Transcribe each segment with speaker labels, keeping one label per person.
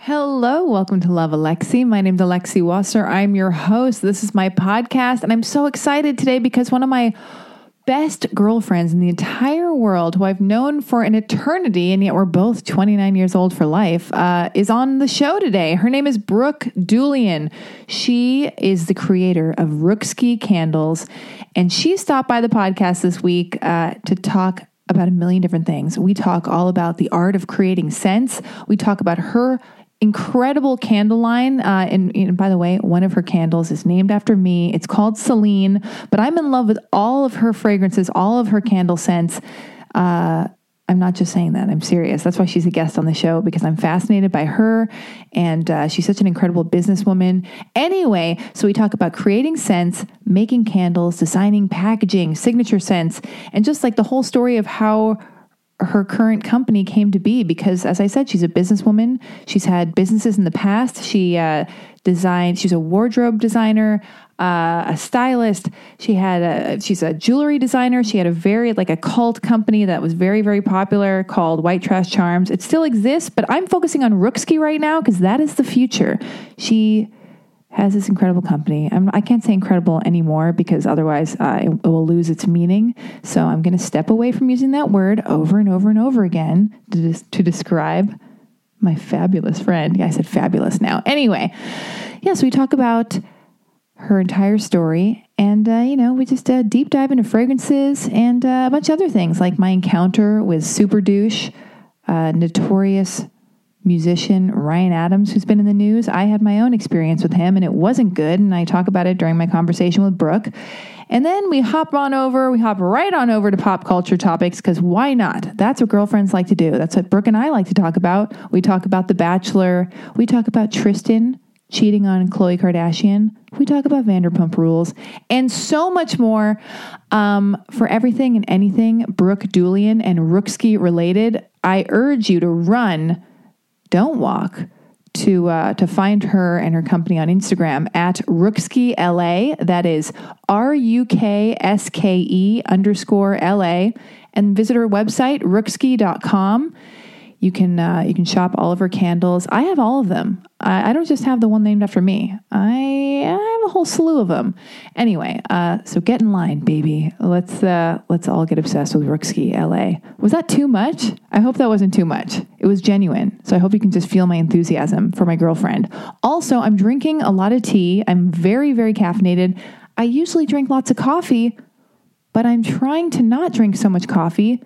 Speaker 1: Hello, welcome to Love Alexi. My name's Alexi Wasser. I'm your host. This is my podcast, and I'm so excited today because one of my best girlfriends in the entire world, who I've known for an eternity, and yet we're both 29 years old for life, uh, is on the show today. Her name is Brooke Doolian. She is the creator of Rookski Candles, and she stopped by the podcast this week uh, to talk about a million different things. We talk all about the art of creating scents. We talk about her incredible candle line. Uh, and, and by the way, one of her candles is named after me. It's called Celine, but I'm in love with all of her fragrances, all of her candle scents. Uh, I'm not just saying that. I'm serious. That's why she's a guest on the show because I'm fascinated by her and uh, she's such an incredible businesswoman. Anyway, so we talk about creating scents, making candles, designing packaging, signature scents, and just like the whole story of how her current company came to be because as i said she's a businesswoman she's had businesses in the past she uh, designed she's a wardrobe designer uh, a stylist she had a she's a jewelry designer she had a very like a cult company that was very very popular called white trash charms it still exists but i'm focusing on rookski right now because that is the future she has this incredible company. I'm, I can't say incredible anymore because otherwise uh, it, it will lose its meaning. So I'm going to step away from using that word over and over and over again to, des- to describe my fabulous friend. Yeah, I said fabulous now. Anyway, yeah, so we talk about her entire story. And, uh, you know, we just uh, deep dive into fragrances and uh, a bunch of other things like my encounter with Super Douche, uh, notorious musician Ryan Adams, who's been in the news. I had my own experience with him and it wasn't good. And I talk about it during my conversation with Brooke. And then we hop on over, we hop right on over to pop culture topics because why not? That's what girlfriends like to do. That's what Brooke and I like to talk about. We talk about The Bachelor, we talk about Tristan cheating on Khloe Kardashian. We talk about Vanderpump rules and so much more. Um, for everything and anything Brooke Doolian and Rookski related, I urge you to run don't walk to uh, to find her and her company on Instagram at Rookski LA. That is R U K S K E underscore LA, and visit her website rookski.com. You can uh, you can shop all of her candles. I have all of them. I, I don't just have the one named after me. I, I have a whole slew of them. Anyway, uh, so get in line, baby. Let's uh, let's all get obsessed with Rookski LA. Was that too much? I hope that wasn't too much. It was genuine. So I hope you can just feel my enthusiasm for my girlfriend. Also, I'm drinking a lot of tea. I'm very very caffeinated. I usually drink lots of coffee, but I'm trying to not drink so much coffee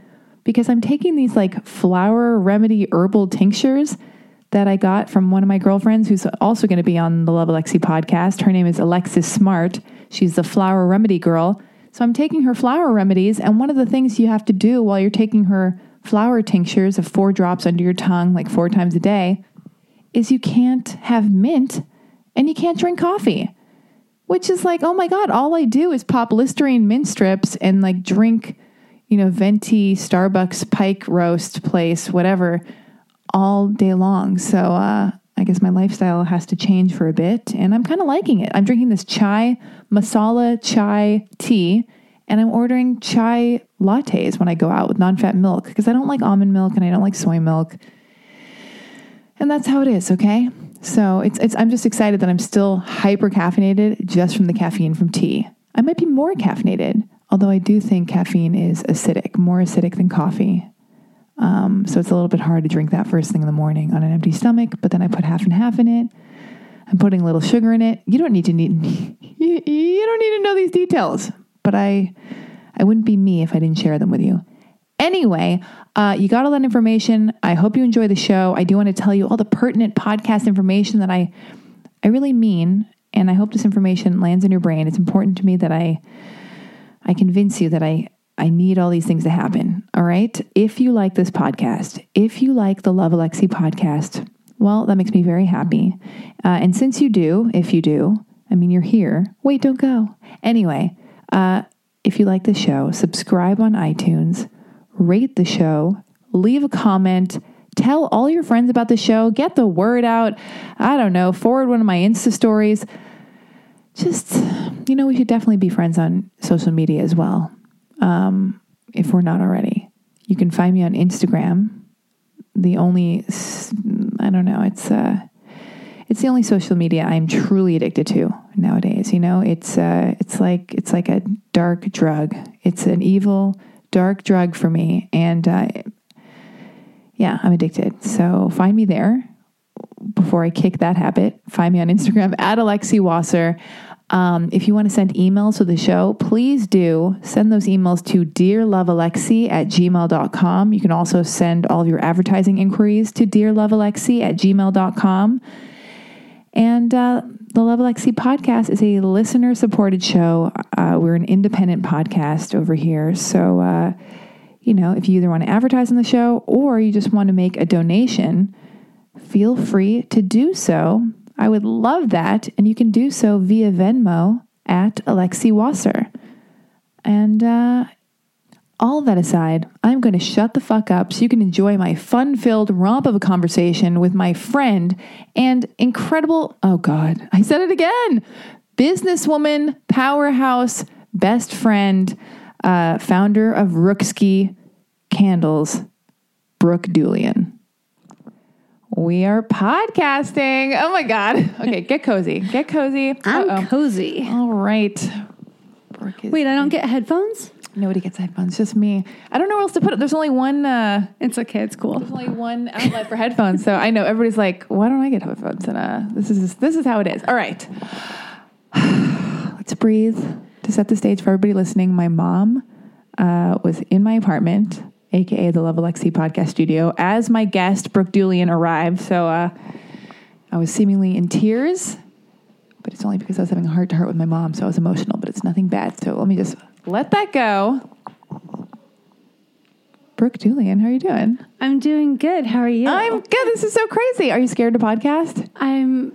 Speaker 1: because I'm taking these like flower remedy herbal tinctures that I got from one of my girlfriends who's also going to be on the Love Alexi podcast. Her name is Alexis Smart. She's the flower remedy girl. So I'm taking her flower remedies. And one of the things you have to do while you're taking her flower tinctures of four drops under your tongue, like four times a day, is you can't have mint and you can't drink coffee, which is like, oh my God, all I do is pop Listerine mint strips and like drink you know, venti Starbucks pike roast place, whatever, all day long. So uh, I guess my lifestyle has to change for a bit, and I'm kind of liking it. I'm drinking this chai masala chai tea, and I'm ordering chai lattes when I go out with non-fat milk because I don't like almond milk and I don't like soy milk, and that's how it is. Okay. So it's, it's I'm just excited that I'm still hyper caffeinated just from the caffeine from tea. I might be more caffeinated although I do think caffeine is acidic, more acidic than coffee. Um, so it's a little bit hard to drink that first thing in the morning on an empty stomach, but then I put half and half in it. I'm putting a little sugar in it. You don't need to need you, you don't need to know these details, but I I wouldn't be me if I didn't share them with you. Anyway, uh, you got all that information. I hope you enjoy the show. I do want to tell you all the pertinent podcast information that I I really mean, and I hope this information lands in your brain. It's important to me that I I convince you that I I need all these things to happen. All right. If you like this podcast, if you like the Love Alexi podcast, well, that makes me very happy. Uh, and since you do, if you do, I mean, you're here. Wait, don't go. Anyway, uh, if you like the show, subscribe on iTunes, rate the show, leave a comment, tell all your friends about the show, get the word out. I don't know, forward one of my Insta stories. Just, you know, we should definitely be friends on social media as well um, if we're not already. You can find me on Instagram. The only s- I don't know, it's uh it's the only social media I'm truly addicted to nowadays, you know? It's uh it's like it's like a dark drug. It's an evil dark drug for me and uh yeah, I'm addicted. So find me there before I kick that habit, find me on Instagram at Alexi Wasser. Um, if you want to send emails to the show, please do send those emails to dearlovealexi at gmail.com. You can also send all of your advertising inquiries to dearlovealexi at gmail.com. And uh, the Love Alexi podcast is a listener supported show. Uh, we're an independent podcast over here. So, uh, you know, if you either want to advertise on the show or you just want to make a donation, feel free to do so. I would love that. And you can do so via Venmo at Alexi Wasser. And uh, all that aside, I'm going to shut the fuck up so you can enjoy my fun filled romp of a conversation with my friend and incredible, oh God, I said it again businesswoman, powerhouse, best friend, uh, founder of Rookski Candles, Brooke Doolian. We are podcasting. Oh my God. Okay, get cozy. Get cozy.
Speaker 2: I'm
Speaker 1: Uh-oh.
Speaker 2: cozy.
Speaker 1: All right. Brooke is
Speaker 2: Wait, I don't get headphones?
Speaker 1: Nobody gets headphones. Just me. I don't know where else to put it. There's only one. Uh,
Speaker 2: It's okay. It's cool.
Speaker 1: there's only one outlet for headphones. So I know everybody's like, why don't I get headphones? And uh, this is this is how it is. All right. Let's breathe to set the stage for everybody listening. My mom uh, was in my apartment, aka the Love Alexi podcast studio, as my guest Brooke Doolian arrived. So uh, I was seemingly in tears, but it's only because I was having a heart to heart with my mom, so I was emotional. But it's nothing bad. So let me just let that go. Brooke Doolian, how are you doing?
Speaker 2: I'm doing good. How are you?
Speaker 1: I'm good. This is so crazy. Are you scared to podcast?
Speaker 2: I'm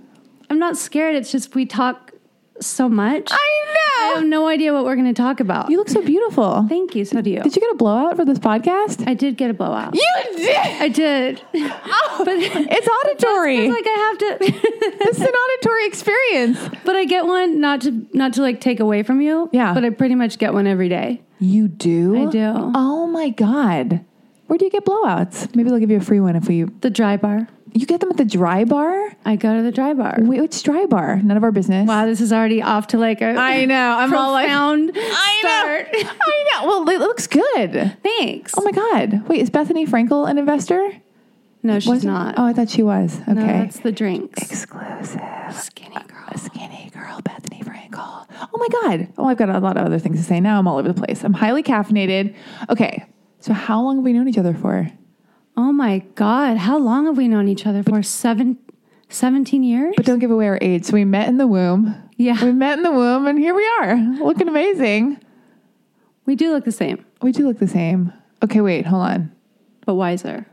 Speaker 2: I'm not scared. It's just we talk so much. I
Speaker 1: I
Speaker 2: have no idea what we're going to talk about.
Speaker 1: You look so beautiful.
Speaker 2: Thank you. So do you.
Speaker 1: Did you get a blowout for this podcast?
Speaker 2: I did get a blowout.
Speaker 1: You did.
Speaker 2: I did.
Speaker 1: Oh,
Speaker 2: But-
Speaker 1: it's auditory.
Speaker 2: It's like I have to
Speaker 1: It's an auditory experience.
Speaker 2: But I get one not to not to like take away from you.
Speaker 1: Yeah.
Speaker 2: But I pretty much get one every day.
Speaker 1: You do?
Speaker 2: I do.
Speaker 1: Oh my god. Where do you get blowouts? Maybe they'll give you a free one if we.
Speaker 2: The dry bar.
Speaker 1: You get them at the dry bar.
Speaker 2: I go to the dry bar.
Speaker 1: Wait, which dry bar? None of our business.
Speaker 2: Wow, this is already off to like a
Speaker 1: I know. I'm all like.
Speaker 2: profound
Speaker 1: I
Speaker 2: start.
Speaker 1: know. I know. Well, it looks good.
Speaker 2: Thanks.
Speaker 1: Oh my god. Wait, is Bethany Frankel an investor?
Speaker 2: no, she's
Speaker 1: Was
Speaker 2: not.
Speaker 1: Oh, I thought she was. Okay.
Speaker 2: No, that's the drinks.
Speaker 1: Exclusive.
Speaker 2: Skinny girl.
Speaker 1: A skinny girl, Bethany Frankel. Oh my God. Oh, I've got a lot of other things to say. Now I'm all over the place. I'm highly caffeinated. Okay. So, how long have we known each other for?
Speaker 2: Oh my God. How long have we known each other for? Seven, 17 years?
Speaker 1: But don't give away our age. So, we met in the womb.
Speaker 2: Yeah.
Speaker 1: We met in the womb, and here we are looking amazing.
Speaker 2: We do look the same,
Speaker 1: We do look the same. Okay, wait, hold on.
Speaker 2: but wiser.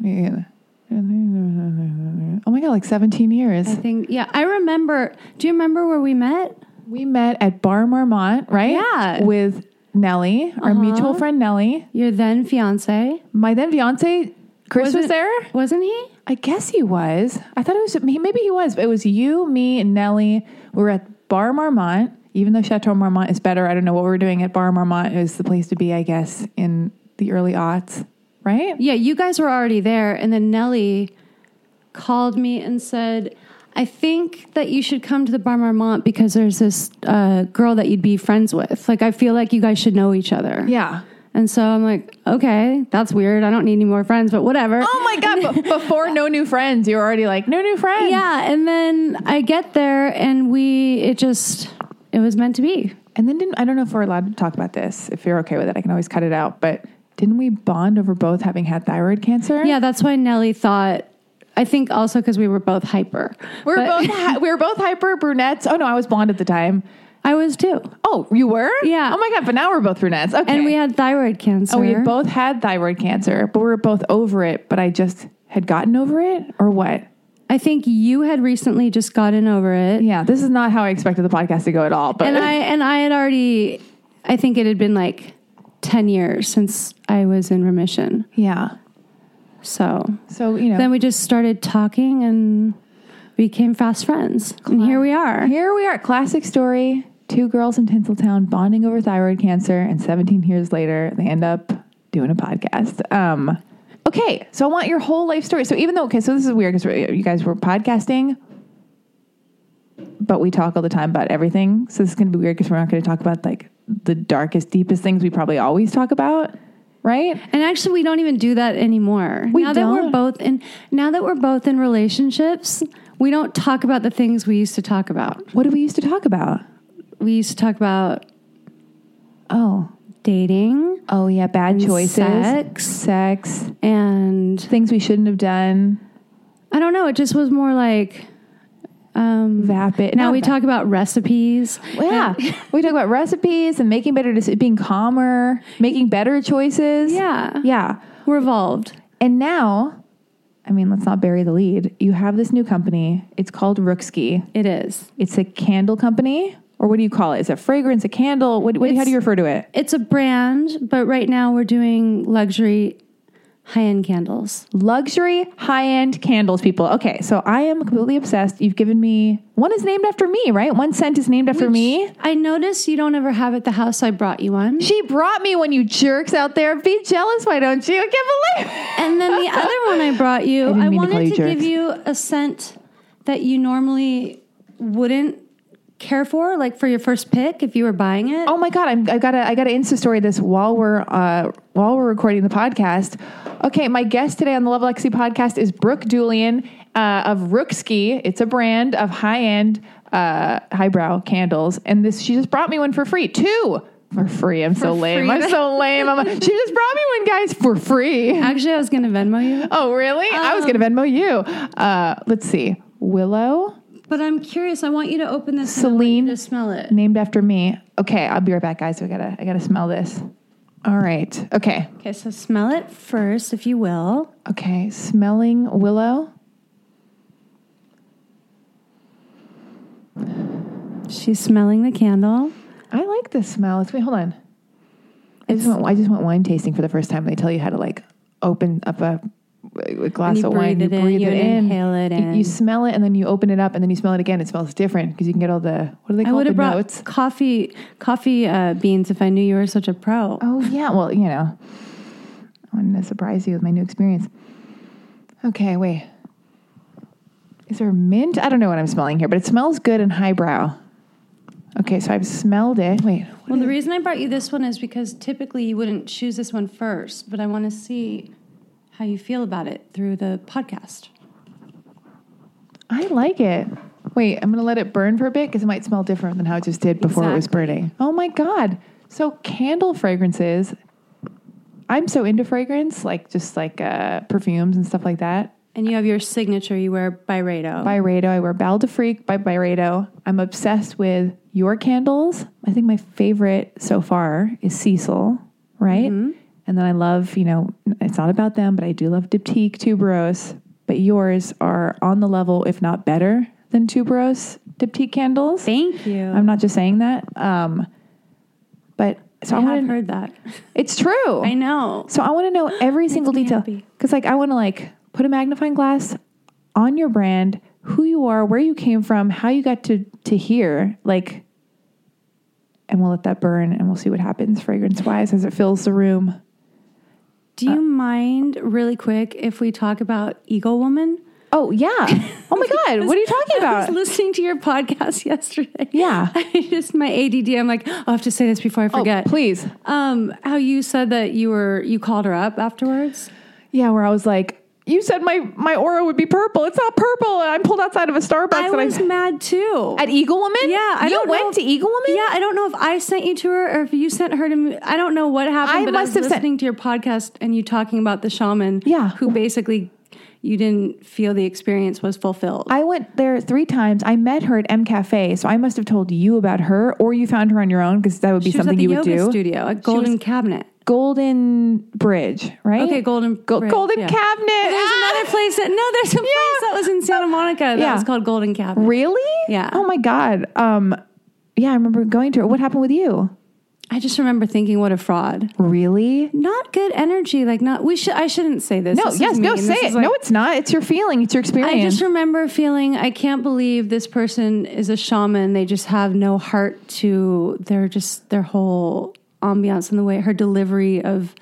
Speaker 1: Yeah. Oh my God, like 17 years.
Speaker 2: I think, yeah, I remember. Do you remember where we met?
Speaker 1: We met at Bar Marmont, right?
Speaker 2: Yeah.
Speaker 1: With Nellie, our mutual friend Nellie.
Speaker 2: Your then fiance.
Speaker 1: My then fiance, Chris, was
Speaker 2: Wasn't-
Speaker 1: there.
Speaker 2: Wasn't he?
Speaker 1: I guess he was. I thought it was he- maybe he was, but it was you, me, and Nellie. We were at Bar Marmont. Even though Chateau Marmont is better, I don't know what we were doing at Bar Marmont. It was the place to be, I guess, in the early aughts, right?
Speaker 2: Yeah, you guys were already there. And then Nellie called me and said, I think that you should come to the Bar Marmont because there's this uh, girl that you'd be friends with. Like, I feel like you guys should know each other.
Speaker 1: Yeah.
Speaker 2: And so I'm like, okay, that's weird. I don't need any more friends, but whatever.
Speaker 1: Oh my God. But before no new friends, you're already like, no new friends.
Speaker 2: Yeah, and then I get there and we it just it was meant to be.
Speaker 1: And then didn't, I don't know if we're allowed to talk about this. If you're okay with it, I can always cut it out. But didn't we bond over both having had thyroid cancer?
Speaker 2: Yeah, that's why Nellie thought I think also cuz we were both hyper.
Speaker 1: We were
Speaker 2: But
Speaker 1: both hi- we were both hyper brunettes. Oh no, I was blonde at the time.
Speaker 2: I was too.
Speaker 1: Oh, you were?
Speaker 2: Yeah.
Speaker 1: Oh my god, but now we're both brunettes. Okay.
Speaker 2: And we had thyroid cancer.
Speaker 1: oh, we had both had thyroid cancer, but we were both over it. But I just had gotten over it, or what?
Speaker 2: I think you had recently just gotten over it.
Speaker 1: Yeah, this is not how I expected the podcast to go at all. But
Speaker 2: And I and I had already I think it had been like 10 years since I was in remission.
Speaker 1: yeah,
Speaker 2: So
Speaker 1: so you know,
Speaker 2: then we just started talking and became fast friends. And here we are.
Speaker 1: Here we are. Classic story. Two girls in Tinseltown bonding over thyroid cancer, and 17 years later, they end up doing a podcast. Um, okay, so I want your whole life story. So even though, okay, so this is weird because you guys were podcasting, but we talk all the time about everything. So this is going to be weird because we're not going to talk about like the darkest, deepest things we probably always talk about, right?
Speaker 2: And actually, we don't even do that anymore.
Speaker 1: We
Speaker 2: now that we're
Speaker 1: don't.
Speaker 2: both in, now that we're both in relationships, we don't talk about the things we used to talk about.
Speaker 1: What do we used to talk about?
Speaker 2: We used to talk about
Speaker 1: Oh,
Speaker 2: dating
Speaker 1: oh yeah, bad choices,
Speaker 2: sex.
Speaker 1: sex,
Speaker 2: and
Speaker 1: things we shouldn't have done,
Speaker 2: I don't know. It just was more like um,
Speaker 1: vapid.
Speaker 2: now
Speaker 1: not
Speaker 2: we
Speaker 1: vapid.
Speaker 2: talk about recipes.
Speaker 1: Yeah. we talk about recipes and making better decisions, being calmer, making better choices.
Speaker 2: Yeah,
Speaker 1: Yeah.
Speaker 2: we're evolved.
Speaker 1: And now, I mean, let's not bury the lead. You have this new company. It's called Rookski.
Speaker 2: It is.
Speaker 1: It's a candle company, or what do you call it? Is it a fragrance, a candle? What, what, how do you refer to it?
Speaker 2: It's a brand, but right now we're doing luxury high end candles.
Speaker 1: Luxury high end candles, people. Okay, so I am completely obsessed. You've given me one is named after me, right? One scent is named after me.
Speaker 2: I noticed you don't ever have at the house. I brought you one.
Speaker 1: She brought me one, you jerks out there. Be jealous, why don't you? I can't believe it.
Speaker 2: And then the other one I brought you,
Speaker 1: didn't
Speaker 2: I,
Speaker 1: mean to call
Speaker 2: wanted
Speaker 1: you
Speaker 2: to, give
Speaker 1: jerks.
Speaker 2: you a scent that you normally wouldn't care for, like for your first pick if you were buying it.
Speaker 1: Oh my god, I'm, I gotta I gotta Insta story this while we're uh, while we're recording the podcast. Okay, my guest today on the Love Lexi podcast is Brooke Julian uh, of Rookski. It's a brand of high end uh, highbrow candles, and this she just brought me one for free two for free. I'm so lame.
Speaker 2: free.
Speaker 1: I'm so lame. I'm, she just brought me one, guys, for free.
Speaker 2: Actually, I was gonna Venmo you,
Speaker 1: Oh really? I was gonna Venmo you. Uh, let's see, Willow.
Speaker 2: but I'm curious. I want you to open this.
Speaker 1: Celine.
Speaker 2: and I want you to smell it.
Speaker 1: named after me. Okay, I'll be right back, guys. I gotta, I gotta smell this. All right. Okay.
Speaker 2: Okay, so smell it first, if you will.
Speaker 1: Okay. Smelling willow.
Speaker 2: She's smelling the candle.
Speaker 1: I like this smell. It's wait, hold on. I just, went, I just went wine tasting for the first time. They tell you how to like open up a, a glass
Speaker 2: And you
Speaker 1: of wine.
Speaker 2: breathe it in, you inhale it
Speaker 1: You- You,
Speaker 2: in.
Speaker 1: smell it, and then you open it up, and then you smell it again. It smells different because you can get all the what do they
Speaker 2: I
Speaker 1: call
Speaker 2: would
Speaker 1: it? The
Speaker 2: have brought
Speaker 1: notes.
Speaker 2: coffee coffee uh, beans if I knew you were such a pro.
Speaker 1: Oh yeah. Well, you know, I wanted to surprise you with my new experience. Okay, wait. Is there mint? I don't know what I'm smelling here, but it smells good and highbrow. Okay, so I've smelled it. Wait,
Speaker 2: Well, the reason I brought you this one is because typically you wouldn't choose this one first, but I want to see how you feel about it through the podcast.
Speaker 1: I like it. Wait, I'm gonna let it burn for a bit because it might smell different than how it just did before it was
Speaker 2: Exactly.
Speaker 1: burning. Oh my god! So candle fragrances. I'm so into fragrance, like just like uh, perfumes and stuff like that.
Speaker 2: And you have your signature you wear by Rado.
Speaker 1: Byredo. I wear Bal de Freak by Byredo. I'm obsessed with your candles. I think my favorite so far is Cecil, right?
Speaker 2: Mm-hmm.
Speaker 1: And then I love, you know, it's not about them, but I do love Diptyque, Tuberose. But yours are on the level, if not better, than Tuberose Diptyque candles.
Speaker 2: Thank you.
Speaker 1: I'm not just saying that. Um, but so I,
Speaker 2: I have
Speaker 1: want to.
Speaker 2: heard that.
Speaker 1: It's true.
Speaker 2: I know.
Speaker 1: So I want to know every single
Speaker 2: me
Speaker 1: detail
Speaker 2: happy.
Speaker 1: because, like, I want to like put a magnifying glass on your brand, who you are, where you came from, how you got to to here, like, and we'll let that burn and we'll see what happens fragrance wise as it fills the room.
Speaker 2: Do you mind really quick if we talk about Eagle Woman?
Speaker 1: Oh yeah. Oh my god. What are you talking
Speaker 2: I
Speaker 1: about?
Speaker 2: was listening to your podcast yesterday.
Speaker 1: Yeah.
Speaker 2: I just my ADD. I'm like, I'll have to say this before I
Speaker 1: Oh,
Speaker 2: forget.
Speaker 1: please.
Speaker 2: Um, how you said that you were you called her up afterwards?
Speaker 1: Yeah, where I was like, you said my my aura would be purple. It's not purple. And I'm pulled outside of a Starbucks.
Speaker 2: I
Speaker 1: and
Speaker 2: was
Speaker 1: I'm
Speaker 2: mad too.
Speaker 1: at Eagle Woman.
Speaker 2: yeah, I
Speaker 1: you
Speaker 2: don't know
Speaker 1: went
Speaker 2: if-
Speaker 1: to Eagle Woman.
Speaker 2: Yeah, I don't know if I sent you to her or if you sent her to me. I don't know what happened.
Speaker 1: I
Speaker 2: but
Speaker 1: must
Speaker 2: I was
Speaker 1: have sent-
Speaker 2: listening to your podcast and you talking about the shaman.
Speaker 1: Yeah.
Speaker 2: who basically you didn't feel the experience was fulfilled.
Speaker 1: I went there three times. I met her at M Cafe, so I must have told you about her, or you found her on your own because that would be
Speaker 2: she was at
Speaker 1: something
Speaker 2: the
Speaker 1: you would
Speaker 2: yoga
Speaker 1: do.
Speaker 2: studio at Golden Cabinet.
Speaker 1: Golden Bridge, right?
Speaker 2: Okay, Golden
Speaker 1: Go-
Speaker 2: Bridge,
Speaker 1: Golden
Speaker 2: yeah.
Speaker 1: Cabinet.
Speaker 2: There's
Speaker 1: Ah!
Speaker 2: another place that no, there's a place that was in Santa Monica that
Speaker 1: Yeah.
Speaker 2: was called Golden Cabinet.
Speaker 1: Really?
Speaker 2: Yeah.
Speaker 1: Oh my god. Um. Yeah, I remember going to it. What happened with you?
Speaker 2: I just remember thinking, what a fraud.
Speaker 1: Really?
Speaker 2: Not good energy. Like not. We should. I shouldn't say this.
Speaker 1: No.
Speaker 2: This is
Speaker 1: Yes. No.
Speaker 2: mean.
Speaker 1: Say
Speaker 2: This
Speaker 1: it.
Speaker 2: is like-
Speaker 1: no, it's not. It's your feeling. It's your experience.
Speaker 2: I just remember feeling I can't believe this person is a shaman. They just have no heart to their just their whole ambiance and the way her delivery of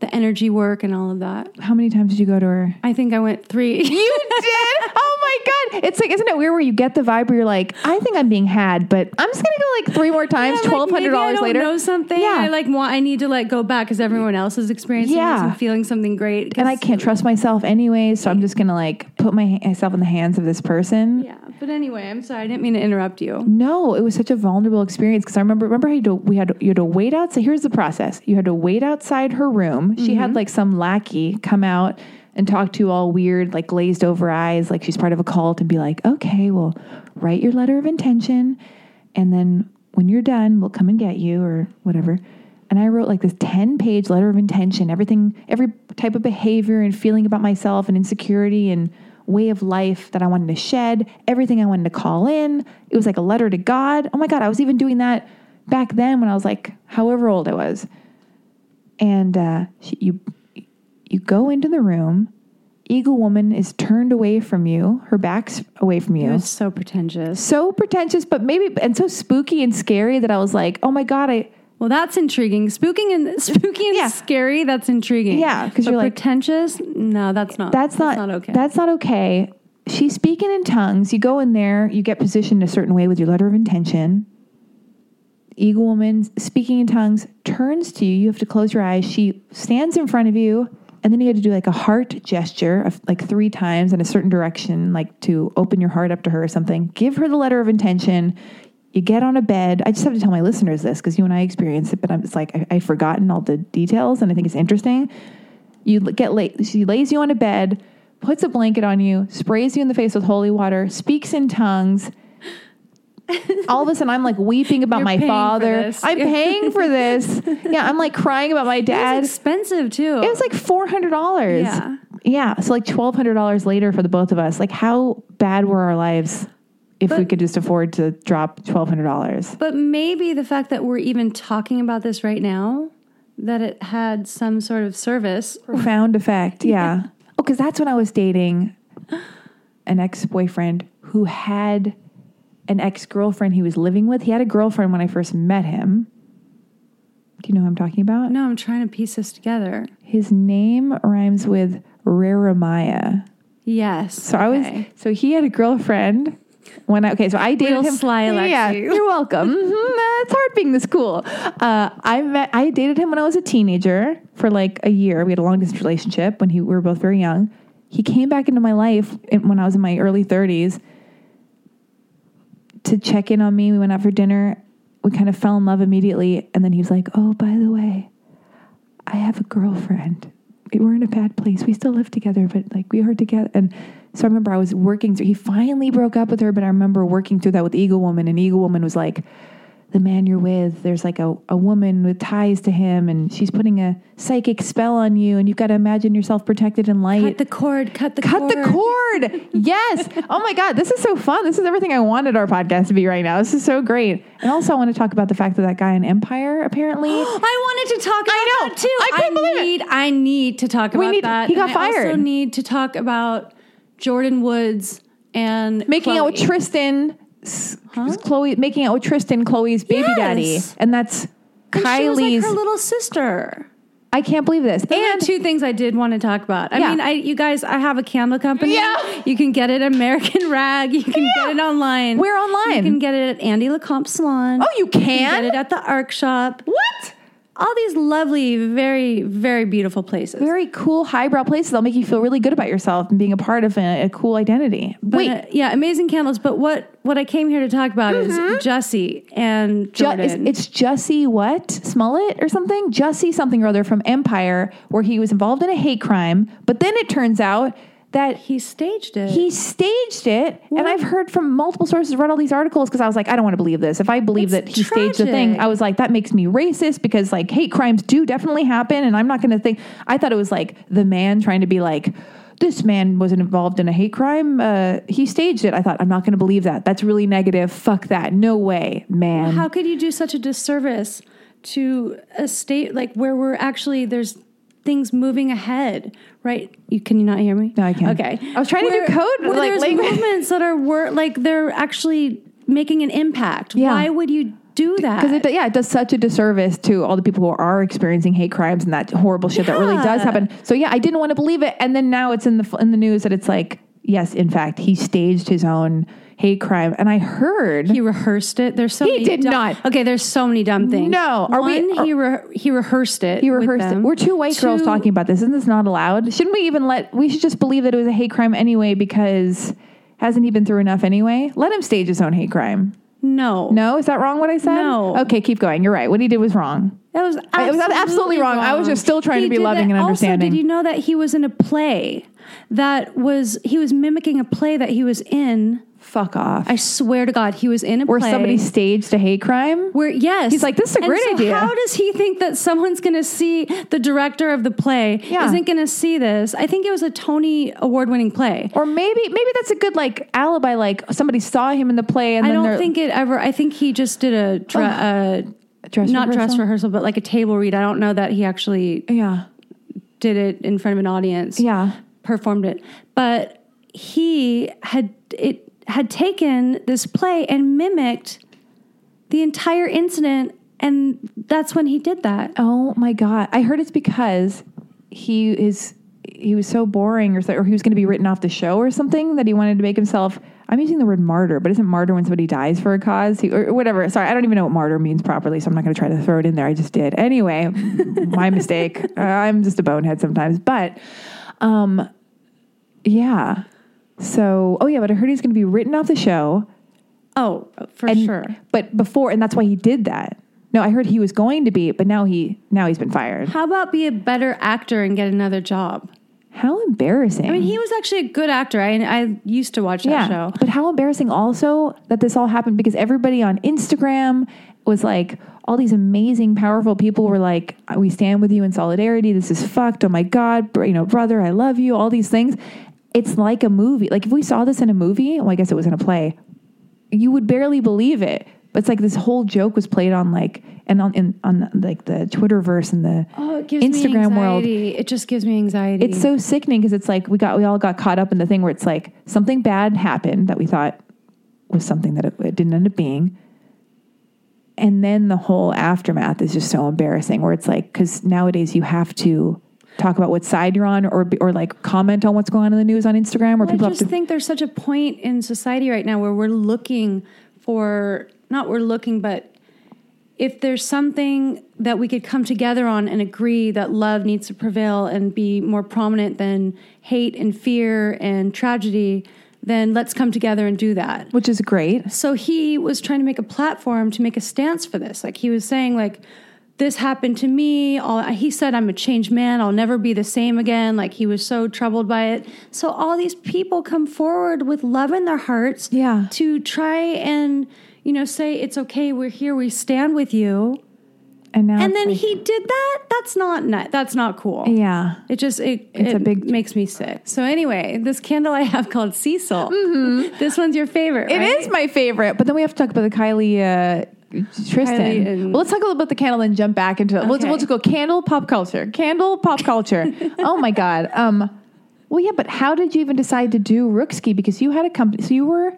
Speaker 2: the energy work and all of that.
Speaker 1: How many times did you go to her?
Speaker 2: I think I went three.
Speaker 1: You did? Oh my god! It's like, isn't it weird where you get the vibe where you're like, I think I'm being had, but I'm just gonna go like three more times.
Speaker 2: I'm like,
Speaker 1: Twelve hundred
Speaker 2: maybe I
Speaker 1: dollars
Speaker 2: don't
Speaker 1: later.
Speaker 2: Know something?
Speaker 1: Yeah.
Speaker 2: I like want. I need to like go back because everyone else is experiencing
Speaker 1: Yeah.
Speaker 2: this and feeling something great.
Speaker 1: and I
Speaker 2: 'cause-
Speaker 1: can't trust myself anyways, so I'm just gonna like put my myself in the hands of this person.
Speaker 2: Yeah, but anyway, I'm sorry. I didn't mean to interrupt you.
Speaker 1: No, it was such a vulnerable experience because I remember remember how you do, we had you had to wait outside. Here's the process: you had to wait outside her room. She had like some lackey come out and talk to you all weird, like glazed over eyes, like she's part of a cult, and be like, "Okay, well, write your letter of intention, and then when you're done, we'll come and get you or whatever." And I wrote like this 10 page letter of intention, everything, every type of behavior and feeling about myself and insecurity and way of life that I wanted to shed, everything I wanted to call in. It was like a letter to God. Oh my God, I was even doing that back then when I was like however old I was. And uh, she, you, you go into the room, Eagle Woman is turned away from you, her back's away from you
Speaker 2: It was so pretentious.
Speaker 1: so pretentious, but maybe and so spooky and scary that I was like, oh my god, I
Speaker 2: Well, that's intriguing. Spooking and spooky and
Speaker 1: Yeah.
Speaker 2: scary. That's intriguing.
Speaker 1: Yeah, 'cause
Speaker 2: But
Speaker 1: you're like-
Speaker 2: pretentious. No, that's not.
Speaker 1: that's not,
Speaker 2: okay.
Speaker 1: That's not okay. She's speaking in tongues. You go in there, you get positioned a certain way with your letter of intention. Eagle woman speaking in tongues turns to you. You have to close your eyes. She stands in front of you, and then you had to do like a heart gesture of like three times in a certain direction, like to open your heart up to her or something. Give her the letter of intention. You get on a bed. I just have to tell my listeners this because you and I experienced it, but I'm it's like I, I've forgotten all the details, and I think it's interesting. You l- get laid. She lays you on a bed, puts a blanket on you, sprays you in the face with holy water, speaks in tongues. All of a sudden, I'm like weeping about
Speaker 2: You're
Speaker 1: my
Speaker 2: paying for
Speaker 1: father.
Speaker 2: this.
Speaker 1: I'm paying for this. Yeah, I'm like crying about my
Speaker 2: It
Speaker 1: dad.
Speaker 2: was expensive too.
Speaker 1: It was like four hundred dollars.
Speaker 2: Yeah.
Speaker 1: yeah. So like twelve hundred dollars later for the both of us. Like, how bad were our lives if we
Speaker 2: But-
Speaker 1: could just afford to drop twelve hundred dollars?
Speaker 2: But maybe the fact that we're even talking about this right now, that it had some sort of service.
Speaker 1: profound effect. Yeah. Oh, because that's when I was dating an ex boyfriend who had an ex girlfriend he was living with. He had a girlfriend when I first met him. Do you know who I'm talking about?
Speaker 2: No, I'm trying to piece this together.
Speaker 1: His name rhymes with Raramaya.
Speaker 2: Yes.
Speaker 1: So I was. So he had a girlfriend when I. Okay, so I dated
Speaker 2: Real
Speaker 1: him.
Speaker 2: sly,
Speaker 1: Yeah,
Speaker 2: Alexi.
Speaker 1: you're welcome. Mhm, uh, it's hard being this cool. Uh, I met. I dated him when I was a teenager for like a year. We had a long distance relationship when he, we were both very young. He came back into my life in, when I was in my early 30s to check in on me. We went out for dinner. We kind of fell in love immediately, and then he was like, "Oh, by the way, I have a girlfriend. We were in a bad place. We still live together, but like we are together. And so I remember I was working through. He finally broke up with her, but I remember working through that with Eagle Woman, and Eagle Woman was like, "The man you're with, there's like a, a woman with ties to him, and she's putting a psychic spell on you, and you've got to imagine yourself protected in light."
Speaker 2: cut the cord. Cut the
Speaker 1: Cut
Speaker 2: cord.
Speaker 1: the cord. yes. Oh my God. This is so fun. This is everything I wanted our podcast to be right now. This is so great. And also, I want to talk about the fact that that guy in Empire apparently.
Speaker 2: I wanted to talk about
Speaker 1: I know.
Speaker 2: that too.
Speaker 1: I couldn't believe it.
Speaker 2: need, I need to talk
Speaker 1: We
Speaker 2: about
Speaker 1: need-
Speaker 2: that.
Speaker 1: he got
Speaker 2: And I also
Speaker 1: fired.
Speaker 2: need to talk about Jordan Woods and
Speaker 1: making out with
Speaker 2: Chloe.
Speaker 1: Tristan, s- Chloe making out with Tristan, Chloe's baby
Speaker 2: Yes.
Speaker 1: daddy, and that's
Speaker 2: And
Speaker 1: Kylie's.
Speaker 2: She was like her little sister.
Speaker 1: I can't believe this.
Speaker 2: Those
Speaker 1: and
Speaker 2: are two things I did want to talk about. I
Speaker 1: Yeah.
Speaker 2: mean, I you guys, I have a candle company.
Speaker 1: Yeah.
Speaker 2: You can get it at American Rag. You can
Speaker 1: Yeah.
Speaker 2: get it online.
Speaker 1: Where online?
Speaker 2: You can get it at Andy LeCompte Salon.
Speaker 1: Oh, you
Speaker 2: can
Speaker 1: can?
Speaker 2: get it at the Arc Shop.
Speaker 1: what?
Speaker 2: All these lovely, very, very beautiful places.
Speaker 1: Very cool highbrow places. They'll make you feel really good about yourself and being a part of a, a cool identity. Wait,
Speaker 2: Uh, yeah, amazing candles. But what what I came here to talk about is Jussie and
Speaker 1: Mm-hmm. Ju-
Speaker 2: Jordan.
Speaker 1: is- it's Jussie what Smollett or something? Jussie something or other from Empire, where he was involved in a hate crime, but then it turns out that
Speaker 2: he staged it.
Speaker 1: he staged it. And I've heard from multiple sources, read all these articles because I was like, I don't want to believe this. If I believe
Speaker 2: It's
Speaker 1: that he staged the thing,
Speaker 2: tragic.
Speaker 1: I was like, that makes me racist because like hate crimes do definitely happen, and I'm not going to think. I thought it was like the man trying to be like. This man wasn't involved in a hate crime. Uh, he staged it. I thought, I'm not going to believe that. That's really negative. Fuck that. No way, man.
Speaker 2: How could you do such a disservice to a state like where we're actually there's things moving ahead, right? You can you not hear me?
Speaker 1: No, I can.
Speaker 2: Okay,
Speaker 1: I was trying to do
Speaker 2: Where-
Speaker 1: code, but,
Speaker 2: Where
Speaker 1: like,
Speaker 2: there's
Speaker 1: language-
Speaker 2: movements that are wor- like they're actually making an impact.
Speaker 1: Yeah.
Speaker 2: Why would you do that?
Speaker 1: Because it, yeah, it does such a disservice to all the people who are experiencing hate crimes and that horrible shit that really does
Speaker 2: Yeah.
Speaker 1: happen. So yeah, I didn't want to believe it, and then now it's in the in the news that it's like, yes, in fact, he staged his own hate crime, and I heard
Speaker 2: he rehearsed it. There's so
Speaker 1: He
Speaker 2: many
Speaker 1: did
Speaker 2: dumb-
Speaker 1: not.
Speaker 2: Okay, there's so many dumb things.
Speaker 1: No, are we-
Speaker 2: One, he re- he rehearsed it.
Speaker 1: he
Speaker 2: with
Speaker 1: rehearsed it.
Speaker 2: them.
Speaker 1: We're two white girls
Speaker 2: Two-
Speaker 1: talking about this. Isn't this not allowed? Shouldn't we even let? We should just believe that it was a hate crime anyway because. Hasn't he been through enough anyway? Let him stage his own hate crime.
Speaker 2: No,
Speaker 1: No, is that wrong? What I said?
Speaker 2: No.
Speaker 1: Okay, keep going. You're right. What he did was wrong.
Speaker 2: That was absolutely,
Speaker 1: I- it was absolutely wrong. I was just still trying to be
Speaker 2: did
Speaker 1: loving
Speaker 2: that-
Speaker 1: and understanding.
Speaker 2: Also, did you know that he was in a play that was he was mimicking a play that he was in?
Speaker 1: Fuck off.
Speaker 2: I swear to God, he was in a
Speaker 1: Where
Speaker 2: play
Speaker 1: somebody staged a hate crime?
Speaker 2: where yes,
Speaker 1: He's like, "This is a
Speaker 2: And
Speaker 1: great
Speaker 2: so
Speaker 1: idea."
Speaker 2: How does he think that someone's going to see the director of the play
Speaker 1: Yeah.
Speaker 2: isn't going to see this? I think it was a Tony award winning play.
Speaker 1: Or maybe maybe that's a good like alibi. Like somebody saw him in the play, and
Speaker 2: I
Speaker 1: then
Speaker 2: don't
Speaker 1: they're-
Speaker 2: think it ever. I think he just did a, dre- a
Speaker 1: dress
Speaker 2: not dress
Speaker 1: rehearsal?
Speaker 2: rehearsal, but like a table read. I don't know that he actually
Speaker 1: Yeah,
Speaker 2: did it in front of an audience.
Speaker 1: Yeah.
Speaker 2: Performed it. But he had it had taken this play and mimicked the entire incident and that's when he did that.
Speaker 1: Oh my god! I heard it's because he is he was so boring, or so, or he was going to be written off the show or something that he wanted to make himself. I'm using the word martyr, but isn't martyr when somebody dies for a cause he, or whatever? Sorry, I don't even know what martyr means properly, so I'm not going to try to throw it in there. I just did anyway. my mistake. Uh, I'm just a bonehead sometimes, but um, yeah. So, oh yeah, but I heard he's going to be written off the show.
Speaker 2: Oh, for
Speaker 1: And-
Speaker 2: sure.
Speaker 1: But before, and that's why he did that. No, I heard he was going to be, but now he now he's been fired.
Speaker 2: How about be a better actor and get another job?
Speaker 1: How embarrassing.
Speaker 2: I mean, he was actually a good actor. I I used to watch that
Speaker 1: yeah.
Speaker 2: show.
Speaker 1: But how embarrassing also that this all happened because everybody on Instagram was like, all these amazing, powerful people were like, we stand with you in solidarity. This is fucked. Oh my God. Br- You know, brother, I love you. All these things. It's like a movie. Like if we saw this in a movie, well, I guess it was in a play, you would barely believe it. But it's like this whole joke was played on like, and on, in, on like the Twitterverse and the
Speaker 2: Oh, it gives me
Speaker 1: Instagram world.
Speaker 2: anxiety. It just gives me anxiety.
Speaker 1: It's so sickening because it's like we got we all got caught up in the thing where it's like something bad happened that we thought was something that it, it didn't end up being, and then the whole aftermath is just so embarrassing. Where it's like because nowadays you have to talk about what side you're on or be- or like comment on what's going on in the news on Instagram or people
Speaker 2: I
Speaker 1: have
Speaker 2: just
Speaker 1: to
Speaker 2: think there's such a point in society right now where we're looking for not we're looking, but if there's something that we could come together on and agree that love needs to prevail and be more prominent than hate and fear and tragedy, then let's come together and do that.
Speaker 1: which is great.
Speaker 2: So he was trying to make a platform to make a stance for this. Like he was saying, like this happened to me. All he said, I'm a changed man. I'll never be the same again. Like he was so troubled by it. So all these people come forward with love in their hearts,
Speaker 1: Yeah.
Speaker 2: to try and you know say it's okay. We're here. We stand with you.
Speaker 1: And now
Speaker 2: And
Speaker 1: it's
Speaker 2: then
Speaker 1: like-
Speaker 2: he did that. That's not ni- that's not cool.
Speaker 1: yeah.
Speaker 2: It just it,
Speaker 1: It's
Speaker 2: it
Speaker 1: a big-
Speaker 2: makes me sick. So anyway, this candle I have called Cecil. This one's your favorite.
Speaker 1: Mm-hmm. It is my favorite, but then we have to talk about the Kylie. Uh, Tristan.
Speaker 2: Kylie and-
Speaker 1: well, let's talk a little about the candle and jump back into it. Let's,
Speaker 2: Okay.
Speaker 1: we'll just go candle pop culture. Candle pop culture. oh my god. Um. Well, yeah, but how did you even decide to do Rookski? Because you had a company, so you were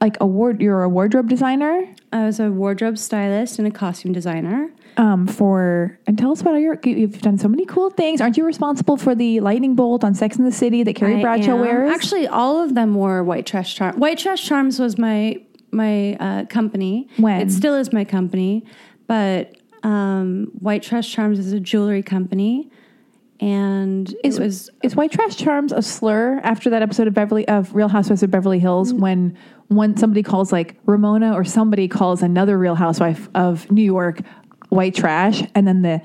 Speaker 1: like a ward. You're a wardrobe designer.
Speaker 2: I was a wardrobe stylist and a costume designer.
Speaker 1: um, for and tell us about your. You've done so many cool things. Aren't you responsible for the lightning bolt on Sex in the City that Carrie
Speaker 2: I
Speaker 1: Bradshaw
Speaker 2: am.
Speaker 1: wears?
Speaker 2: Actually, all of them wore white trash charms. White trash charms was my my uh, company.
Speaker 1: When?
Speaker 2: it still is my company, but um, white trash charms is a jewelry company, and it was
Speaker 1: Is white trash charms a slur after that episode of Beverly of Real Housewives of Beverly
Speaker 2: Mm.
Speaker 1: Hills when when somebody calls like Ramona or somebody calls another Real Housewife of New York white trash and then the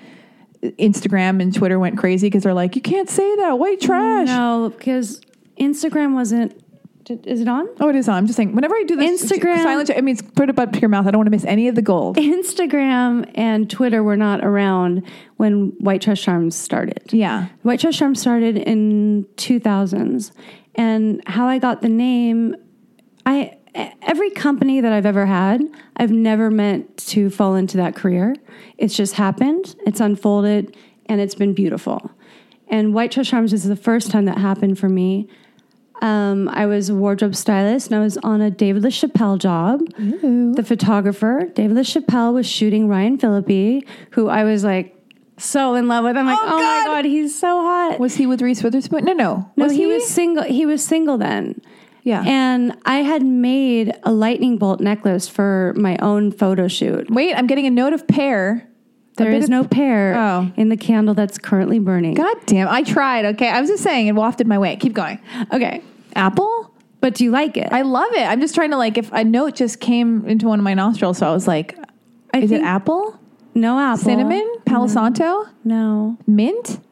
Speaker 1: Instagram and Twitter went crazy because they're like you can't say that white trash.
Speaker 2: no because Instagram wasn't. Did, is it on?
Speaker 1: Oh, it is on. I'm just saying. Whenever I do this,
Speaker 2: Instagram- Eh.
Speaker 1: silence. I mean, it's put it up to your mouth. I don't want to miss any of the gold.
Speaker 2: Instagram and Twitter were not around when White Trash Charms started.
Speaker 1: Yeah.
Speaker 2: White Trash Charms started in 2000s. And how I got the name, I e, every company that I've ever had, I've never meant to fall into that career. It's just happened, it's unfolded, and it's been beautiful. And White Trash Charms is the first time that happened for me. Um, I was a wardrobe stylist and I was on a David LaChapelle job. The photographer, David LaChapelle, was shooting Ryan Philippi, who I was like so in love with. I'm like,
Speaker 1: Oh,
Speaker 2: oh, my
Speaker 1: God.
Speaker 2: God, he's so hot.
Speaker 1: Was he with Reese Witherspoon? No, no.
Speaker 2: no, he, was single. He was single then.
Speaker 1: Yeah.
Speaker 2: And I had made a lightning bolt necklace for my own photo shoot.
Speaker 1: Wait, I'm getting a note of pear.
Speaker 2: There
Speaker 1: bit
Speaker 2: is
Speaker 1: of-
Speaker 2: no pear
Speaker 1: Oh.
Speaker 2: in the candle that's currently burning.
Speaker 1: God damn! I tried. Okay, I was just saying it wafted my way. Keep going.
Speaker 2: Okay.
Speaker 1: Apple.
Speaker 2: But do you like it?
Speaker 1: I love it. I'm just trying to like if a note just came into one of my nostrils, so I mm-hmm. was like,
Speaker 2: I
Speaker 1: is it
Speaker 2: think-
Speaker 1: apple,
Speaker 2: no apple.
Speaker 1: cinnamon, palo santo,
Speaker 2: No.
Speaker 1: mint?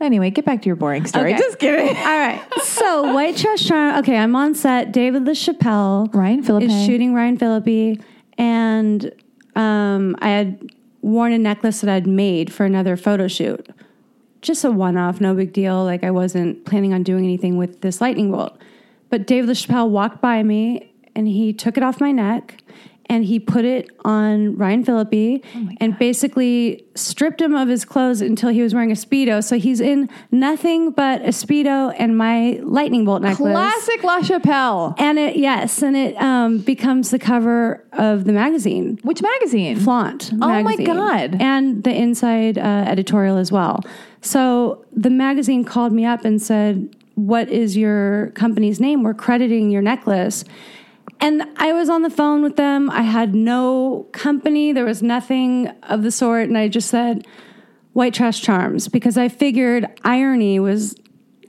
Speaker 1: Anyway, get back to your boring story.
Speaker 2: Okay.
Speaker 1: Just kidding.
Speaker 2: All right. So White Trash Charm. Okay, I'm on set. David LaChapelle.
Speaker 1: Ryan Phillippe.
Speaker 2: is shooting Ryan Philippi, and um, I had worn a necklace that I'd made for another photo shoot. Just a one-off, no big deal. Like I wasn't planning on doing anything with this lightning bolt. But David LaChapelle walked by me, and he took it off my neck, and he put it on Ryan Philippi, and basically stripped him of his clothes until he was wearing a speedo. So he's in nothing but a speedo and my lightning bolt necklace.
Speaker 1: Classic La Chapelle.
Speaker 2: And it yes, and it um, becomes the cover of the magazine.
Speaker 1: Which magazine?
Speaker 2: Flaunt.
Speaker 1: Oh my
Speaker 2: magazine.
Speaker 1: God.
Speaker 2: And the inside uh, editorial as well. So the magazine called me up and said, "What is your company's name? We're crediting your necklace." And I was on the phone with them. I had no company. There was nothing of the sort, and I just said, "White trash charms," because I figured irony was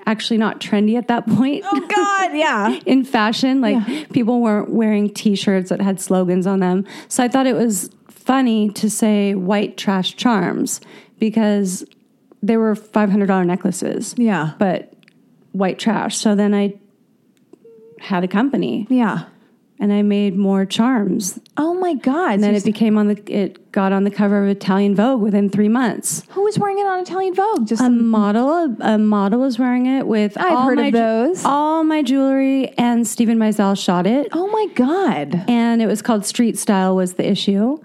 Speaker 2: actually not trendy at that point
Speaker 1: Oh God, yeah.
Speaker 2: in fashion. Like people weren't wearing T-shirts that had slogans on them. So I thought it was funny to say "white trash charms" because they were five hundred dollar necklaces.
Speaker 1: Yeah.
Speaker 2: but white trash. So then I had a company
Speaker 1: Yeah.
Speaker 2: and I made more charms.
Speaker 1: Oh my God.
Speaker 2: And then it became on the it got on the cover of Italian Vogue within three months.
Speaker 1: Who was wearing it Um, on Italian Vogue? Just
Speaker 2: A model, a, a model was wearing it with
Speaker 1: I've
Speaker 2: all
Speaker 1: heard of
Speaker 2: my ju-
Speaker 1: those.
Speaker 2: all my jewelry, and Stephen Meisel shot it.
Speaker 1: oh my God.
Speaker 2: and it was called Street Style was the issue.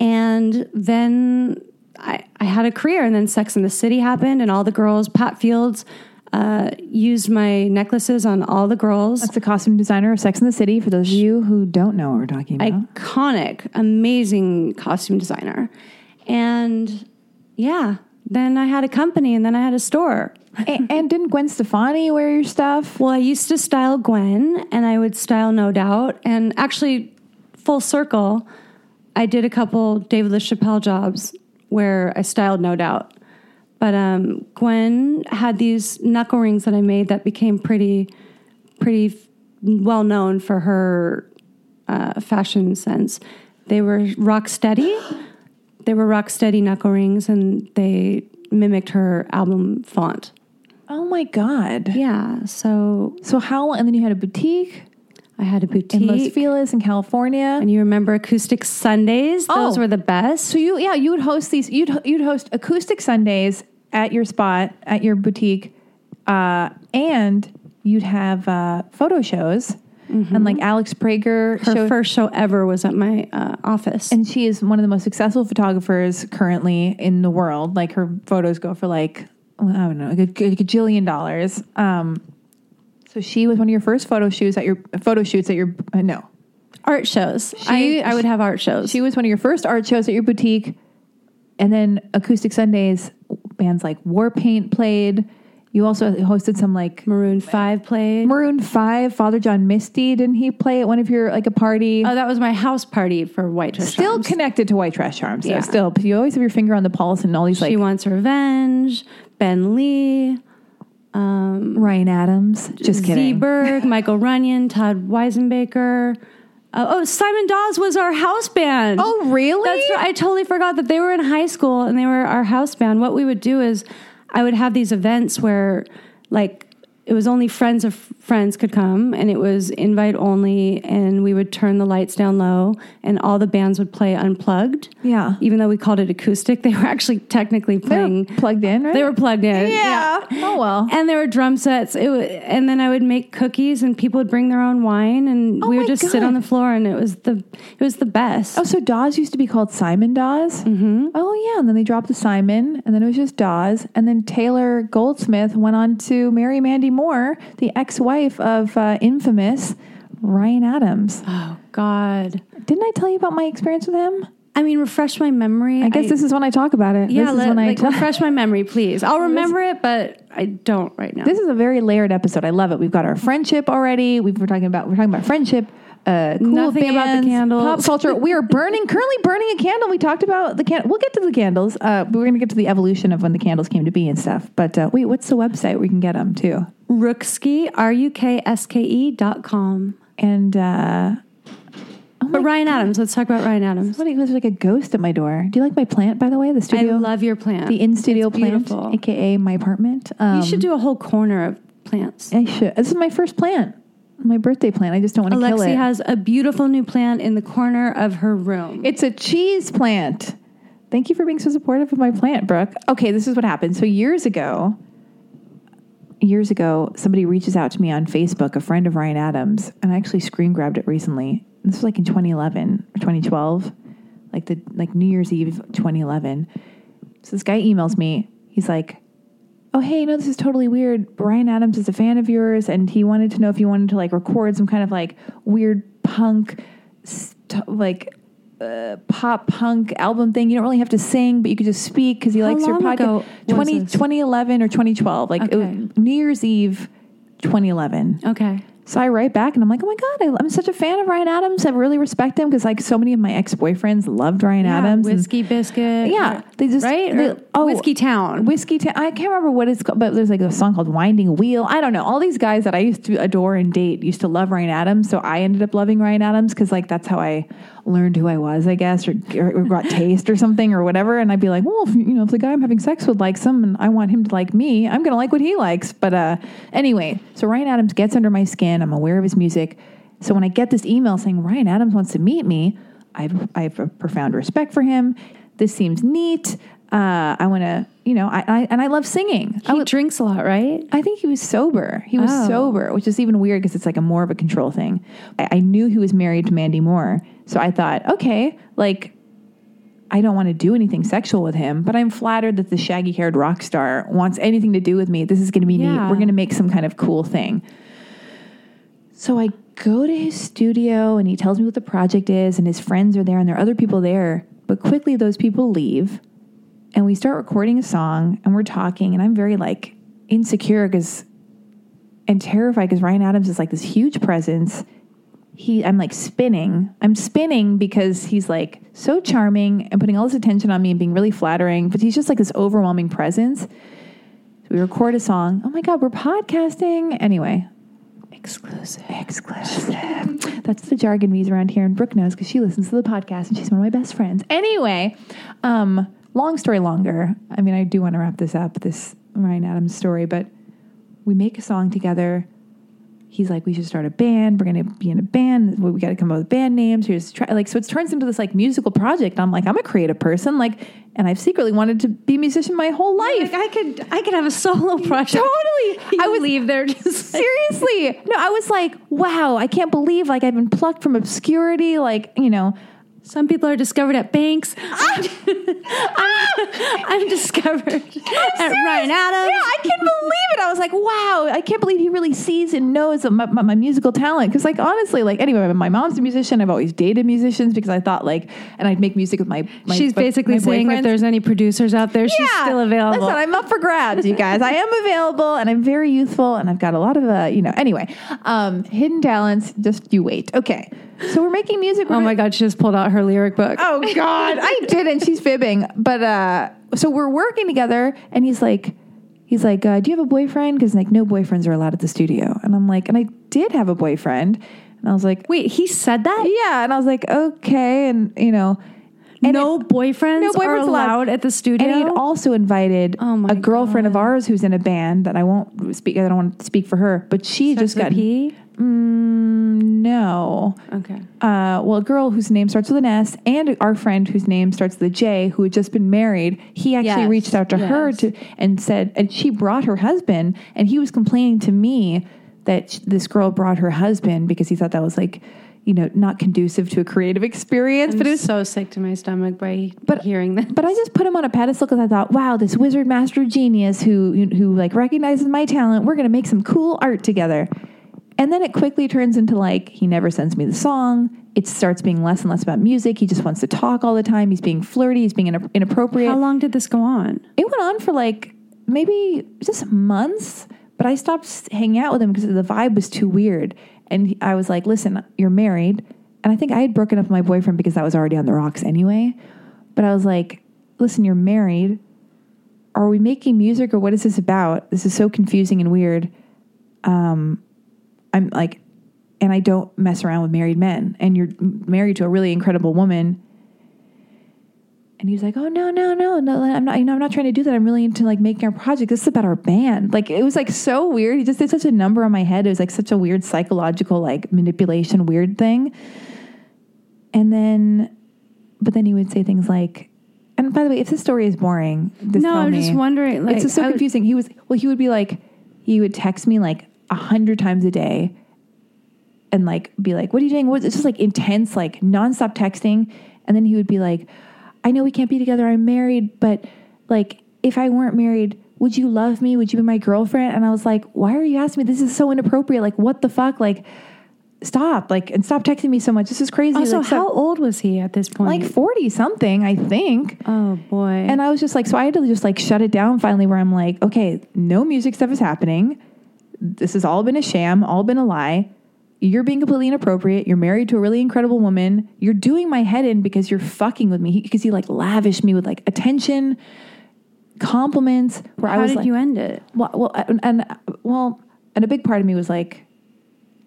Speaker 2: And then I, I had a career, and then Sex in the City happened, and all the girls, Pat Fields, uh, used my necklaces on all the girls.
Speaker 1: It's the costume designer of Sex in the City. For those of you who don't know what we're talking about,
Speaker 2: Iconic, amazing costume designer. And yeah, then I had a company, and then I had a store.
Speaker 1: and, and didn't Gwen Stefani wear your stuff?
Speaker 2: Well, I used to style Gwen and I would style No Doubt. And actually, full circle, I did a couple David LaChapelle jobs where I styled No Doubt. But um, Gwen had these knuckle rings that I made that became pretty, pretty f- well known for her uh, fashion sense. They were rock steady. They were rock steady knuckle rings and they mimicked her album font.
Speaker 1: Oh my God.
Speaker 2: Yeah, so
Speaker 1: So how? And then you had a boutique
Speaker 2: I had a boutique.
Speaker 1: in Los Feliz in California.
Speaker 2: and you remember Acoustic Sundays? Those
Speaker 1: Oh.
Speaker 2: were the best.
Speaker 1: So you, yeah, you would host these. You'd you'd host acoustic Sundays at your spot at your boutique, uh, and you'd have uh, photo shows. And like Alex Prager,
Speaker 2: Her
Speaker 1: showed,
Speaker 2: first show ever was at my uh, office.
Speaker 1: and she is one of the most successful photographers currently in the world. Like her photos go for like well, I don't know, like a, g- gajillion dollars. Um, so she was one of your first photo shoots at your photo shoots at your uh, no,
Speaker 2: art shows. I, I would have art shows.
Speaker 1: she was one of your first art shows at your boutique. And then acoustic Sundays, bands like War Paint played. You also hosted some like
Speaker 2: Maroon Five played.
Speaker 1: Maroon Five, Father John Misty. Didn't he play at one of your like a party?
Speaker 2: Oh, that was my house party for White Trash.
Speaker 1: still
Speaker 2: Arms.
Speaker 1: connected to White Trash Charms. Yeah.
Speaker 2: Yeah.
Speaker 1: Still, you always have your finger on the pulse and all these like
Speaker 2: she wants revenge. Ben Lee,
Speaker 1: Ryan Adams. Just
Speaker 2: Z
Speaker 1: kidding.
Speaker 2: Berg, Michael Runyon, Todd Weisenbaker. Uh, oh, Simon Dawes was our house band.
Speaker 1: Oh, really?
Speaker 2: That's right. I totally forgot that they were in high school and they were our house band. What we would do is I would have these events where like it was only friends of friends could come and it was invite only and we would turn the lights down low and all the bands would play unplugged.
Speaker 1: Yeah.
Speaker 2: Even though we called it acoustic, they were actually technically
Speaker 1: They were
Speaker 2: playing
Speaker 1: plugged in, right?
Speaker 2: They were plugged in.
Speaker 1: yeah. Oh well.
Speaker 2: And there were drum sets. It w- and then I would make cookies, and people would bring their own wine, and we
Speaker 1: Oh my
Speaker 2: would just sit
Speaker 1: God.
Speaker 2: on the floor, and it was the it was the best.
Speaker 1: Oh, so Dawes used to be called Simon Dawes. Mm-hmm. Oh, yeah. And then they dropped the Simon, and then it was just Dawes. And then Taylor Goldsmith went on to marry Mandy Moore, the ex-wife of uh, infamous Ryan Adams.
Speaker 2: Oh, God!
Speaker 1: Didn't I tell you about my experience with him?
Speaker 2: I mean, refresh my memory.
Speaker 1: I guess this is when I talk about it.
Speaker 2: yeah.
Speaker 1: this is
Speaker 2: let-
Speaker 1: when I
Speaker 2: like,
Speaker 1: talk.
Speaker 2: refresh my memory, please. I'll remember it, but I don't right now.
Speaker 1: This is a very layered episode. I love it. We've got our friendship already. We've, we're talking about we're talking about friendship. Uh, cool
Speaker 2: Nothing about the
Speaker 1: bands,
Speaker 2: candle.
Speaker 1: Pop culture. We are burning currently burning a candle. We talked about the candle. We'll get to the candles. Uh, but we're going to get to the evolution of when the candles came to be and stuff. But uh, wait, what's the website where you can get them too?
Speaker 2: Rookske, R U K S K E dot com.
Speaker 1: And uh, Oh
Speaker 2: But Ryan Adams. Let's talk about Ryan Adams.
Speaker 1: somebody was like a ghost at my door. Do you like my plant? By the way, the
Speaker 2: I
Speaker 1: studio,
Speaker 2: love your plant.
Speaker 1: the in studio plant,
Speaker 2: beautiful.
Speaker 1: aka my apartment. Um,
Speaker 2: you should do a whole corner of plants.
Speaker 1: I should. This is my first plant. My birthday plant. I just don't want to kill it.
Speaker 2: Alexi has a beautiful new plant in the corner of her room.
Speaker 1: It's a cheese plant. Thank you for being so supportive of my plant, Brooke. Okay, this is what happened. So years ago, years ago, somebody reaches out to me on Facebook, a friend of Ryan Adams, and I actually screen grabbed it recently. This was like in 2011 or 2012, like the like New Year's Eve 2011. So this guy emails me. He's like, "Oh, hey, you know this is totally weird. Brian Adams is a fan of yours, and he wanted to know if you wanted to like record some kind of like weird punk, st- like uh, pop punk album thing. You don't really have to sing, but you could just speak because he
Speaker 2: How
Speaker 1: likes your
Speaker 2: long
Speaker 1: podcast.
Speaker 2: ago
Speaker 1: 20,
Speaker 2: was this?
Speaker 1: 2011 or 2012, like it was
Speaker 2: Okay.
Speaker 1: New Year's Eve, 2011.
Speaker 2: Okay.
Speaker 1: So I write back and I'm like, oh my god, I, I'm such a fan of Ryan Adams. I really respect him because like so many of my ex boyfriends loved Ryan
Speaker 2: Yeah,
Speaker 1: Adams. and-
Speaker 2: Whiskey Biscuit.
Speaker 1: yeah,
Speaker 2: or-
Speaker 1: they just oh,
Speaker 2: right?
Speaker 1: they-
Speaker 2: Or Whiskey Town.
Speaker 1: Whiskey Town. I can't remember what it's called, but there's like a song called "Winding Wheel." I don't know. All these guys that I used to adore and date used to love Ryan Adams, so I ended up loving Ryan Adams because like that's how I learned who I was, I guess, or, or, or got taste or something or whatever. And I'd be like, well, if, you know, if the guy I'm having sex with likes him and I want him to like me, I'm gonna like what he likes. But uh, anyway, so Ryan Adams gets under my skin. I'm aware of his music. So when I get this email saying Ryan Adams wants to meet me, I've, I have a profound respect for him. This seems neat. Uh, I want to, you know, I, I and I love singing.
Speaker 2: He drinks a lot, right?
Speaker 1: I think he was sober. He was
Speaker 2: Oh.
Speaker 1: sober, which is even weird because it's like a more of a control thing. I, I knew he was married to Mandy Moore, so I thought, okay, like I don't want to do anything sexual with him, but I'm flattered that the shaggy-haired rock star wants anything to do with me. This is going to be neat.
Speaker 2: Yeah.
Speaker 1: We're going to make some kind of cool thing. So I go to his studio and he tells me what the project is, and his friends are there, and there are other people there. But quickly, those people leave, and we start recording a song, and we're talking, and I'm very like insecure because and terrified because Ryan Adams is like this huge presence. He, I'm like spinning. I'm spinning because he's like so charming and putting all this attention on me and being really flattering, but he's just like this overwhelming presence. We record a song. Oh my God, we're podcasting. Anyway, Exclusive. Exclusive. That's the jargon we use around here, and Brooke knows because she listens to the podcast and she's one of my best friends. Anyway, um, long story longer. I mean, I do want to wrap this up, this Ryan Adams story, but we make a song together. He's like, we should start a band. We're gonna be in a band. We got to come up with band names. Here's try like so. It turns into this like musical project. I'm like, I'm a creative person. Like, and I've secretly wanted to be a musician my whole life.
Speaker 2: Like I could, I could have a solo project.
Speaker 1: Totally.
Speaker 2: I
Speaker 1: I was-
Speaker 2: would leave there just. Like,
Speaker 1: Seriously. No, I was like, wow, I can't believe like I've been plucked from obscurity. Like, you know,
Speaker 2: some people are discovered at banks.
Speaker 1: Ah!
Speaker 2: I'm, I'm discovered at Ryan Adams.
Speaker 1: Yeah, I can believe it. I was like, wow, I can't believe he really sees and knows my, my, my musical talent. Because, like, honestly, like, anyway, my mom's a musician. I've always dated musicians because I thought, like, and I'd make music with my. my
Speaker 2: she's
Speaker 1: my-
Speaker 2: basically
Speaker 1: my
Speaker 2: saying if
Speaker 1: boyfriends.
Speaker 2: there's any producers out there, she's
Speaker 1: Yeah.
Speaker 2: still available.
Speaker 1: Listen, I'm up for grabs, you guys. I am available, and I'm very youthful, and I've got a lot of, uh, you know. Anyway, um, hidden talents. Just you wait. Okay, so we're making music. We're
Speaker 2: oh
Speaker 1: doing-
Speaker 2: my God, she just pulled out her lyric book.
Speaker 1: Oh God, I didn't. She's fibbing. But uh, so we're working together, and he's like, he's like, uh, do you have a boyfriend? Because like no boyfriends are allowed at the studio. And I'm like, and I did have a boyfriend, and I was like,
Speaker 2: Wait, he said that?
Speaker 1: yeah, and I was like, okay, and you know, and
Speaker 2: no boyfriends,
Speaker 1: No
Speaker 2: are
Speaker 1: boyfriends allowed.
Speaker 2: allowed at the studio.
Speaker 1: and he had also invited
Speaker 2: Oh my
Speaker 1: a girlfriend of ours who's in a band that I won't speak. I don't want to speak for her, but she just
Speaker 2: With a
Speaker 1: got Mm,
Speaker 2: P?
Speaker 1: no.
Speaker 2: Okay.
Speaker 1: uh, well, a girl whose name starts with an S, and our friend whose name starts with a J, who had just been married. He actually
Speaker 2: Yes,
Speaker 1: reached out to her
Speaker 2: yes.
Speaker 1: to and said, and she brought her husband, and he was complaining to me that sh- this girl brought her husband because he thought that was like, you know, not conducive to a creative experience. but
Speaker 2: I'm
Speaker 1: it was
Speaker 2: so sick to my stomach by
Speaker 1: But-
Speaker 2: hearing that.
Speaker 1: but I just put him on a pedestal because I thought, wow, this wizard master genius who who like recognizes my talent. We're gonna make some cool art together. And then it quickly turns into like he never sends me the song. It starts being less and less about music. He just wants to talk all the time. He's being flirty. He's being inap- inappropriate.
Speaker 2: How long did this go on?
Speaker 1: it went on for like maybe just months, but I stopped s- hanging out with him because the vibe was too weird. And he- I was like, listen, you're married. And I think I had broken up with my boyfriend because that was already on the rocks anyway. But I was like, listen, you're married. Are we making music or what is this about? This is so confusing and weird. Um, I'm like, and I don't mess around with married men. And you're m- married to a really incredible woman. And he was like, "Oh no, no, no, no! I'm not. You know, I'm not trying to do that. I'm really into like making our project. This is about our band. Like it was like so weird. He just did such a number on my head. It was like such a weird psychological like manipulation, weird thing. And then, but then he would say things like, and by the way, if this story is boring, just
Speaker 2: No,
Speaker 1: tell
Speaker 2: I'm just
Speaker 1: me.
Speaker 2: wondering, like,
Speaker 1: it's just so
Speaker 2: I would-
Speaker 1: confusing. He was well, he would be like, he would text me like a hundred times a day, and like be like, "What are you doing?" What- It's just like intense, like nonstop texting. And then he would be like, "I know we can't be together. I'm married, but like, if I weren't married, would you love me? Would you be my girlfriend?" And I was like, "Why are you asking me? This is so inappropriate. Like, what the fuck? Like, stop. Like, and stop texting me so much. This is crazy.
Speaker 2: Also,
Speaker 1: like,
Speaker 2: how
Speaker 1: stop-
Speaker 2: old was he at this point?
Speaker 1: like forty something, I think."
Speaker 2: oh boy.
Speaker 1: And I was just like, so I had to just like shut it down finally, where I'm like, okay, no music stuff is happening. This has all been a sham, all been a lie. You're being completely inappropriate. You're married to a really incredible woman. You're doing my head in because you're fucking with me. Because he, like lavished me with like attention, compliments. Where I
Speaker 2: how
Speaker 1: was
Speaker 2: did
Speaker 1: like,
Speaker 2: you end it?
Speaker 1: well, well, and, and uh, well, and a big part of me was like,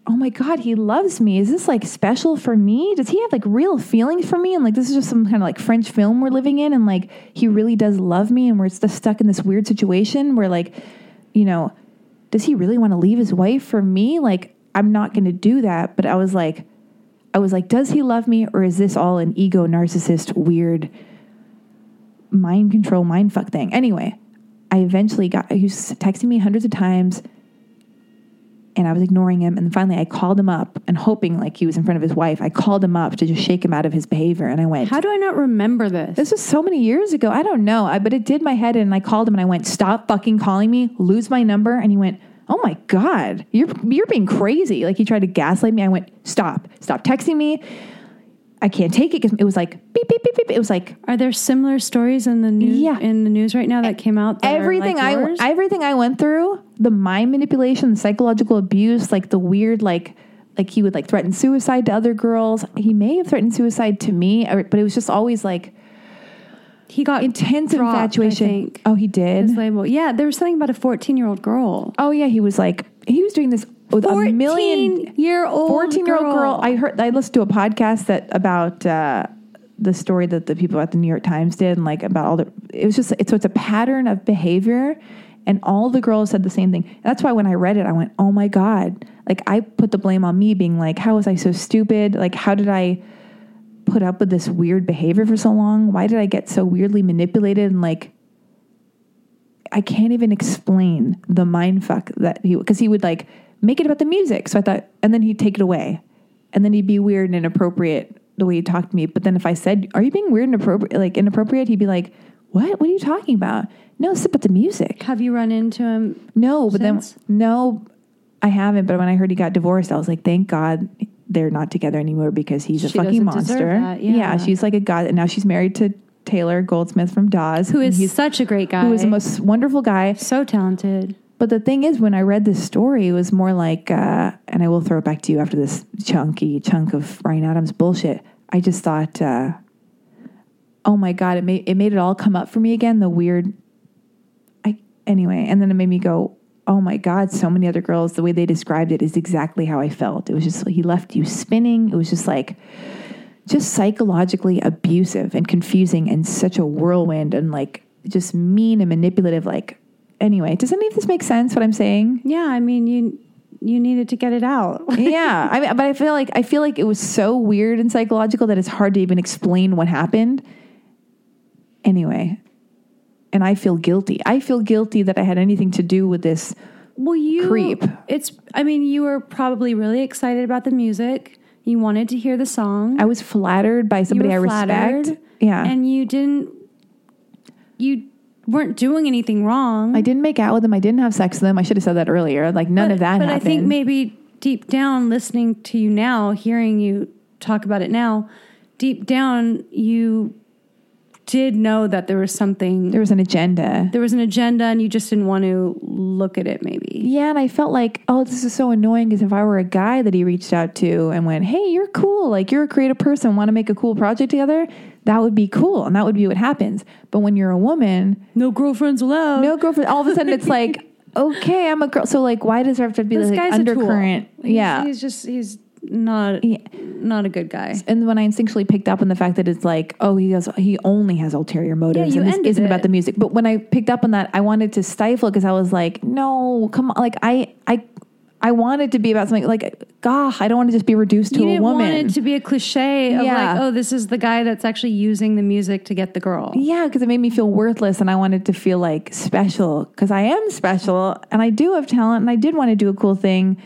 Speaker 1: oh my god, he loves me. Is this like special for me? Does he have like real feelings for me? And like this is just some kind of like French film we're living in, and like he really does love me, and we're just stuck in this weird situation where like, you know, does he really want to leave his wife for me? Like I'm not going to do that. But I was like, I was like, does he love me, or is this all an ego narcissist weird? mind control, mind fuck thing. Anyway, I eventually got, he was texting me hundreds of times and I was ignoring him. And finally, I called him up and hoping like he was in front of his wife. I called him up to just shake him out of his behavior. And I went,
Speaker 2: How do I not remember this?
Speaker 1: This was so many years ago. I don't know. I, but it did my head in. And I called him and I went, Stop fucking calling me, lose my number. And he went, Oh my God, you're, you're being crazy. Like he tried to gaslight me. I went, Stop, stop texting me. I can't take it because it was like beep, beep, beep, beep. It was like
Speaker 2: Are there similar stories in the news
Speaker 1: Yeah. E-
Speaker 2: in the news right now that came out? That
Speaker 1: everything
Speaker 2: are like
Speaker 1: I
Speaker 2: yours?
Speaker 1: everything I went through, the mind manipulation, the psychological abuse, like the weird like like he would like threaten suicide to other girls. He may have threatened suicide to me, or- but it was just always like
Speaker 2: he got
Speaker 1: intense
Speaker 2: dropped, I
Speaker 1: infatuation.
Speaker 2: think.
Speaker 1: Oh, he did.
Speaker 2: His label. Yeah, there was something about a 14 year old girl.
Speaker 1: oh yeah, he was like he was doing this with a million
Speaker 2: year old
Speaker 1: 14 year old girl. I heard I listened to a podcast that about uh, the story that the people at the New York Times did and like about all the it was just it's so it's a pattern of behavior and all the girls said the same thing. And that's why when I read it I went, "Oh my god." Like I put the blame on me being like, "How was I so stupid? Like how did I put up with this weird behavior for so long? Why did I get so weirdly manipulated and like I can't even explain the mind fuck that he because he would like make it about the music. So I thought, and then he'd take it away, and then he'd be weird and inappropriate the way he talked to me. But then if I said, "Are you being weird and appropriate?" like inappropriate, he'd be like, "What? What are you talking about?" No, it's about the music.
Speaker 2: Have you run into him?
Speaker 1: No, but
Speaker 2: Since?
Speaker 1: then no, I haven't. But when I heard he got divorced, I was like, thank God they're not together anymore because he's a
Speaker 2: She
Speaker 1: fucking
Speaker 2: doesn't deserve
Speaker 1: monster.
Speaker 2: that, yeah.
Speaker 1: she's like a god, and now she's married to Taylor Goldsmith from Dawes,
Speaker 2: Who is
Speaker 1: and he's
Speaker 2: such a great guy?
Speaker 1: who is the most wonderful guy.
Speaker 2: so talented?
Speaker 1: But the thing is, when I read this story, it was more like, uh, and I will throw it back to you after this chunky chunk of Ryan Adams bullshit. I just thought, uh, oh my god, it made it made it all come up for me again. The weird, I anyway, and then it made me go, oh my god, so many other girls. The way they described it is exactly how I felt. It was just he left you spinning. It was just like. Just psychologically abusive and confusing and such a whirlwind and like just mean and manipulative. Like, anyway, does any of this make sense? What I'm saying?
Speaker 2: Yeah, I mean you you needed to get it out.
Speaker 1: yeah, I mean, but I feel like I feel like it was so weird and psychological that it's hard to even explain what happened. Anyway, and I feel guilty. I feel guilty that I had anything to do with this.
Speaker 2: Well, you
Speaker 1: Creep.
Speaker 2: It's. I mean, you were probably really excited about the music. You wanted to hear the song.
Speaker 1: I was flattered by somebody
Speaker 2: you
Speaker 1: I
Speaker 2: were
Speaker 1: respect.
Speaker 2: flattered,
Speaker 1: Yeah,
Speaker 2: and you didn't. You weren't doing anything wrong.
Speaker 1: I didn't make out with them. I didn't have sex with them. I should have said that earlier. Like none of that
Speaker 2: But
Speaker 1: happened.
Speaker 2: I think maybe deep down, listening to you now, hearing you talk about it now, deep down, you did know that there was something.
Speaker 1: there was an agenda.
Speaker 2: there was an agenda, and you just didn't want to look at it. Maybe.
Speaker 1: Yeah, and I felt like, oh, this is so annoying because if I were a guy that he reached out to and went, hey, you're cool, like you're a creative person, want to make a cool project together, that would be cool and that would be what happens. But when you're a woman,
Speaker 2: No girlfriends allowed.
Speaker 1: no girlfriend, all of a sudden it's like, okay, I'm a girl. So, like, why does there have to be
Speaker 2: This
Speaker 1: like
Speaker 2: guy's
Speaker 1: undercurrent?
Speaker 2: A tool. He's-
Speaker 1: Yeah.
Speaker 2: he's just he's not
Speaker 1: Yeah.
Speaker 2: not a good guy.
Speaker 1: and when I instinctually picked up on the fact that it's like, oh, he has he only has ulterior motives,
Speaker 2: you
Speaker 1: and this
Speaker 2: ended
Speaker 1: isn't
Speaker 2: it.
Speaker 1: about the music. But when I picked up on that, I wanted to stifle because I was like, no, come on, like I I I wanted to be about something like, gosh, I don't want to just be reduced to
Speaker 2: you
Speaker 1: a
Speaker 2: didn't
Speaker 1: woman.
Speaker 2: want it to be a cliche of
Speaker 1: Yeah.
Speaker 2: like, oh, this is the guy that's actually using the music to get the girl.
Speaker 1: yeah, because it made me feel worthless, and I wanted to feel like special because I am special, and I do have talent, and I did want to do a cool thing,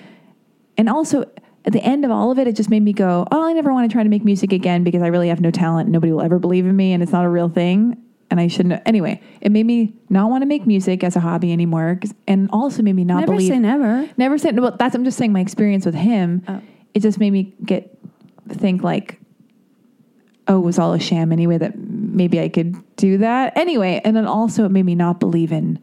Speaker 1: and also. At the end of all of it, it just made me go, "Oh, I never want to try to make music again because I really have no talent. Nobody will ever believe in me, and it's not a real thing. And I shouldn't." Anyway, it made me not want to make music as a hobby anymore, 'cause- and also made me not
Speaker 2: Never
Speaker 1: believe.
Speaker 2: say never.
Speaker 1: Never said. Well, that's. I'm just saying my experience with him.
Speaker 2: Oh.
Speaker 1: It just made me get think like, oh, it was all a sham anyway. That maybe I could do that anyway. And then also it made me not believe in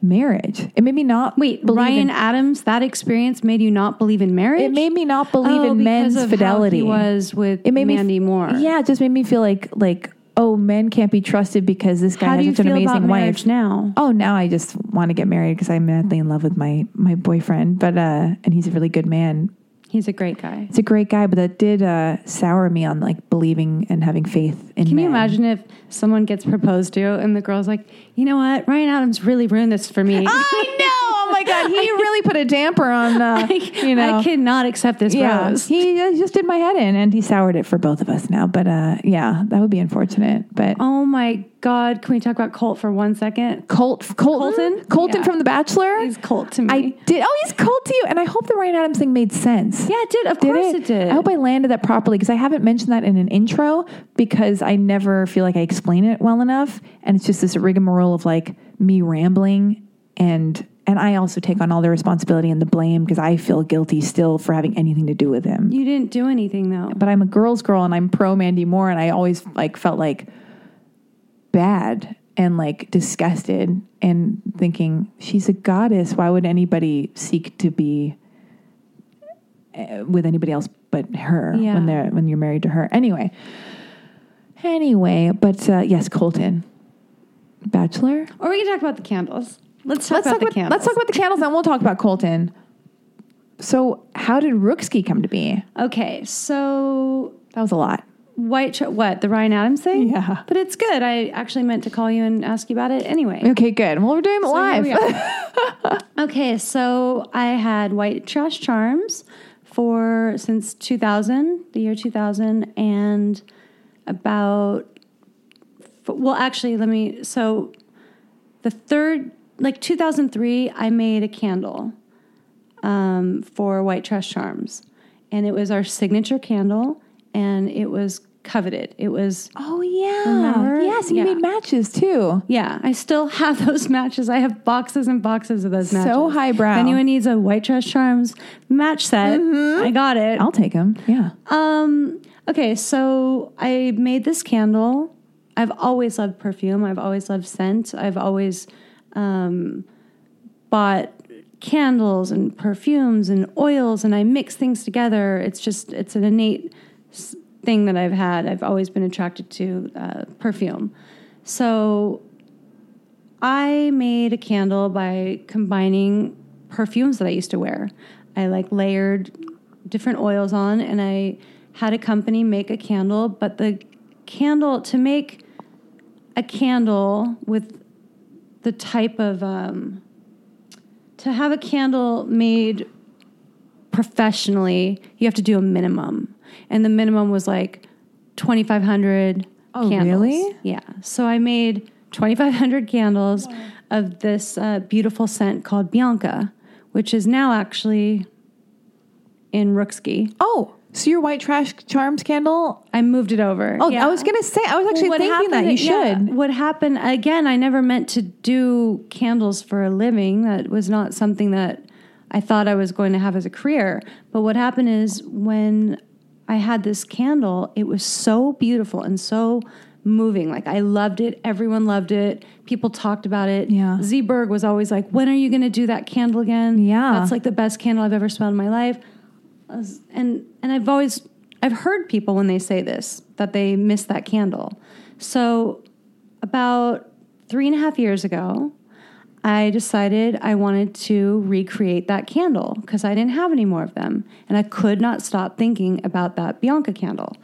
Speaker 1: marriage. It made me not
Speaker 2: Wait,
Speaker 1: believe
Speaker 2: Ryan
Speaker 1: in-
Speaker 2: Adams, that experience made you not believe in marriage.
Speaker 1: it made me not believe
Speaker 2: oh,
Speaker 1: in
Speaker 2: because
Speaker 1: men's
Speaker 2: of
Speaker 1: fidelity.
Speaker 2: How he was with
Speaker 1: it made
Speaker 2: Mandy
Speaker 1: me f-
Speaker 2: Moore.
Speaker 1: Yeah, it just made me feel like like oh, men can't be trusted because this guy
Speaker 2: How do
Speaker 1: has
Speaker 2: you
Speaker 1: such an
Speaker 2: feel
Speaker 1: amazing
Speaker 2: about
Speaker 1: wife.
Speaker 2: marriage now?
Speaker 1: oh now i just want to get married because i'm madly in love with my my boyfriend but uh and he's a really good man
Speaker 2: He's a great guy.
Speaker 1: it's a great guy but that did uh sour me on like believing and having faith in
Speaker 2: Can you
Speaker 1: men.
Speaker 2: imagine if someone gets proposed to and the girl's like, you know what, Ryan Adams really ruined this for me.
Speaker 1: i know oh my god he really put a damper on uh you know
Speaker 2: I cannot accept this
Speaker 1: yeah,
Speaker 2: rose.
Speaker 1: he uh, just did my head in, and he soured it for both of us now. But uh, yeah, that would be unfortunate. But
Speaker 2: Oh my God! Can we talk about Colt for one second?
Speaker 1: Colt, Colton,
Speaker 2: Colton?
Speaker 1: Colton
Speaker 2: Yeah.
Speaker 1: from The Bachelor,
Speaker 2: He's Colt to me.
Speaker 1: I did. Oh, he's cold to you. And I hope the Ryan Adams thing made sense.
Speaker 2: yeah, it did. Of course it? did.
Speaker 1: I hope I landed that properly because I haven't mentioned that in an intro because I never feel like I explain it well enough, and it's just this rigmarole of like me rambling and and I also take on all the responsibility and the blame because I feel guilty still for having anything to do with him
Speaker 2: you didn't do anything though.
Speaker 1: but I'm a girl's girl and I'm pro Mandy Moore and I always like felt like bad and like disgusted and thinking she's a goddess why would anybody seek to be uh, with anybody else but her
Speaker 2: Yeah.
Speaker 1: when they're when you're married to her anyway anyway but uh, yes Colton bachelor
Speaker 2: Or we can talk about the candles. Let's talk about the
Speaker 1: about,
Speaker 2: candles.
Speaker 1: let's talk about the candles and we'll talk about Colton so how did Rookski come to be
Speaker 2: okay, so
Speaker 1: that was a lot
Speaker 2: white Ch- what the Ryan Adams thing?
Speaker 1: Yeah.
Speaker 2: but it's good. I actually meant to call you and ask you about it anyway.
Speaker 1: okay good well we're doing it
Speaker 2: So here
Speaker 1: live
Speaker 2: we are. okay, so I had white trash charms for since 2000, the year 2000, and about f- well, actually, let me. So the third, like 2003, I made a candle um, for white trash charms, and it was our signature candle, and it was coveted. It was
Speaker 1: Oh yeah.
Speaker 2: Remember?
Speaker 1: Yes, and you
Speaker 2: Uh-huh. Yeah.
Speaker 1: made matches too.
Speaker 2: yeah. I still have those matches. I have boxes and boxes of those matches.
Speaker 1: So highbrow.
Speaker 2: If anyone needs a White Trash Charms match set,
Speaker 1: Mm-hmm.
Speaker 2: I got it.
Speaker 1: I'll take them. Yeah.
Speaker 2: Um, okay, so I made this candle. I've always loved perfume. I've always loved scent. I've always um, bought candles and perfumes and oils, and I mix things together. It's just it's an innate s- thing that I've had. I've always been attracted to uh, perfume. So I made a candle by combining perfumes that I used to wear. I like layered different oils on and I had a company make a candle, but the candle to make a candle with the type of um, to have a candle made professionally, you have to do a minimum. And the minimum was like 2500
Speaker 1: Oh,
Speaker 2: candles.
Speaker 1: really?
Speaker 2: Yeah. So I made 2,500 candles of this uh, beautiful scent called Bianca, which is now actually in Rookski.
Speaker 1: Oh, so your white trash charms candle?
Speaker 2: I moved it over.
Speaker 1: Oh, I was gonna say. I was actually thinking that you should.
Speaker 2: what happened again? I never meant to do candles for a living. That was not something that I thought I was going to have as a career. But what happened is when I had this candle, it was so beautiful and so moving. Like I loved it. Everyone loved it. People talked about it.
Speaker 1: Yeah.
Speaker 2: Z Berg was always like, "When are you going to do that candle again?"
Speaker 1: Yeah.
Speaker 2: that's like the best candle I've ever smelled in my life and and I've always I've heard people when they say this that they miss that candle. So about three and a half years ago, I decided I wanted to recreate that candle because I didn't have any more of them, and I could not stop thinking about that Bianca candle.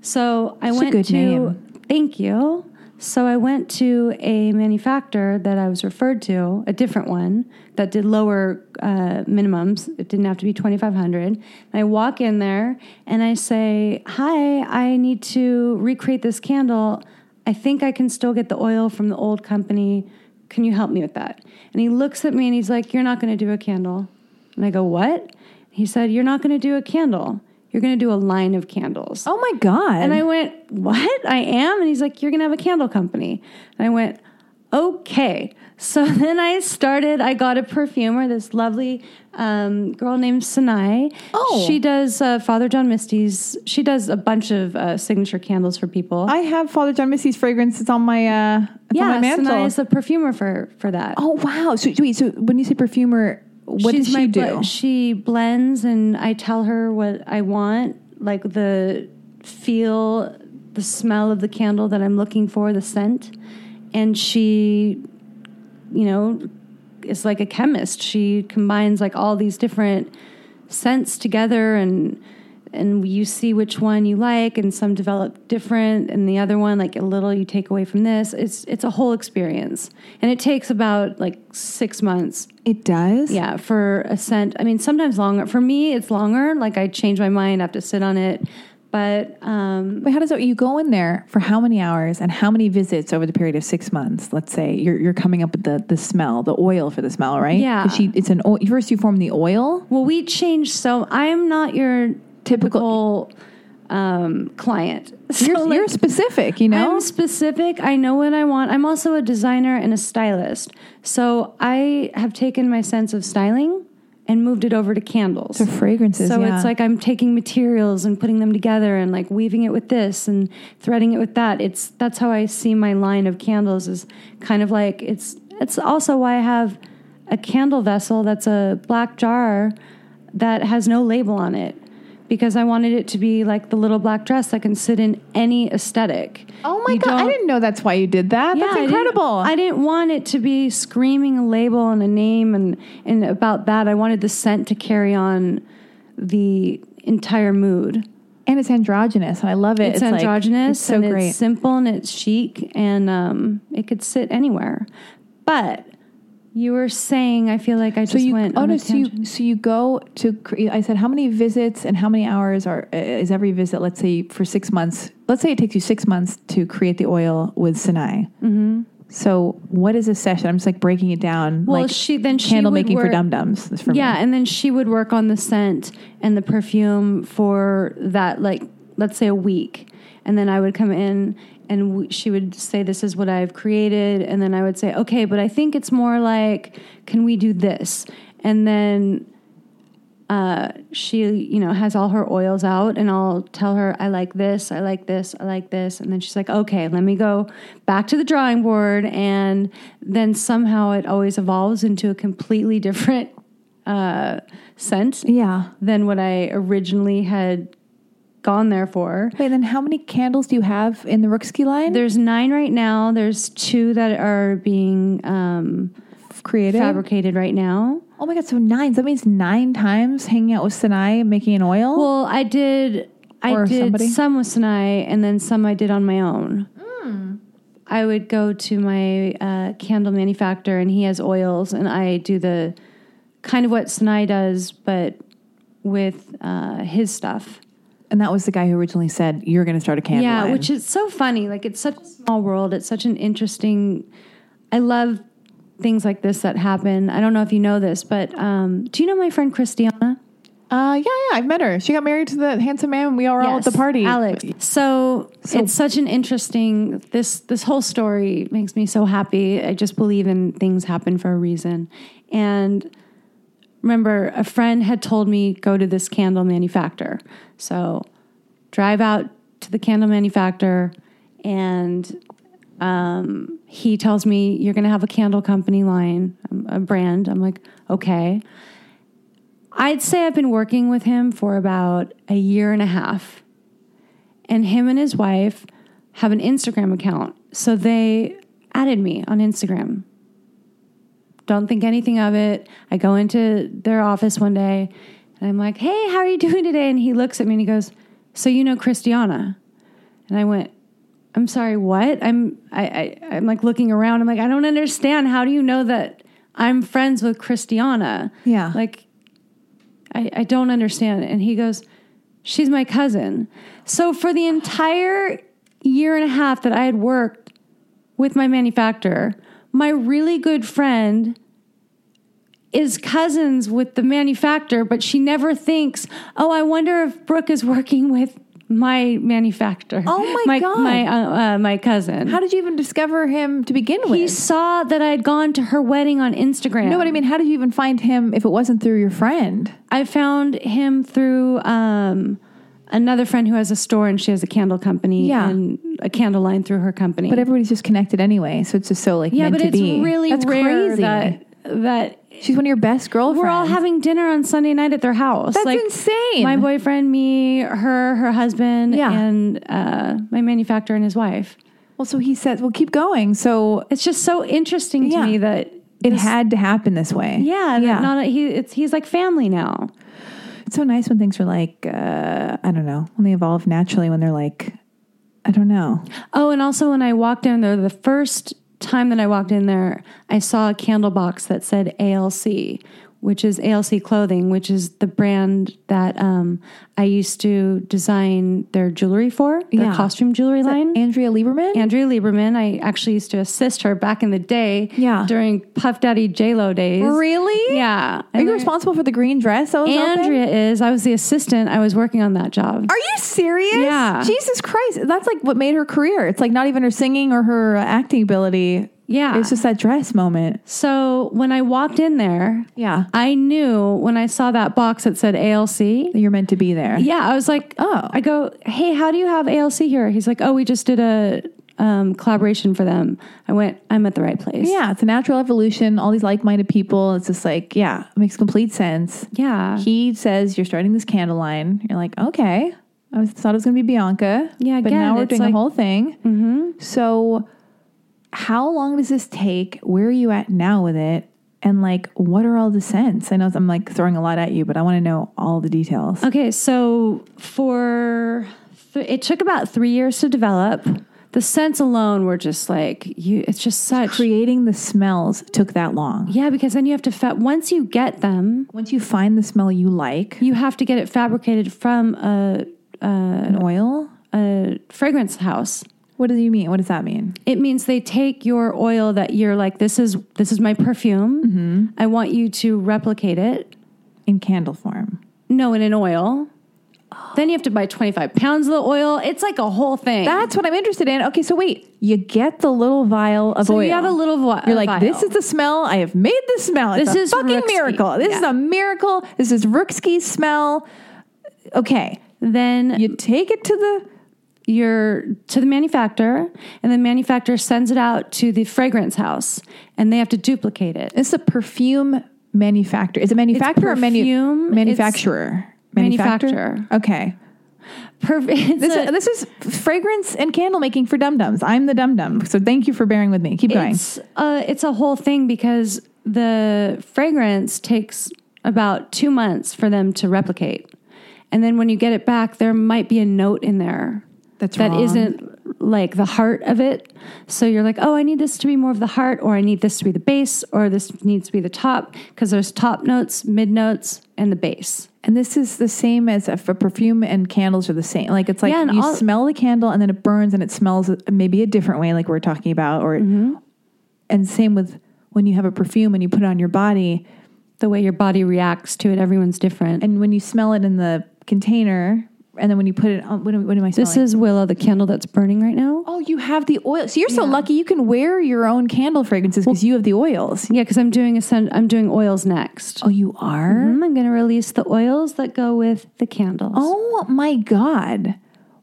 Speaker 2: So I
Speaker 1: a
Speaker 2: went
Speaker 1: good
Speaker 2: to
Speaker 1: name.
Speaker 2: thank you. So I went to a manufacturer that I was referred to, a different one that did lower uh, minimums. It didn't have to be twenty five hundred. And I walk in there and I say, "Hi, I need to recreate this candle. I think I can still get the oil from the old company. Can you help me with that?" And he looks at me and he's like, "You're not going to do a candle." And I go, "What?" He said, "You're not going to do a candle. You're going to do a line of candles."
Speaker 1: Oh my god.
Speaker 2: And I went, What? I am? And he's like, You're going to have a candle company. And I went, Okay. So then I started, I got a perfumer, this lovely um, girl named Sinai.
Speaker 1: Oh.
Speaker 2: She does uh, Father John Misty's, she does a bunch of uh, signature candles for people.
Speaker 1: I have Father John Missy's fragrance. It's on my uh, it's on my
Speaker 2: yeah,
Speaker 1: mantle.
Speaker 2: Sinai is the perfumer for, for that.
Speaker 1: oh wow. So wait. So when you say perfumer, what does
Speaker 2: She's
Speaker 1: she
Speaker 2: my
Speaker 1: do?
Speaker 2: bl- she blends, and I tell her what I want, like the feel, the smell of the candle that I'm looking for, the scent, and she, you know, is like a chemist. She combines like all these different scents together, and and you see which one you like, and some develop different, and the other one like a little you take away from this. It's it's a whole experience, and it takes about like six months
Speaker 1: it does.
Speaker 2: yeah, for a scent. I mean, sometimes longer. For me, it's longer. Like I change my mind, I have to sit on it. But um,
Speaker 1: But how does it? You go in there for how many hours and how many visits over the period of six months? Let's say you're you're coming up with the the smell, the oil for the smell, right?
Speaker 2: Yeah.
Speaker 1: 'Cause She, it's an oil. First, you form the oil.
Speaker 2: well, we change. So I am not your typical um, client. So,
Speaker 1: You're,
Speaker 2: like,
Speaker 1: you're specific. You know.
Speaker 2: I'm specific. I know what I want. I'm also a designer and a stylist. So I have taken my sense of styling and moved it over to candles.
Speaker 1: The fragrances.
Speaker 2: So
Speaker 1: yeah.
Speaker 2: it's like I'm taking materials and putting them together and like weaving it with this and threading it with that. It's that's how I see my line of candles is kind of like it's it's also why I have a candle vessel that's a black jar that has no label on it because I wanted it to be like the little black dress that can sit in any aesthetic.
Speaker 1: Oh my
Speaker 2: You
Speaker 1: god! I
Speaker 2: don't-
Speaker 1: didn't know that's why you did that. that's
Speaker 2: yeah, I didn't-
Speaker 1: incredible.
Speaker 2: I didn't, want it to be screaming a label and a name and, and about that. I wanted the scent to carry on the entire mood.
Speaker 1: and it's androgynous, and I love it.
Speaker 2: It's,
Speaker 1: like-
Speaker 2: androgynous
Speaker 1: it's so
Speaker 2: and
Speaker 1: great.
Speaker 2: it's simple and it's chic and um, it could sit anywhere. But you were saying, I feel like I
Speaker 1: so
Speaker 2: just
Speaker 1: you,
Speaker 2: went.
Speaker 1: oh
Speaker 2: on
Speaker 1: no,
Speaker 2: a
Speaker 1: so you,
Speaker 2: tangent.
Speaker 1: so you go to. cre- I said how many visits and how many hours are is every visit? Let's say for six months. Let's say it takes you six months to create the oil with Sinai. Mm-hmm. So what is a session? I'm just like breaking it down.
Speaker 2: Well,
Speaker 1: like
Speaker 2: she- then she
Speaker 1: candle
Speaker 2: would
Speaker 1: making for
Speaker 2: work-
Speaker 1: dum dums. for me.
Speaker 2: yeah, and then she would work on the scent and the perfume for that, like, let's say a week. and then I would come in and w- she would say, "This is what I've created," and then I would say, "Okay, but I think it's more like, can we do this?" And then uh, she, you know, has all her oils out, and I'll tell her, I like this, I like this, I like this. And then she's like, okay, let me go back to the drawing board. And then somehow it always evolves into a completely different uh, scent
Speaker 1: Yeah.
Speaker 2: than what I originally had gone there for.
Speaker 1: Wait, then how many candles do you have in the Rookski line?
Speaker 2: There's nine right now, there's two that are being um,
Speaker 1: created.
Speaker 2: fabricated right now.
Speaker 1: Oh my god, so nines. That means nine times hanging out with Sinai making an oil.
Speaker 2: Well, I did. I
Speaker 1: Or
Speaker 2: did
Speaker 1: somebody?
Speaker 2: some with Sinai, and then some I did on my own.
Speaker 1: Hmm.
Speaker 2: I would go to my uh, candle manufacturer, and he has oils, and I do the kind of what Sinai does, but with uh, his stuff.
Speaker 1: and that was the guy who originally said you're going to start a candle.
Speaker 2: yeah,
Speaker 1: line."
Speaker 2: which is so funny. Like it's such a small world. It's such an interesting. I love things like this that happen. I don't know if you know this, but um, do you know my friend Christiana?
Speaker 1: uh, yeah, yeah, I've met her. She got married to the handsome man. We all were all at the
Speaker 2: Yes,
Speaker 1: party.
Speaker 2: Alex. So, it's such an interesting this this whole story makes me so happy. I just believe in things happen for a reason. And remember a friend had told me go to this candle manufacturer. So drive out to the candle manufacturer and um, he tells me you're going to have a candle company line, um, a brand. I'm like, "Okay." I'd say I've been working with him for about a year and a half. And him and his wife have an Instagram account. So they added me on Instagram. Don't think anything of it. I go into their office one day and I'm like, hey, how are you doing today? And he looks at me and he goes, so you know Christiana? And I went, I'm sorry, what? I'm I, I I'm like looking around. I'm like, I don't understand. How do you know that I'm friends with Christiana?
Speaker 1: Yeah.
Speaker 2: Like I, I don't understand. And he goes, She's my cousin. So for the entire year and a half that I had worked with my manufacturer, my really good friend is cousins with the manufacturer, but she never thinks, Oh, I wonder if Brooke is working with my manufacturer.
Speaker 1: Oh my God.
Speaker 2: My uh, uh, my cousin.
Speaker 1: How did you even discover him to begin with?
Speaker 2: he saw that I had gone to her wedding on Instagram.
Speaker 1: no, but I mean, how did you even find him if it wasn't through your friend?
Speaker 2: I found him through um, another friend who has a store and she has a candle company
Speaker 1: Yeah.
Speaker 2: and a candle line through her company.
Speaker 1: But everybody's just connected anyway, so it's just so like
Speaker 2: yeah,
Speaker 1: meant
Speaker 2: but
Speaker 1: to
Speaker 2: it's
Speaker 1: be.
Speaker 2: really
Speaker 1: That's
Speaker 2: rare
Speaker 1: crazy.
Speaker 2: that that
Speaker 1: She's one of your best girlfriends.
Speaker 2: we're all having dinner on Sunday night at their house.
Speaker 1: That's insane.
Speaker 2: My boyfriend, me, her, her husband,
Speaker 1: Yeah.
Speaker 2: and uh, my manufacturer and his wife.
Speaker 1: well, so he says, "Well, keep going." So
Speaker 2: It's just so interesting
Speaker 1: Yeah.
Speaker 2: to me that
Speaker 1: it had to happen this way.
Speaker 2: yeah,
Speaker 1: yeah.
Speaker 2: yeah. Not he. It's he's like family now.
Speaker 1: It's so nice when things are like, uh, I don't know, when they evolve naturally, when they're like, I don't know.
Speaker 2: Oh, and also when I walked in there, the first time that I walked in there, I saw a candle box that said ALC, which is ALC Clothing, which is the brand that um, I used to design their jewelry for, their
Speaker 1: Yeah.
Speaker 2: costume jewelry line.
Speaker 1: Andrea Lieberman?
Speaker 2: Andrea Lieberman, I actually used to assist her back in the day
Speaker 1: Yeah.
Speaker 2: during Puff Daddy JLo days.
Speaker 1: really?
Speaker 2: Yeah.
Speaker 1: Are you responsible for the green dress? That was open?
Speaker 2: Andrea is. I was the assistant. I was working on that job.
Speaker 1: Are you serious?
Speaker 2: Yeah.
Speaker 1: Jesus Christ. That's like what made her career. It's like not even her singing or her uh, acting ability.
Speaker 2: Yeah.
Speaker 1: It's just that dress moment.
Speaker 2: So when I walked in there,
Speaker 1: Yeah.
Speaker 2: I knew when I saw that box that said ALC.
Speaker 1: You're meant to be there.
Speaker 2: Yeah, I was like,
Speaker 1: Oh.
Speaker 2: I go, hey, how do you have ALC here? He's like, oh, we just did a um, collaboration for them. I went, I'm at the right place.
Speaker 1: Yeah, it's a natural evolution. All these like minded people. It's just like, yeah, it makes complete sense.
Speaker 2: Yeah.
Speaker 1: He says, You're starting this candle line. You're like, Okay. I was, thought it was going to be Bianca.
Speaker 2: Yeah,
Speaker 1: But
Speaker 2: again,
Speaker 1: now we're
Speaker 2: it's
Speaker 1: doing
Speaker 2: like- Mm-hmm.
Speaker 1: the whole thing. So, how long does this take? Where are you at now with it? And like, what are all the scents? I know I'm like throwing a lot at you, but I want to know all the details.
Speaker 2: Okay, so for th- it took about three years to develop. The scents alone were just like you. It's just such.
Speaker 1: Creating the smells took that long.
Speaker 2: yeah, because then you have to fa- once you get them,
Speaker 1: Once you find the smell you like,
Speaker 2: you have to get it fabricated from a, Mm-hmm.
Speaker 1: an oil,
Speaker 2: a fragrance house.
Speaker 1: what do you mean? What does that mean?
Speaker 2: It means they take your oil that you're like, this is this is my perfume.
Speaker 1: Mm-hmm.
Speaker 2: I want you to replicate it.
Speaker 1: In candle form.
Speaker 2: No, in an oil. Then you have to buy 25 pounds of the oil. It's like a whole thing.
Speaker 1: That's what I'm interested in. Okay, so wait, you get the little vial of
Speaker 2: so
Speaker 1: oil.
Speaker 2: you have a little vi-
Speaker 1: You're like,
Speaker 2: vial.
Speaker 1: this is the smell. I have made the smell. It's
Speaker 2: This
Speaker 1: a
Speaker 2: is
Speaker 1: fucking
Speaker 2: Rooksky.
Speaker 1: miracle. This is
Speaker 2: Yeah.
Speaker 1: a miracle. This is Rooksky's smell. Okay,
Speaker 2: then
Speaker 1: you take it to the
Speaker 2: you're to the manufacturer, and the manufacturer sends it out to the fragrance house, and they have to duplicate it.
Speaker 1: It's a perfume manufacturer. Is it manufacturer or manu-
Speaker 2: perfume.
Speaker 1: manufacturer? Manufacturer.
Speaker 2: manufacturer.
Speaker 1: Okay.
Speaker 2: Perf- it's
Speaker 1: This,
Speaker 2: a-
Speaker 1: this is fragrance and candle making for dum dums. I'm the dum dum. So thank you for bearing with me. Keep going.
Speaker 2: it's a, it's a whole thing because the fragrance takes about two months for them to replicate, and then when you get it back, there might be a note in there
Speaker 1: That's
Speaker 2: that
Speaker 1: wrong.
Speaker 2: isn't like the heart of it. So you're like, oh, I need this to be more of the heart, or I need this to be the base, or this needs to be the top, because there's top notes, mid notes, and the base.
Speaker 1: And this is the same as if a perfume and candles are the same. Like it's like
Speaker 2: Yeah, and
Speaker 1: you
Speaker 2: all-
Speaker 1: smell the candle and then it burns and it smells maybe a different way, like we're talking about. Or and same with when you have a perfume and you put it on your body
Speaker 2: The way your body reacts to it, everyone's different.
Speaker 1: and when you smell it in the container and then when you put it on, what am, what am I smelling?
Speaker 2: this is Willow, the candle that's burning right now.
Speaker 1: Oh, you have the oil. So you're so lucky you can wear your own candle fragrances because you have the oils.
Speaker 2: Yeah, because I'm doing a scent, I'm doing oils next.
Speaker 1: Oh, you are?
Speaker 2: Mm, I'm going to release the oils that go with the candles.
Speaker 1: Oh my God.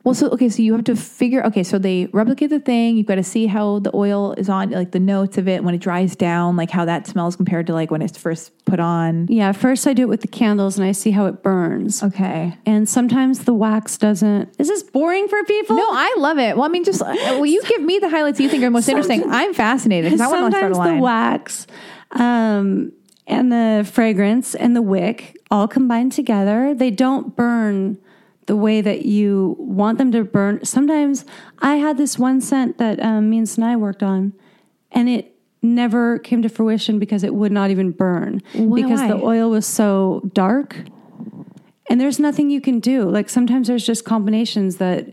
Speaker 1: Well, so, okay, so you have to figure, okay, so they replicate the thing. You've got to see how the oil is on, like the notes of it when it dries down, like how that smells compared to like when it's first put on.
Speaker 2: Yeah, first I do it with the candles and I see how it burns.
Speaker 1: Okay.
Speaker 2: And sometimes the wax doesn't. Is this boring for people?
Speaker 1: No, I love it. Well, I mean, just, uh, well, you give me the highlights you think are most interesting. I'm fascinated because I want to start a
Speaker 2: sometimes the
Speaker 1: line.
Speaker 2: wax um, and the fragrance and the wick all combined together they don't burn the way that you want them to burn sometimes i had this one scent that um, me and Sinai worked on and it never came to fruition because it would not even burn because the
Speaker 1: why?
Speaker 2: oil was so dark and there's nothing you can do like sometimes there's just combinations that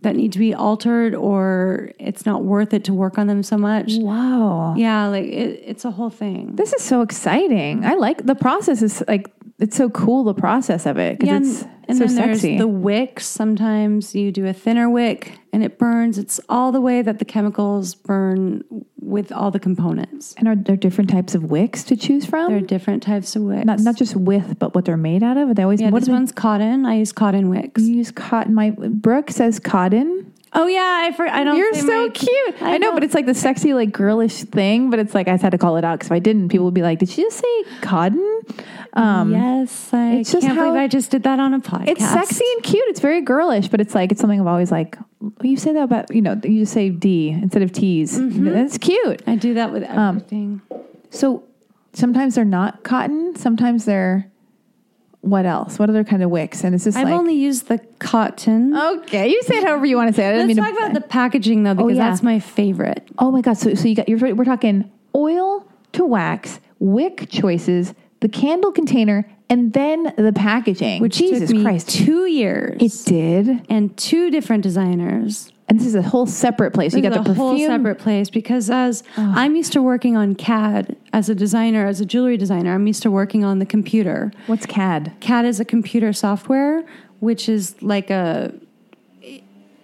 Speaker 2: that need to be altered or it's not worth it to work on them so much
Speaker 1: wow.
Speaker 2: yeah, like it, it's a whole thing.
Speaker 1: This is so exciting. I like the process is like it's so cool the process of it because it's
Speaker 2: Yeah, and, and
Speaker 1: so
Speaker 2: then
Speaker 1: sexy.
Speaker 2: there's the wicks. Sometimes you do a thinner wick and it burns. It's all the way that the chemicals burn with all the components.
Speaker 1: and are there different types of wicks to choose from?
Speaker 2: There are different types of wicks.
Speaker 1: not not just with, but what they're made out of. Are they always
Speaker 2: yeah,
Speaker 1: what
Speaker 2: this
Speaker 1: do they
Speaker 2: one's cotton. I use cotton wicks.
Speaker 1: use cotton? My Brooke says cotton.
Speaker 2: Mm. Oh yeah, I for, I don't.
Speaker 1: You're
Speaker 2: say
Speaker 1: so
Speaker 2: my-
Speaker 1: cute. I,
Speaker 2: I
Speaker 1: know,
Speaker 2: don't-
Speaker 1: but it's like the sexy, like girlish thing. But it's like I just had to call it out because if I didn't, people would be like, "Did she just say cotton?" Um,
Speaker 2: yes, I
Speaker 1: it's just
Speaker 2: can't
Speaker 1: how-
Speaker 2: believe I just did that on a podcast.
Speaker 1: It's sexy and cute. It's very girlish, but it's like it's something I've always like. "Well, You say that about you know you just say D instead of T's. That's cute.
Speaker 2: I do that with everything.
Speaker 1: Mm-hmm. So sometimes they're not cotton. Sometimes they're what else? What other kind of wicks? And it's just
Speaker 2: I've
Speaker 1: like
Speaker 2: only used the cotton.
Speaker 1: okay, you say it however you want to say it. I didn't
Speaker 2: Let's
Speaker 1: mean to-
Speaker 2: talk about the packaging though, because
Speaker 1: yeah.
Speaker 2: that's my favorite.
Speaker 1: oh my god! So so you got you're we're talking oil to wax, wick choices, the candle container, and then the packaging.
Speaker 2: which
Speaker 1: Jesus
Speaker 2: took me
Speaker 1: Christ,
Speaker 2: two years
Speaker 1: it did.
Speaker 2: and two different designers.
Speaker 1: And this is a whole separate place. You
Speaker 2: This
Speaker 1: got the
Speaker 2: is a whole
Speaker 1: perfume.
Speaker 2: separate place because as I'm used to working on CAD as a designer, as a jewelry designer, I'm used to working on the computer.
Speaker 1: What's CAD?
Speaker 2: CAD is a computer software, which is like a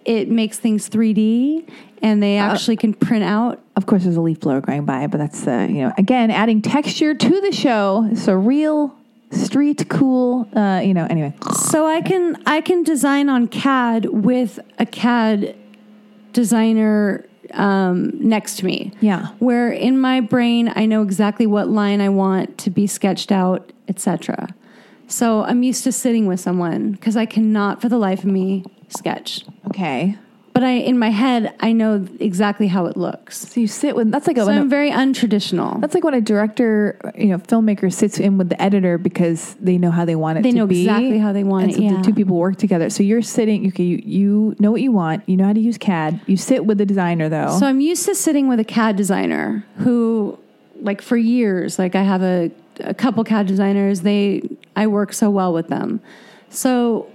Speaker 2: it makes things 3D, and they actually can print out
Speaker 1: Of course, there's a leaf blower going by, but that's uh, you know again adding texture to the show. It's a real street cool. Uh, you know anyway.
Speaker 2: So I can I can design on CAD with a CAD designer um, next to me.
Speaker 1: Yeah.
Speaker 2: Where in my brain I know exactly what line I want to be sketched out, etc. So I'm used to sitting with someone because I cannot for the life of me sketch.
Speaker 1: Okay.
Speaker 2: But I in my head I know exactly how it looks.
Speaker 1: So you sit with that's like a,
Speaker 2: So
Speaker 1: when
Speaker 2: I'm
Speaker 1: a
Speaker 2: very untraditional.
Speaker 1: that's like when a director, you know, filmmaker sits in with the editor because they know how they want it.
Speaker 2: They
Speaker 1: to
Speaker 2: know
Speaker 1: be.
Speaker 2: exactly how they want
Speaker 1: and
Speaker 2: it,
Speaker 1: So
Speaker 2: yeah.
Speaker 1: the two people work together. So you're sitting. Okay, you, you know what you want. You know how to use CAD. You sit with the designer though.
Speaker 2: So I'm used to sitting with a CAD designer who, like, for years, like, I have a, a couple CAD designers. They, I work so well with them. So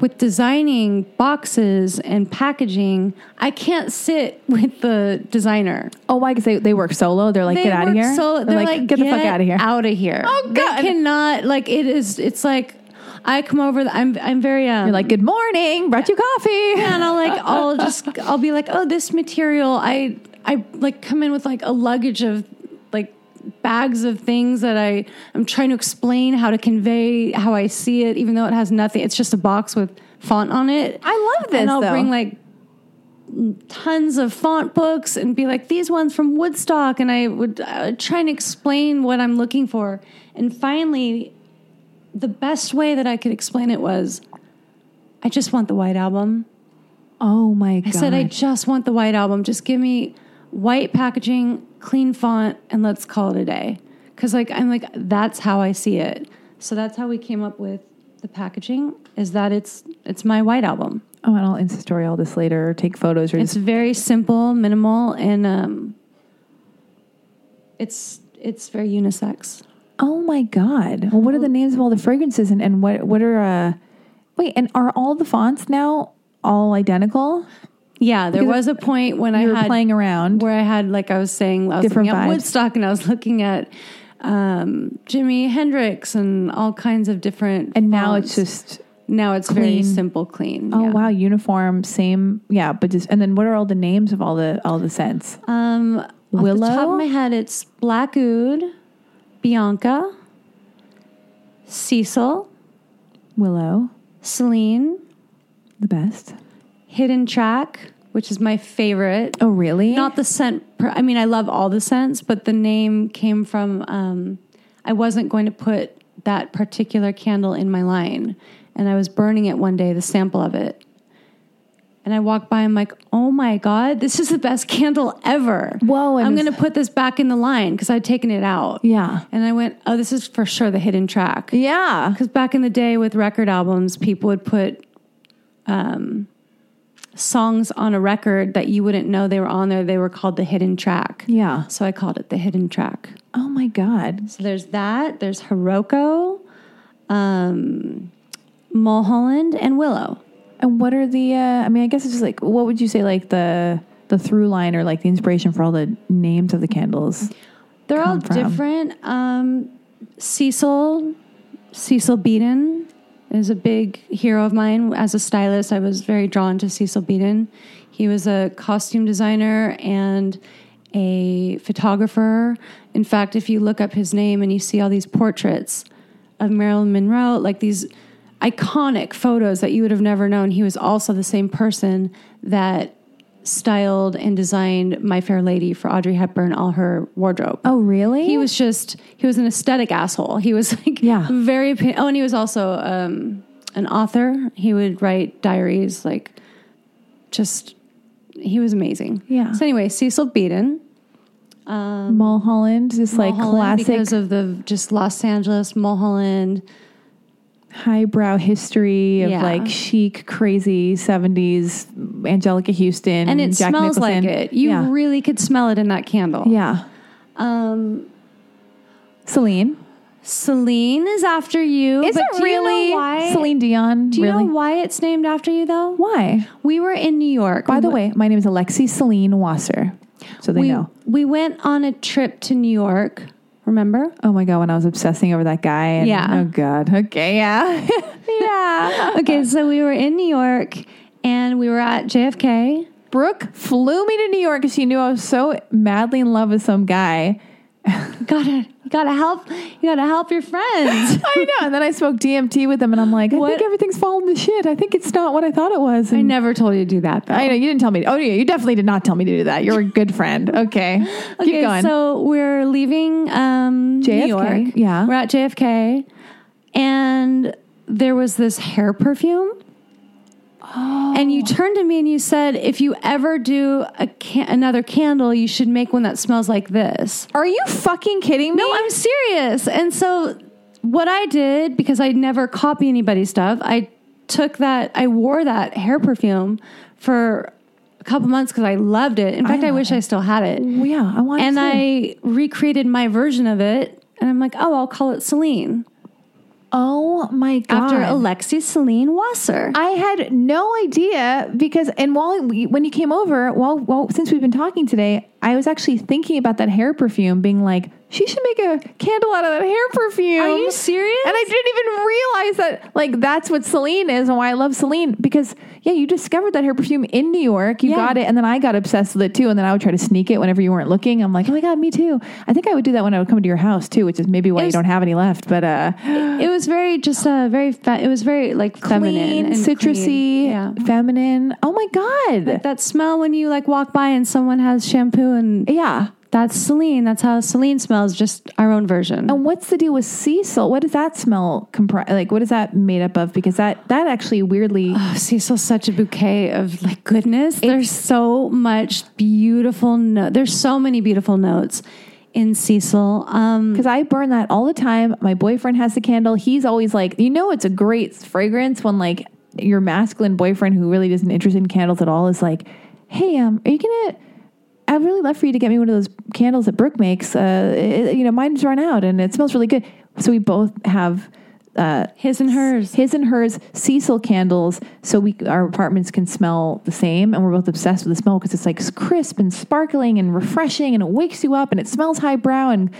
Speaker 2: with designing boxes and packaging, I can't sit with the designer.
Speaker 1: oh, why? Because they, they work solo. They're like,
Speaker 2: They
Speaker 1: get out of
Speaker 2: work
Speaker 1: here.
Speaker 2: So they're like,
Speaker 1: get, the fuck out of here.
Speaker 2: Out of here.
Speaker 1: Oh,
Speaker 2: They
Speaker 1: God.
Speaker 2: cannot like it is. It's like I come over. the- I'm I'm very um,
Speaker 1: You're like, good morning, brought you coffee.
Speaker 2: and I'll like I'll just I'll be like, oh, this material. I I like come in with like a luggage of like bags of things that I I'm trying to explain how to convey how I see it, even though it has nothing. It's just a box with font on it.
Speaker 1: I love this,
Speaker 2: And I'll
Speaker 1: though.
Speaker 2: bring like tons of font books and be like these ones from Woodstock and I would uh, try and explain what I'm looking for and finally the best way that I could explain it was I just want the white album
Speaker 1: Oh my
Speaker 2: I
Speaker 1: god!
Speaker 2: said, I just want the white album. Just give me white packaging, clean font, and let's call it a day. Because like I'm like that's how I see it. So that's how we came up with the packaging. Is that it's it's my white album.
Speaker 1: oh, and I'll Insta story all this later or take photos or
Speaker 2: It's
Speaker 1: just
Speaker 2: very simple, minimal, and um, it's it's very unisex.
Speaker 1: Oh my God. Well, what are the names of all the fragrances and, and what, what are, uh, wait, and are all the fonts now all identical?
Speaker 2: Yeah, there was a point when I
Speaker 1: You were
Speaker 2: had
Speaker 1: playing around.
Speaker 2: where I had like I was saying I was
Speaker 1: Different
Speaker 2: looking at
Speaker 1: vibes.
Speaker 2: Woodstock and I was looking at um, Jimi Hendrix and all kinds of different
Speaker 1: And now it's
Speaker 2: fonts.
Speaker 1: just,
Speaker 2: now it's very
Speaker 1: clean.
Speaker 2: simple clean.
Speaker 1: oh
Speaker 2: yeah.
Speaker 1: wow, uniform, same. Yeah. But just, and then what are all the names of all the, all the scents?
Speaker 2: Um, Off the
Speaker 1: Willow?
Speaker 2: top of my head, it's Black Oud, Bianca, Cecil,
Speaker 1: Willow,
Speaker 2: Celine,
Speaker 1: the best.
Speaker 2: Hidden Track, which is my favorite.
Speaker 1: Oh really?
Speaker 2: Not the scent. Per, I mean, I love all the scents, but the name came from. Um, I wasn't going to put that particular candle in my line, and I was burning it one day, the sample of it. And I walked by. I'm like, oh my god, this is the best candle ever.
Speaker 1: Whoa, and
Speaker 2: I'm
Speaker 1: is-
Speaker 2: going to put this back in the line because I'd taken it out.
Speaker 1: yeah.
Speaker 2: And I went, oh, this is for sure the hidden track.
Speaker 1: Yeah.
Speaker 2: Because back in the day with record albums, people would put um, songs on a record that you wouldn't know they were on there. They were called the hidden track.
Speaker 1: Yeah.
Speaker 2: So I called it the hidden track.
Speaker 1: Oh my God.
Speaker 2: So there's that. There's Hiroko, um, Mulholland, and Willow.
Speaker 1: And what are the, uh, I mean, I guess it's just like, what would you say like the, the through line or like the inspiration for all the names of the candles?
Speaker 2: They're
Speaker 1: come
Speaker 2: all
Speaker 1: from?
Speaker 2: different. Um, Cecil, Cecil Beaton is a big hero of mine. As a stylist, I was very drawn to Cecil Beaton. He was a costume designer and a photographer. In fact, if you look up his name and you see all these portraits of Marilyn Monroe, like these iconic photos that you would have never known, he was also the same person that styled and designed My Fair Lady for Audrey Hepburn, all her wardrobe.
Speaker 1: Oh really?
Speaker 2: He was just he was an aesthetic asshole. He was like
Speaker 1: Yeah.
Speaker 2: very opin- oh, and he was also um, an author. He would write diaries like just he was amazing.
Speaker 1: Yeah.
Speaker 2: So anyway, Cecil Beaton,
Speaker 1: Mulholland, just like
Speaker 2: Mulholland
Speaker 1: classic
Speaker 2: because of the just Los Angeles Mulholland.
Speaker 1: highbrow history of
Speaker 2: Yeah.
Speaker 1: like chic, crazy seventies Angelica Houston,
Speaker 2: And it
Speaker 1: Jack
Speaker 2: smells
Speaker 1: Nicholson.
Speaker 2: like it. You
Speaker 1: yeah,
Speaker 2: really could smell it in that candle.
Speaker 1: yeah.
Speaker 2: Um,
Speaker 1: Celine
Speaker 2: Celine is after you.
Speaker 1: is
Speaker 2: but
Speaker 1: it
Speaker 2: do you know
Speaker 1: really
Speaker 2: why?
Speaker 1: Celine Dion?
Speaker 2: Do you
Speaker 1: really?
Speaker 2: know why it's named after you though?
Speaker 1: why?
Speaker 2: We were in New York.
Speaker 1: By the way, my name is Alexi Celine Wasser, so they
Speaker 2: we,
Speaker 1: know.
Speaker 2: we went on a trip to New York. Remember?
Speaker 1: Oh my god, when I was obsessing over that guy, and,
Speaker 2: Yeah.
Speaker 1: Oh god, okay, yeah, yeah.
Speaker 2: Okay, so we were in New York and we were at JFK.
Speaker 1: Brooke flew me to New York because she knew I was so madly in love with some guy.
Speaker 2: You gotta, you gotta help. You gotta help your friends.
Speaker 1: I know. And then I smoked DMT with them, and I'm like, I
Speaker 2: What?
Speaker 1: think everything's falling to shit. I think it's not what I thought it was.
Speaker 2: I
Speaker 1: And
Speaker 2: never told you to do that though.
Speaker 1: I know you didn't tell me. Oh yeah, you definitely did not tell me to do that. You're a good friend. Okay, keep
Speaker 2: Okay,
Speaker 1: going.
Speaker 2: so we're leaving um, New
Speaker 1: JFK,
Speaker 2: York.
Speaker 1: yeah.
Speaker 2: we're at JFK, and there was this hair perfume.
Speaker 1: Oh.
Speaker 2: And you turned to me and you said, "If you ever do a can- another candle, you should make one that smells like this."
Speaker 1: Are you fucking kidding me?
Speaker 2: No, I'm serious. And so what I did because I never copy anybody's stuff, I took that I wore that hair perfume for a couple months cuz I loved it. In fact, I,
Speaker 1: love
Speaker 2: wish I still had it.
Speaker 1: Well, yeah, I want.
Speaker 2: And
Speaker 1: to.
Speaker 2: I recreated my version of it and I'm like, "Oh, I'll call it Celine
Speaker 1: Oh my god.
Speaker 2: after Alexi Celine Wasser."
Speaker 1: I had no idea because, and while we, when you came over, while well, since we've been talking today, I was actually thinking about that hair perfume, being like, she should make a candle out of that hair perfume.
Speaker 2: Are you serious?
Speaker 1: And I didn't even realize that, like, that's what Celine is and why I love Celine. Because, yeah, you discovered that hair perfume in New York. You
Speaker 2: Yeah.
Speaker 1: got it. And then I got obsessed with it too. And then I would try to sneak it whenever you weren't looking. I'm like, oh my God, me too. I think I would do that when I would come to your house too, which is maybe why
Speaker 2: It was-
Speaker 1: you don't have any left. But, uh,
Speaker 2: It was very just uh, very. Fe- it was very like
Speaker 1: clean,
Speaker 2: feminine, and
Speaker 1: citrusy,
Speaker 2: clean. Yeah,
Speaker 1: feminine. Oh my God.
Speaker 2: that smell when you like walk by and someone has shampoo and
Speaker 1: yeah.
Speaker 2: that's Celine. That's how Celine smells. Just our own version.
Speaker 1: And what's the deal with sea salt? What does that smell comprise? Like, what is that made up of? Because that that actually weirdly
Speaker 2: Cecil's Oh, such a bouquet of like goodness. There's so much beautiful no- There's so many beautiful notes in Cecil. Um,
Speaker 1: because I burn that all the time. My boyfriend has the candle. He's always like, you know, it's a great fragrance when like your masculine boyfriend who really isn't interested in candles at all is like, hey, um, are you gonna? I'd really love for you to get me one of those candles that Brooke makes. Uh, it- you know, mine's run out and it smells really good. So we both have uh,
Speaker 2: his and hers.
Speaker 1: his and hers Cecil candles, so we our apartments can smell the same, and we're both obsessed with the smell because it's like crisp and sparkling and refreshing, and it wakes you up, and it smells highbrow. And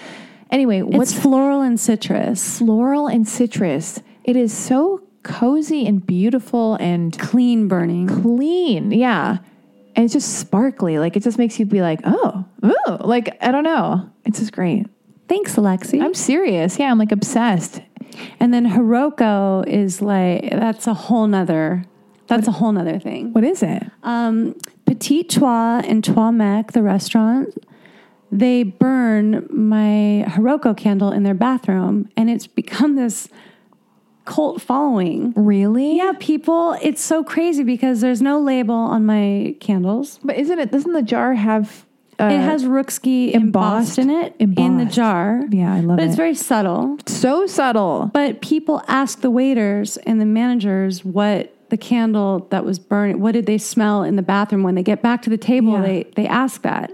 Speaker 1: anyway,
Speaker 2: What's
Speaker 1: what's
Speaker 2: floral and citrus?
Speaker 1: floral and citrus? It is so cozy and beautiful and
Speaker 2: Clean burning.
Speaker 1: clean, yeah, and it's just sparkly. Like it just makes you be like, oh, ooh, like I don't know, it's just great.
Speaker 2: Thanks, Alexi.
Speaker 1: I'm serious, yeah, I'm like obsessed.
Speaker 2: and then Hiroko is like that's a whole nother. That's a whole nother thing.
Speaker 1: What is it?
Speaker 2: um, Petit Trois and Trois Mac, the restaurant, they burn my Hiroko candle in their bathroom, and it's become this cult following.
Speaker 1: Really?
Speaker 2: Yeah, people, it's so crazy because there's no label on my candles.
Speaker 1: but isn't it? Doesn't the jar have? Uh,
Speaker 2: it has Rookski
Speaker 1: embossed-
Speaker 2: embossed, in it in the
Speaker 1: embossed.
Speaker 2: jar.
Speaker 1: Yeah, I love
Speaker 2: but
Speaker 1: it.
Speaker 2: it's very subtle.
Speaker 1: so subtle.
Speaker 2: But people ask the waiters and the managers what the candle that was burning, what did they smell in the bathroom when they get back to the table?
Speaker 1: Yeah.
Speaker 2: They they ask that,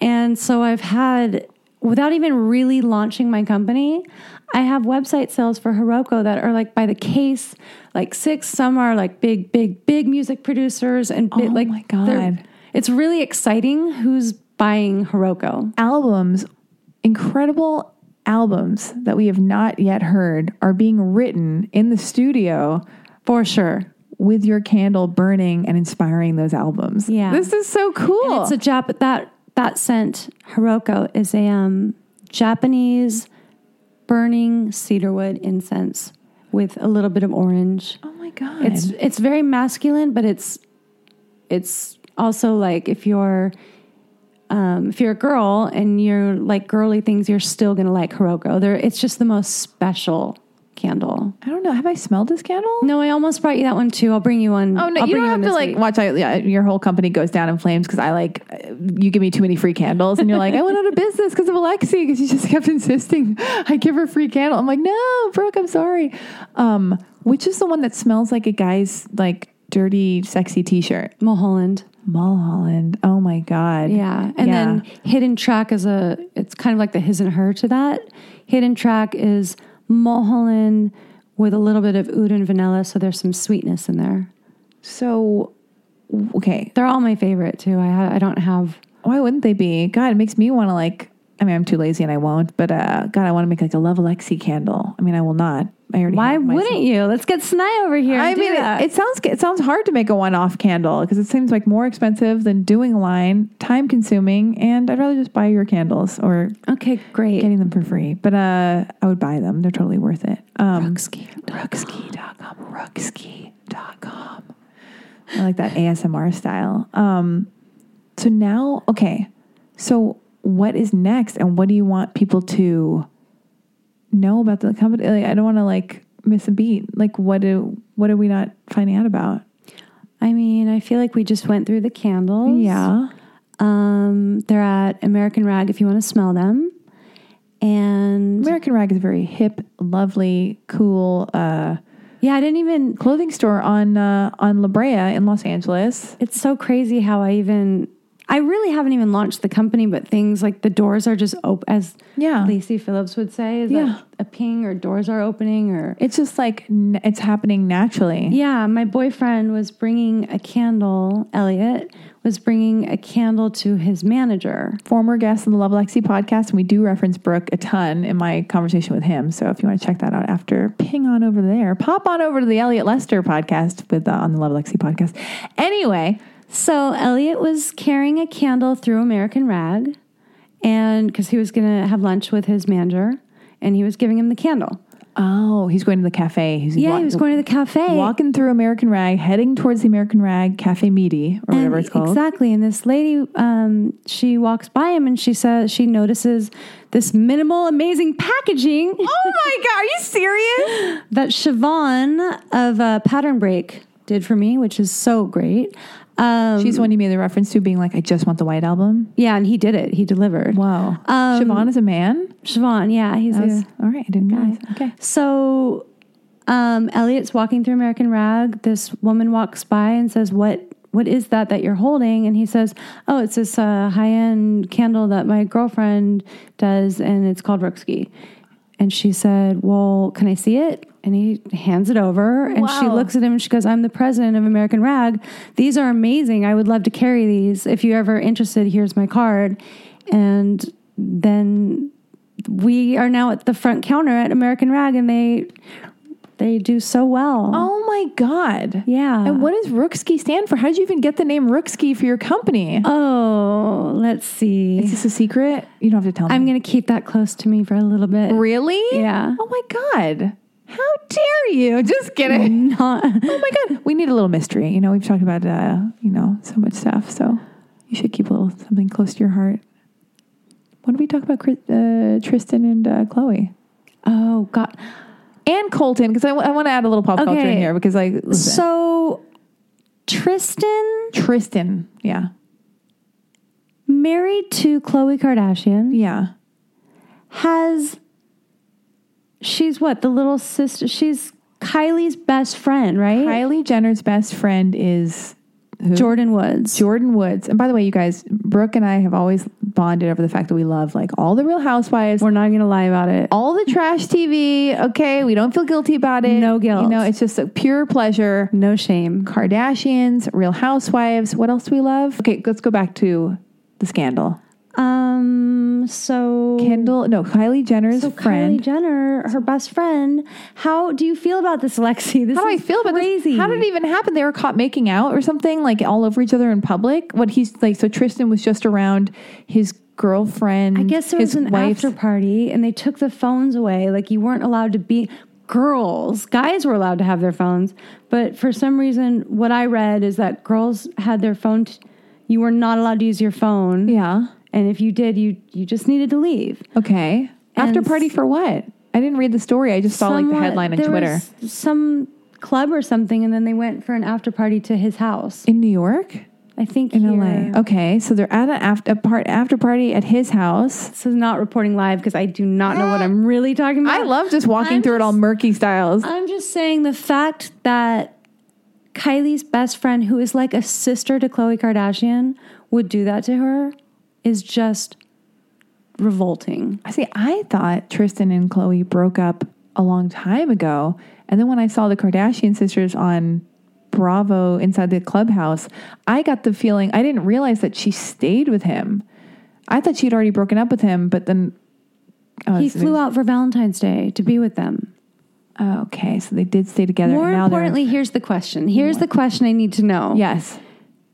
Speaker 2: and so I've had without even really launching my company, I have website sales for Hiroko that are like by the case, like six. Some are like big, big, big music producers and big,
Speaker 1: Oh
Speaker 2: like
Speaker 1: my
Speaker 2: they're-
Speaker 1: God.
Speaker 2: it's really exciting who's buying Hiroko.
Speaker 1: albums, incredible albums that we have not yet heard are being written in the studio
Speaker 2: For sure.
Speaker 1: with your candle burning and inspiring those albums.
Speaker 2: Yeah.
Speaker 1: This is so cool.
Speaker 2: It's a Jap that that scent Hiroko is a um, Japanese burning cedarwood incense with a little bit of orange.
Speaker 1: oh my god.
Speaker 2: It's it's very masculine, but it's it's also like if you're um, if you're a girl and you're like girly things, you're still gonna like Hiroko. There, it's just the most special candle.
Speaker 1: I don't know. Have I smelled this candle?
Speaker 2: No, I almost brought you that one too. I'll bring you one.
Speaker 1: Oh no!
Speaker 2: I'll
Speaker 1: you
Speaker 2: bring
Speaker 1: don't have
Speaker 2: one
Speaker 1: to
Speaker 2: this
Speaker 1: like
Speaker 2: week.
Speaker 1: watch. I, yeah, your whole company goes down in flames because I like uh, you give me too many free candles, and you're like, I went out of business because of Alexi because she just kept insisting I give her free candle. I'm like, no, Brooke, I'm sorry. Um, which is the one that smells like a guy's like dirty, sexy T-shirt?
Speaker 2: Mulholland.
Speaker 1: Mulholland. Oh my god.
Speaker 2: Yeah. And then hidden track is a it's kind of like the his and her to that. Hidden track is Mulholland with a little bit of oud and vanilla, so there's some sweetness in there.
Speaker 1: so okay,
Speaker 2: They're all my favorite too. I ha- I don't have
Speaker 1: why wouldn't they be? God, it makes me want to like. I mean, I'm too lazy and I won't. But uh, God, I want to make like a Love Alexi candle. I mean, I will not. I already.
Speaker 2: why
Speaker 1: have my
Speaker 2: wouldn't you? Let's get Snai over here.
Speaker 1: I mean, it, it sounds it sounds hard to make a one-off candle because it seems like more expensive than doing a line, time-consuming, and I'd rather just buy your candles or
Speaker 2: okay, great.
Speaker 1: getting them for free. But uh, I would buy them; they're totally worth it. Um,
Speaker 2: Rookski.
Speaker 1: Rookski.com, Rookski.com. I like that ASMR style. Um, so now, okay, so what is next, and what do you want people to know about the company? Like, I don't want to like miss a beat. Like, what do what are we not finding out about?
Speaker 2: I mean, I feel like we just went through the candles.
Speaker 1: Yeah,
Speaker 2: Um, they're at American Rag if you want to smell them. And
Speaker 1: American Rag is a very hip, lovely, cool uh,
Speaker 2: yeah, I didn't even
Speaker 1: clothing store on uh, on La Brea in Los Angeles.
Speaker 2: It's so crazy how I even I really haven't even launched the company, but things like the doors are just open, as
Speaker 1: Yeah.
Speaker 2: Lacey Phillips would say, is
Speaker 1: Yeah.
Speaker 2: like a ping or doors are opening or.
Speaker 1: It's just like n- it's happening naturally.
Speaker 2: Yeah, my boyfriend was bringing a candle, Elliot was bringing a candle to his manager.
Speaker 1: Former guest on the Love Lexi podcast, and we do reference Brooke a ton in my conversation with him. So if you want to check that out after, ping on over there. Pop on over to the Elliot Lester podcast with uh, on the Love Lexi podcast. Anyway,
Speaker 2: So Elliot was carrying a candle through American Rag, and because he was going to have lunch with his manager, and he was giving him the candle.
Speaker 1: oh, he's going to the cafe. He's
Speaker 2: Yeah,
Speaker 1: wa-
Speaker 2: he was going to the cafe.
Speaker 1: walking through American Rag, heading towards the American Rag Cafe Meaty or whatever it's called.
Speaker 2: Exactly. And this lady, um, she walks by him and she says she notices this minimal, amazing packaging
Speaker 1: Oh my god, are you serious?
Speaker 2: that Siobhan of uh, Pattern Break did for me, which is so great. Um,
Speaker 1: She's the one you made the reference to, being like, "I just want the white album."
Speaker 2: yeah, and he did it. He delivered.
Speaker 1: Wow,
Speaker 2: Um,
Speaker 1: Siobhan is a man.
Speaker 2: Siobhan, yeah, he's
Speaker 1: That
Speaker 2: a-
Speaker 1: was- all right. I didn't realize. Okay.
Speaker 2: So um, Elliot's walking through American Rag. This woman walks by and says, "What? What is that that you're holding?" And he says, "Oh, it's this uh, high end candle that my girlfriend does, and it's called Rooksky." And she said, "Well, can I see it?" And he hands it over, and she
Speaker 1: Wow.
Speaker 2: looks at him and she goes, "I'm the president of American Rag. These are amazing. I would love to carry these. If you're ever interested, here's my card." And then we are now at the front counter at American Rag, and they they do so well.
Speaker 1: Oh my god.
Speaker 2: Yeah.
Speaker 1: And what does Rookski stand for? How did you even get the name Rookski for your company?
Speaker 2: Oh, let's
Speaker 1: Is
Speaker 2: see.
Speaker 1: this a secret? You don't have to tell
Speaker 2: I'm
Speaker 1: me.
Speaker 2: gonna keep that close to me for a little bit.
Speaker 1: really?
Speaker 2: Yeah.
Speaker 1: Oh my god. How dare you? Just kidding.
Speaker 2: Not
Speaker 1: oh my god. We need a little mystery. You know, we've talked about uh, you know, so much stuff. So you should keep a little something close to your heart. What did we talk about, Chris, uh, Tristan and uh, Chloe?
Speaker 2: oh god.
Speaker 1: And Colton, because I want to add a little pop culture in
Speaker 2: Okay.
Speaker 1: here because I listen.
Speaker 2: So Tristan
Speaker 1: Tristan, yeah,
Speaker 2: married to Khloe Kardashian
Speaker 1: yeah.
Speaker 2: has she's what the little sister she's Kylie's best friend, right?
Speaker 1: Kylie Jenner's best friend is
Speaker 2: Jordan Woods.
Speaker 1: Jordan Woods. And by the way, you guys, Brooke and I have always bonded over the fact that we love like all the Real Housewives,
Speaker 2: We're not gonna lie about it.
Speaker 1: all the trash TV. Okay, we don't feel guilty about it.
Speaker 2: No guilt.
Speaker 1: You know, it's just a pure pleasure.
Speaker 2: No shame.
Speaker 1: Kardashians, Real Housewives. What else do we love? Okay, let's go back to the scandal.
Speaker 2: Um so
Speaker 1: Kendall, no, Kylie Jenner's
Speaker 2: So
Speaker 1: friend.
Speaker 2: Kylie Jenner, her best friend. How do you feel about this, Lexi? This
Speaker 1: How do I
Speaker 2: is
Speaker 1: feel about
Speaker 2: crazy.
Speaker 1: this? How did it even happen? They were caught making out or something, like all over each other in public. What he's like, so Tristan was just around his girlfriend.
Speaker 2: I guess there was
Speaker 1: his
Speaker 2: an
Speaker 1: wife's-
Speaker 2: after party, and they took the phones away. Like you weren't allowed to be girls. Guys were allowed to have their phones, but for some reason, what I read is that girls had their phone. T- you were not allowed to use your phone.
Speaker 1: Yeah.
Speaker 2: And if you did, you you just needed to leave.
Speaker 1: Okay. After
Speaker 2: And
Speaker 1: party for what? I didn't read the story. I just saw like the
Speaker 2: Someone-
Speaker 1: headline on
Speaker 2: there
Speaker 1: Twitter.
Speaker 2: was some club or something, and then they went for an after party to his house.
Speaker 1: in New York?
Speaker 2: I think
Speaker 1: In
Speaker 2: here.
Speaker 1: LA. Okay. So they're at an after, a part, after party at his house.
Speaker 2: This is not reporting live because I do not know what I'm really talking about.
Speaker 1: I love just walking
Speaker 2: I'm
Speaker 1: through it all
Speaker 2: just-
Speaker 1: murky styles.
Speaker 2: I'm just saying the fact that Kylie's best friend, who is like a sister to Khloe Kardashian, would do that to her is just revolting.
Speaker 1: I see. I thought Tristan and Chloe broke up a long time ago, and then when I saw the Kardashian sisters on Bravo inside the clubhouse, I got the feeling I didn't realize that she stayed with him. I thought she'd already broken up with him, but then oh,
Speaker 2: He
Speaker 1: it's-
Speaker 2: flew out for Valentine's Day to be with them.
Speaker 1: oh, okay, so they did stay together.
Speaker 2: More
Speaker 1: and now they're-
Speaker 2: importantly, here's the question. Here's the question I need to know.
Speaker 1: yes,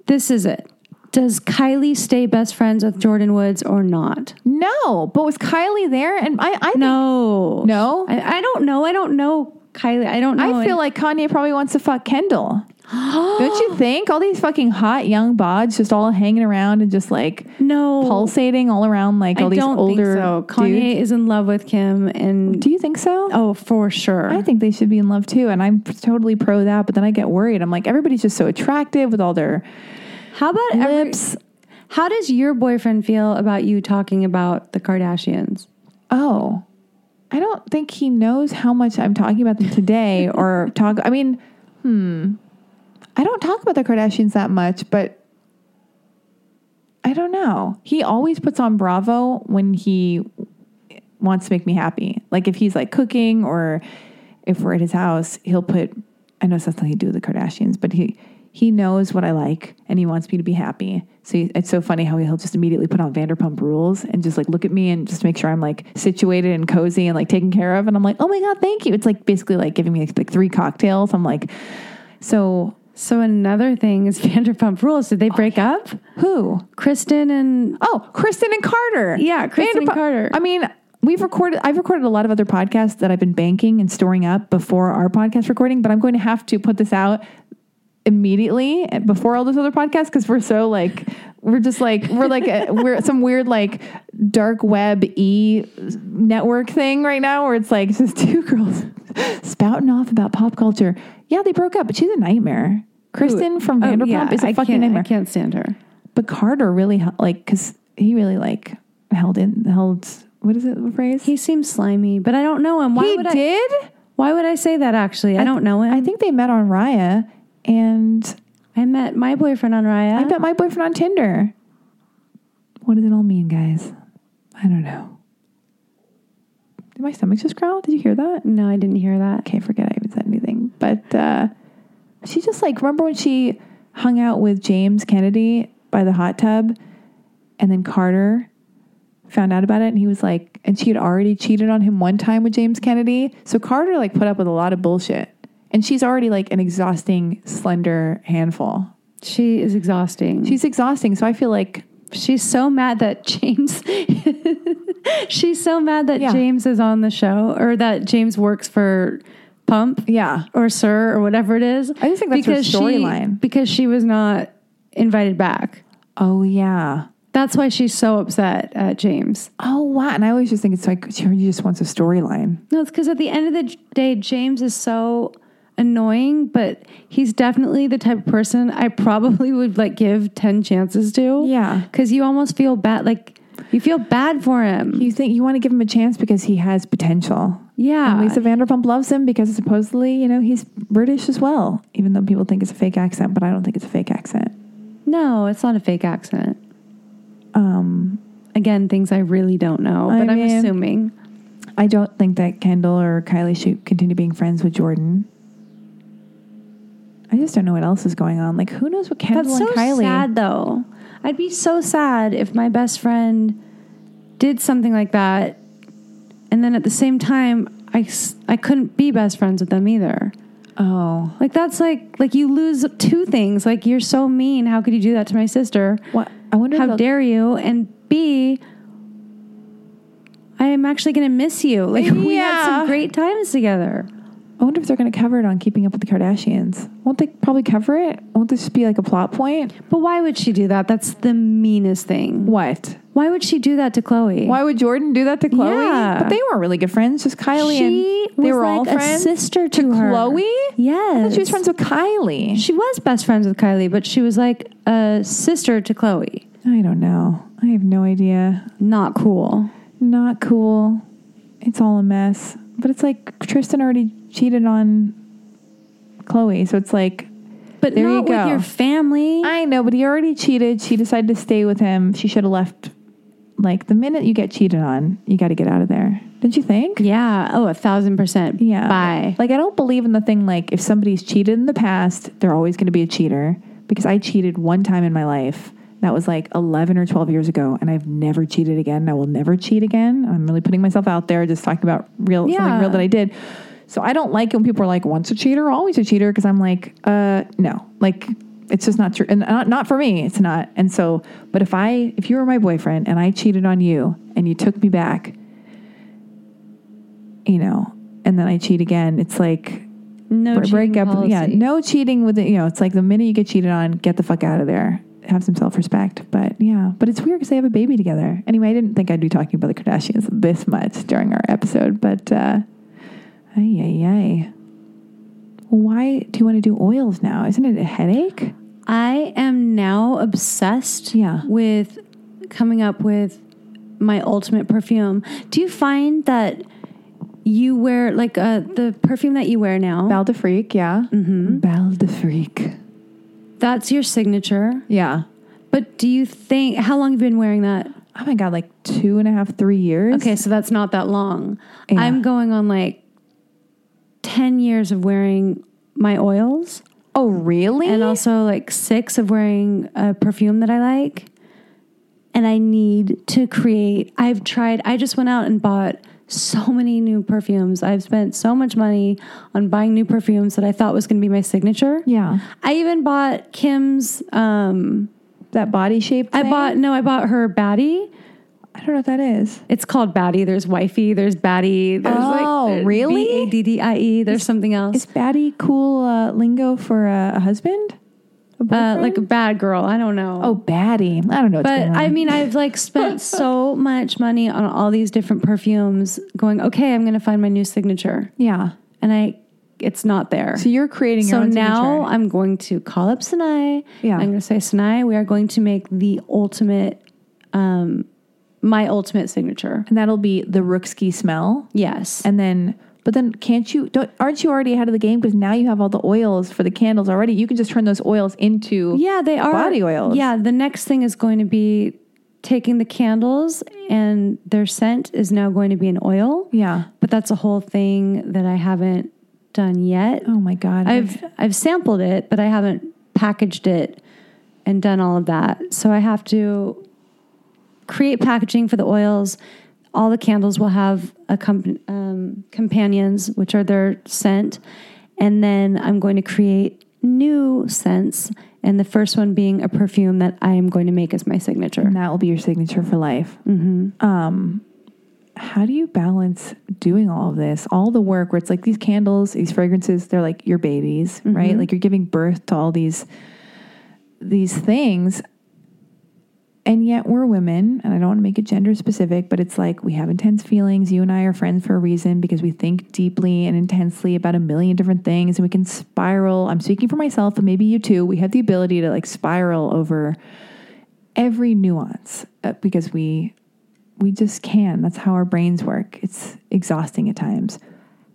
Speaker 2: This is it. Does Kylie stay best friends with Jordan Woods or not?
Speaker 1: no. But was Kylie there? And I, I think,
Speaker 2: No.
Speaker 1: No?
Speaker 2: I, I don't know. I don't know Kylie. I don't know.
Speaker 1: I feel like Kanye probably wants to fuck Kendall. Don't you think? All these fucking hot young bods just all hanging around and just like
Speaker 2: no
Speaker 1: pulsating all around like all
Speaker 2: I
Speaker 1: these
Speaker 2: don't
Speaker 1: older
Speaker 2: think so. Kanye
Speaker 1: dudes.
Speaker 2: is in love with Kim, and
Speaker 1: Do you think so?
Speaker 2: oh, for sure.
Speaker 1: I think they should be in love too, and I'm totally pro that. But then I get worried. I'm like, everybody's just so attractive with all their
Speaker 2: How about every-
Speaker 1: lips.
Speaker 2: how does your boyfriend feel about you talking about the Kardashians?
Speaker 1: Oh, I don't think he knows how much I'm talking about them today, or talk. I mean, hmm, I don't talk about the Kardashians that much, but I don't know. He always puts on Bravo when he wants to make me happy. Like if he's like cooking or if we're at his house, he'll put I know it's not something he do with the Kardashians, but he he knows what I like and he wants me to be happy. So he, it's so funny how he'll just immediately put on Vanderpump Rules and just like look at me and just make sure I'm like situated and cozy and like taken care of. And I'm like, oh my god, thank you. It's like basically like giving me like, like three cocktails. I'm like, so
Speaker 2: So another thing is Vanderpump Rules. Did they break up?
Speaker 1: who?
Speaker 2: Kristen and
Speaker 1: Oh, Kristen and Carter.
Speaker 2: Yeah, Kristen and Carter.
Speaker 1: I mean, we've recorded. I've recorded a lot of other podcasts that I've been banking and storing up before our podcast recording, but I'm going to have to put this out immediately eh, before all those other podcasts because we're so like we're just like we're like a, we're some weird like dark web e network thing right now where it's like just two girls spouting off about pop culture. Yeah, they broke up, but she's a nightmare. Kristen from
Speaker 2: Oh,
Speaker 1: Vanderpump
Speaker 2: yeah,
Speaker 1: is a
Speaker 2: I
Speaker 1: fucking
Speaker 2: can't,
Speaker 1: nightmare
Speaker 2: I can't stand her.
Speaker 1: but Carter really hel- like because he really like held in held what is it the phrase
Speaker 2: He seems slimy, but I don't know him. Why
Speaker 1: He
Speaker 2: would I?
Speaker 1: did.
Speaker 2: Why would I say that? Actually, I, don't know him.
Speaker 1: I think they met on Raya, and
Speaker 2: I met my boyfriend on Raya.
Speaker 1: I met my boyfriend on Tinder. What does it all mean, guys? I don't know. Did my stomach just growl? Did you hear that?
Speaker 2: no, I didn't hear that.
Speaker 1: Okay, forget I even said anything. But uh, she just like remember when she hung out with James Kennedy by the hot tub, and then Carter found out about it, and he was like, and she had already cheated on him one time with James Kennedy, so Carter like put up with a lot of bullshit, and she's already like an exhausting, slender handful.
Speaker 2: She is exhausting.
Speaker 1: She's exhausting, so I feel like
Speaker 2: She's so mad that James. she's so mad that
Speaker 1: Yeah.
Speaker 2: James is on the show, or that James works for Pump,
Speaker 1: yeah,
Speaker 2: or Sir, or whatever it is.
Speaker 1: I just think that's her
Speaker 2: Because she-
Speaker 1: storyline.
Speaker 2: Because she was not invited back.
Speaker 1: oh yeah.
Speaker 2: That's why she's so upset at James.
Speaker 1: Oh wow! And I always just think it's like she just wants a storyline.
Speaker 2: No, it's because at the end of the j- day, James is so annoying, but he's definitely the type of person I probably would like give ten chances to.
Speaker 1: Yeah.
Speaker 2: because you almost feel bad. Like you feel bad for him.
Speaker 1: You think you want to give him a chance because he has potential.
Speaker 2: yeah,
Speaker 1: And Lisa Vanderpump loves him because supposedly, you know, he's British as well, even though people think it's a fake accent, but I don't think it's a fake accent.
Speaker 2: No, it's not a fake accent.
Speaker 1: Um,
Speaker 2: Again, things I really don't know,
Speaker 1: I
Speaker 2: but I am
Speaker 1: mean-
Speaker 2: assuming.
Speaker 1: I don't think that Kendall or Kylie should continue being friends with Jordan. I just don't know what else is going on. Like, who knows what Kendall
Speaker 2: That's so
Speaker 1: and Kylie?
Speaker 2: sad, though. I'd be so sad if my best friend did something like that, and then at the same time, I, s- I couldn't be best friends with them either.
Speaker 1: Oh,
Speaker 2: Like that's like like you lose two things. Like you're so mean. How could you do that to my sister?
Speaker 1: what? I wonder. if
Speaker 2: How
Speaker 1: they'll-
Speaker 2: dare you? And B, I am actually going to miss you. Like we had
Speaker 1: Yeah.
Speaker 2: some great times together.
Speaker 1: I wonder if they're going to cover it on Keeping Up with the Kardashians. Won't they probably cover it? Won't this be like a plot point?
Speaker 2: But why would she do that? That's the meanest thing.
Speaker 1: What?
Speaker 2: Why would she do that to Chloe?
Speaker 1: Why would Jordan do that to Chloe?
Speaker 2: Yeah.
Speaker 1: But they weren't really good friends. Just Kylie
Speaker 2: She
Speaker 1: and they
Speaker 2: was
Speaker 1: were all
Speaker 2: like a
Speaker 1: friends.
Speaker 2: sister to, her.
Speaker 1: Chloe? I thought
Speaker 2: Yes.
Speaker 1: she was friends with Kylie.
Speaker 2: She was best friends with Kylie, but she was like a sister to Chloe.
Speaker 1: I don't know. I have no idea.
Speaker 2: Not cool.
Speaker 1: Not cool. It's all a mess. But it's like Tristan already cheated on Chloe, so it's like
Speaker 2: But
Speaker 1: There
Speaker 2: not
Speaker 1: you go.
Speaker 2: with your family.
Speaker 1: I know, but he already cheated. She decided to stay with him. She should have left. Like the minute you get cheated on, you got to get out of there. Did you think?
Speaker 2: yeah. Oh, a thousand percent.
Speaker 1: Yeah.
Speaker 2: Bye.
Speaker 1: Like I don't believe in the thing like if somebody's cheated in the past, they're always going to be a cheater because I cheated one time in my life. That was like 11 or 12 years ago and I've never cheated again. I will never cheat again. I'm really putting myself out there just talking about real something
Speaker 2: Yeah.
Speaker 1: real that I did. So I don't like it when people are like once a cheater, always a cheater because I'm like, uh no. Like it's just not true and not, not for me. It's not. And so but if I if you were my boyfriend and I cheated on you and you took me back you know, and then I cheat again. It's like
Speaker 2: no
Speaker 1: br- break
Speaker 2: cheating
Speaker 1: up. Yeah,
Speaker 2: policy.
Speaker 1: no cheating with it. You know, it's like the minute you get cheated on, get the fuck out of there. Have some self respect. But yeah, but it's weird because they have a baby together. Anyway, I didn't think I'd be talking about the Kardashians this much during our episode, but uh, ay, ay, ay. Why do you want to do oils now? Isn't it a headache?
Speaker 2: I am now obsessed
Speaker 1: Yeah.
Speaker 2: with coming up with my ultimate perfume. Do you find that you wear like uh, the perfume that you wear now?
Speaker 1: Bal de
Speaker 2: Mm-hmm.
Speaker 1: Freak, yeah. Mm-hmm. Bal de Freak.
Speaker 2: that's your signature.
Speaker 1: Yeah.
Speaker 2: But do you think, how long have you been wearing that?
Speaker 1: Oh my God, like two and a half, three years.
Speaker 2: Okay, so that's not that long. I'm going on like 10 years of wearing my oils
Speaker 1: Oh, really?
Speaker 2: and also like six of wearing a perfume that I like. And I need to create. I've tried, I just went out and bought so many new perfumes. I've spent so much money on buying new perfumes that I thought was going to be my signature.
Speaker 1: yeah.
Speaker 2: I even bought Kim's. Um,
Speaker 1: That body shape.
Speaker 2: I
Speaker 1: thing?
Speaker 2: bought no, I bought her Batty.
Speaker 1: I don't know what that is.
Speaker 2: It's called Batty. There's wifey. There's Batty. There's
Speaker 1: Oh,
Speaker 2: like
Speaker 1: really?
Speaker 2: B a d d i e. There's something else.
Speaker 1: Is baddie cool uh, lingo for a, a husband? A
Speaker 2: Uh,
Speaker 1: boyfriend?
Speaker 2: like a bad girl. I don't know.
Speaker 1: oh, baddie. I don't know. What's
Speaker 2: But
Speaker 1: going on.
Speaker 2: I mean, I've like spent so much money on all these different perfumes. Going, okay, I'm going to find my new signature,
Speaker 1: yeah.
Speaker 2: and I, it's not there.
Speaker 1: So you're creating. Your
Speaker 2: So
Speaker 1: own
Speaker 2: now
Speaker 1: signature.
Speaker 2: I'm going to call up Sinai.
Speaker 1: Yeah.
Speaker 2: I'm going to say, Sinai, we are going to make the ultimate, um, my ultimate signature.
Speaker 1: and that'll be the Rookski smell,
Speaker 2: Yes.
Speaker 1: and then. But then, can't you? Don't aren't you already ahead of the game? Because now you have all the oils for the candles already. You can just turn those oils into.
Speaker 2: yeah, they are.
Speaker 1: body oils.
Speaker 2: Yeah. The next thing is going to be taking the candles, and their scent is now going to be an oil.
Speaker 1: Yeah.
Speaker 2: But that's a whole thing that I haven't done yet.
Speaker 1: Oh my god.
Speaker 2: I've I've sampled it, but I haven't packaged it and done all of that. So I have to create packaging for the oils. All the candles will have a com- um, companions, which are their scent, and then I'm going to create new scents. And the first one being a perfume that I am going to make as my signature.
Speaker 1: And that will be your signature for life. Mm-hmm. Um, how do you balance doing all of this, all the work where it's like these candles, these fragrances, they're like your babies, right? Like you're giving birth to all these these things. And yet we're women, and I don't want to make it gender specific, but it's like we have intense feelings. You and I are friends for a reason because we think deeply and intensely about a million different things and we can spiral. I'm speaking for myself, but maybe you too. We have the ability to like spiral over every nuance uh, because we we just can. That's how our brains work. It's exhausting at times.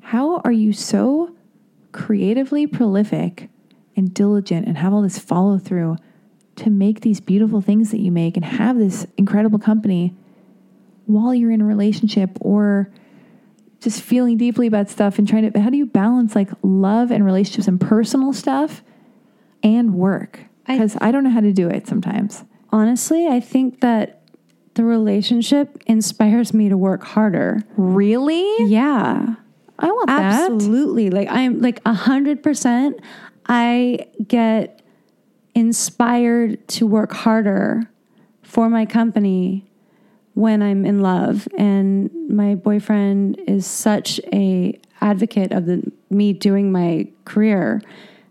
Speaker 1: How are you so creatively prolific and diligent and have all this follow through to make these beautiful things that you make and have this incredible company while you're in a relationship or just feeling deeply about stuff and trying to how do you balance like love and relationships and personal stuff and work?
Speaker 2: I-
Speaker 1: Because I don't know how to do it sometimes.
Speaker 2: Honestly, I think that the relationship inspires me to work harder.
Speaker 1: Really?
Speaker 2: Yeah.
Speaker 1: I want that.
Speaker 2: Absolutely. Like I'm like a hundred percent I get inspired to work harder for my company when I'm in love. And my boyfriend is such a advocate of the me doing my career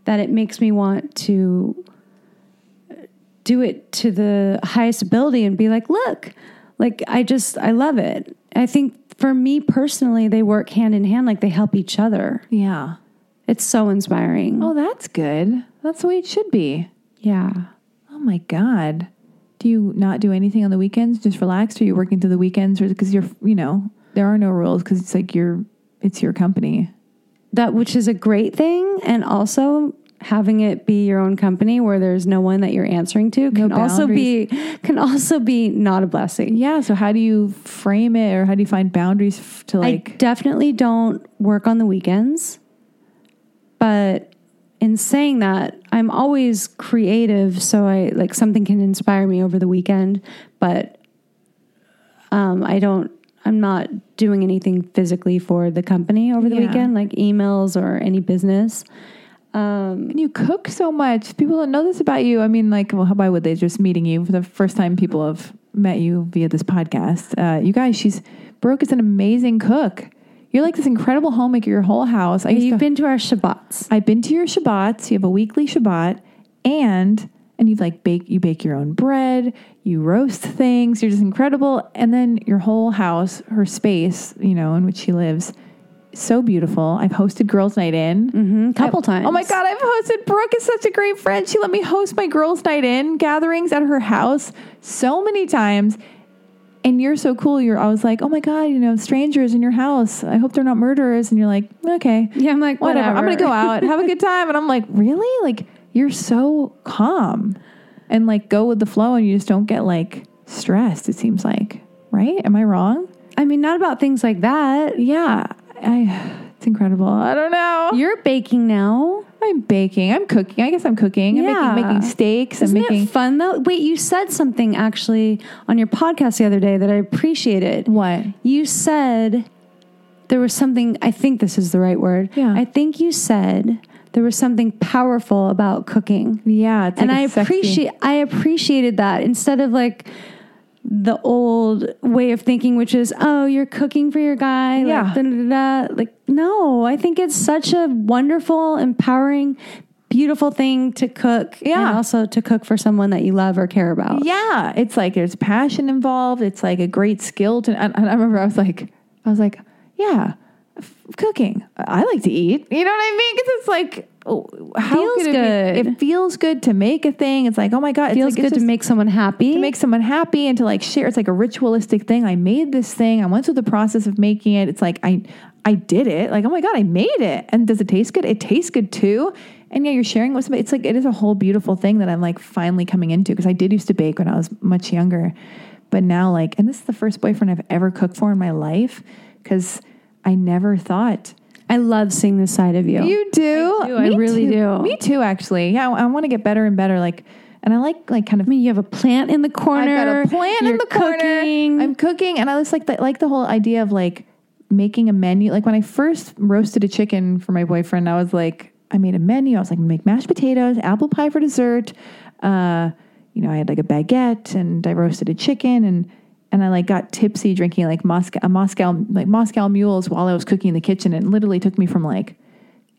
Speaker 2: that it makes me want to do it to the highest ability and be like, look, like I just, I love it. I think for me personally, they work hand in hand, like they help each other.
Speaker 1: Yeah.
Speaker 2: It's so inspiring.
Speaker 1: Oh, that's good. That's the way it should be.
Speaker 2: yeah.
Speaker 1: Oh my God. Do you not do anything on the weekends? Just relaxed? Are you working through the weekends? Or because you're, you know, there are no rules because it's like your, it's your company.
Speaker 2: That, which is a great thing. And also, having it be your own company where there's no one that you're answering to can also be can also be not a blessing.
Speaker 1: Yeah. So how do you frame it, or how do you find boundaries f- to like?
Speaker 2: I definitely don't work on the weekends. But in saying that, I'm always creative, so I like something can inspire me over the weekend, but um I don't I'm not doing anything physically for the company over the
Speaker 1: Yeah.
Speaker 2: weekend like emails or any business.
Speaker 1: and you cook so much. People don't know this about you. I mean, like, well, how- why would they? Just meeting you for the first time, people have met you via this podcast. Uh, you guys, she's Brooke is an amazing cook. You're like this incredible homemaker. Your whole house. I used to
Speaker 2: You've been to our Shabbats.
Speaker 1: I've been to your Shabbats. You have a weekly Shabbat, and and you've like bake you bake your own bread, you roast things. You're just incredible. And then your whole house, her space, you know, in which she lives, so beautiful. I've hosted girls' night in.
Speaker 2: A couple times.
Speaker 1: Oh my God, I've hosted. Brooke is such a great friend. She let me host my girls' night in gatherings at her house so many times. And you're so cool. You're always like, oh my God, you know, strangers in your house. I hope they're not murderers. And you're like, okay.
Speaker 2: Yeah, I'm like,
Speaker 1: I'm going to
Speaker 2: whatever.
Speaker 1: go out, have a good time. And I'm like, really? Like, you're so calm. and like go with the flow and you just don't get like stressed, it seems like. Right? Am I wrong?
Speaker 2: I mean, not about things like that.
Speaker 1: Yeah. I it's incredible. I don't know.
Speaker 2: You're baking now.
Speaker 1: I'm baking. I'm cooking. I guess I'm cooking.
Speaker 2: Yeah.
Speaker 1: I'm making, making steaks.
Speaker 2: Isn't
Speaker 1: I'm making
Speaker 2: it fun though? Wait, you said something actually on your podcast the other day that I appreciated.
Speaker 1: what?
Speaker 2: You said there was something, I think this is the right word.
Speaker 1: Yeah.
Speaker 2: I think you said there was something powerful about cooking.
Speaker 1: Yeah, it's
Speaker 2: and
Speaker 1: like a
Speaker 2: I
Speaker 1: sexy-
Speaker 2: appreciate I appreciated that instead of like the old way of thinking, which is oh, you're cooking for your guy, like,
Speaker 1: Yeah.
Speaker 2: da, da, da, da. like no, I think it's such a wonderful, empowering, beautiful thing to cook,
Speaker 1: Yeah.
Speaker 2: and also to cook for someone that you love or care about.
Speaker 1: Yeah, it's like there's passion involved. It's like a great skill to. And, and I remember I was like, I was like, yeah, f- cooking. I like to eat. You know what I mean? Because it's like, oh, how
Speaker 2: Feels
Speaker 1: could it be-
Speaker 2: good.
Speaker 1: It feels good to make a thing. It's like, oh my god, it's
Speaker 2: Feels
Speaker 1: like, it's
Speaker 2: good to
Speaker 1: just-
Speaker 2: make someone happy.
Speaker 1: to make someone happy and to like share. It's like a ritualistic thing. I made this thing. I went through the process of making it. It's like I I did it. Like, oh my God, I made it. And does it taste good? It tastes good too. And yeah, you're sharing it with somebody. It's like it is a whole beautiful thing that I'm like finally coming into because I did used to bake when I was much younger. But now like, and this is the first boyfriend I've ever cooked for in my life because I never thought
Speaker 2: I love seeing this side of you.
Speaker 1: you do.
Speaker 2: I do. I
Speaker 1: Me
Speaker 2: really
Speaker 1: too.
Speaker 2: do.
Speaker 1: Me too, actually. Yeah, I, I want to get better and better. Like, and I like like kind of
Speaker 2: I mean, you have a plant in the corner.
Speaker 1: I've got a plant
Speaker 2: you're
Speaker 1: in the corner.
Speaker 2: Cooking.
Speaker 1: I'm cooking, and I just like the, like the whole idea of like making a menu. Like when I first roasted a chicken for my boyfriend, I was like, I made a menu. I was like, make mashed potatoes, apple pie for dessert. Uh, you know, I had like a baguette, and I roasted a chicken, and and I like got tipsy drinking like Moscow a Moscow like Moscow mules while I was cooking in the kitchen. It literally took me from like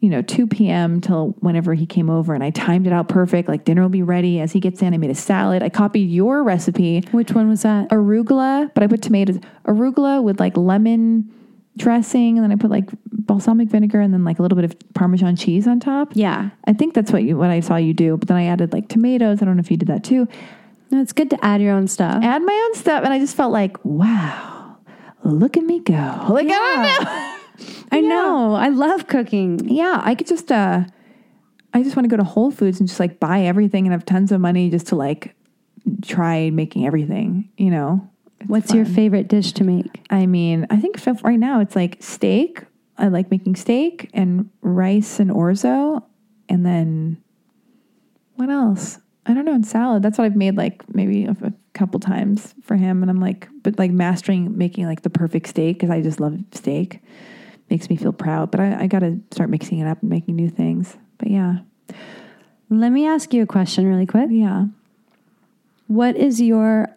Speaker 1: you know, 2 p.m. till whenever he came over. And I timed it out perfect. Like dinner will be ready as he gets in. I made a salad. I copied your recipe,
Speaker 2: Which one was that?
Speaker 1: arugula, but I put tomatoes, arugula with like lemon dressing. And then I put like balsamic vinegar and then like a little bit of Parmesan cheese on top.
Speaker 2: Yeah.
Speaker 1: I think that's what you, what I saw you do. But then I added like tomatoes. I don't know if you did that too.
Speaker 2: No, it's good to add your own stuff.
Speaker 1: Add my own stuff. And I just felt like, wow, look at me go. Like, I don't know.
Speaker 2: I know. I love cooking.
Speaker 1: Yeah, I could just uh I just want to go to Whole Foods and just like buy everything and have tons of money just to like try making everything, you know.
Speaker 2: What's your favorite dish to make?
Speaker 1: I mean, I think f- right now it's like steak. I like making steak and rice and orzo and then what else? I don't know, and salad. That's what I've made like maybe a, a couple times for him and I'm like but like mastering making like the perfect steak cuz I just love steak. Makes me feel proud, but I, I got to start mixing it up and making new things. But yeah.
Speaker 2: Let me ask you a question really quick.
Speaker 1: Yeah.
Speaker 2: What is your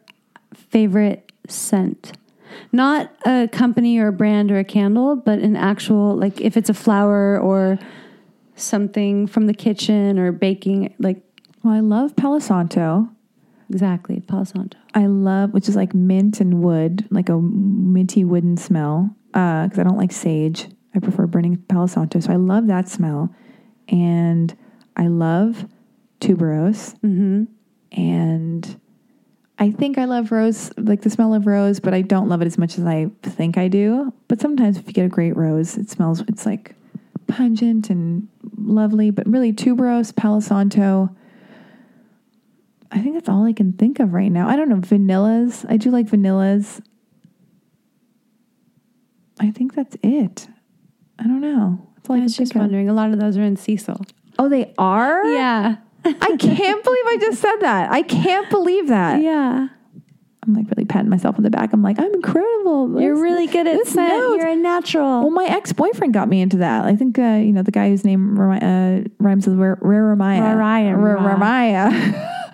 Speaker 2: favorite scent? Not a company or a brand or a candle, but an actual, like if it's a flower or something from the kitchen or baking, like
Speaker 1: Well, I love Palo Santo.
Speaker 2: exactly, Palo Santo.
Speaker 1: I love, which is like mint and wood, like a minty wooden smell. Because I don't like sage. I prefer burning Palo Santo. So I love that smell. And I love tuberose. Mm-hmm. And I think I love rose, like the smell of rose, but I don't love it as much as I think I do. But sometimes if you get a great rose, it smells, it's like pungent and lovely, but really tuberose, Palo Santo. I think that's all I can think of right now. I don't know. Vanillas. I do like vanillas. I think that's it. I don't know. That's all I,
Speaker 2: I
Speaker 1: can
Speaker 2: was
Speaker 1: think
Speaker 2: just
Speaker 1: of.
Speaker 2: wondering, a lot of those are in Cecil.
Speaker 1: Oh, they are?
Speaker 2: Yeah.
Speaker 1: I can't believe I just said that. I can't believe that.
Speaker 2: Yeah.
Speaker 1: I'm like really patting myself on the back. I'm like, I'm incredible.
Speaker 2: You're
Speaker 1: This-
Speaker 2: really good at
Speaker 1: this
Speaker 2: scent.
Speaker 1: note.
Speaker 2: You're a natural.
Speaker 1: Well, my ex boyfriend got me into that. I think, uh, you know, the guy whose name rhymi- uh, rhymes with Rare Ramiah.
Speaker 2: Rariah.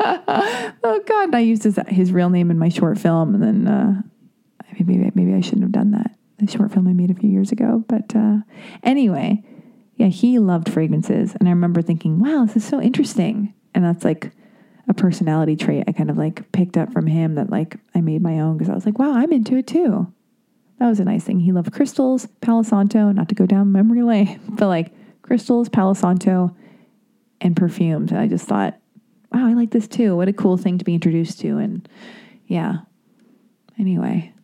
Speaker 1: oh, God. And I used his, his real name in my short film. And then uh, maybe, maybe I shouldn't have done that. The short film I made a few years ago. But uh, anyway, yeah, he loved fragrances. And I remember thinking, wow, this is so interesting. And that's like a personality trait I kind of like picked up from him that like I made my own because I was like, wow, I'm into it too. That was a nice thing. He loved crystals, Palo Santo, not to go down memory lane, but like crystals, Palo Santo, and perfumes. And I just thought, wow, I like this too. What a cool thing to be introduced to. And yeah. Anyway,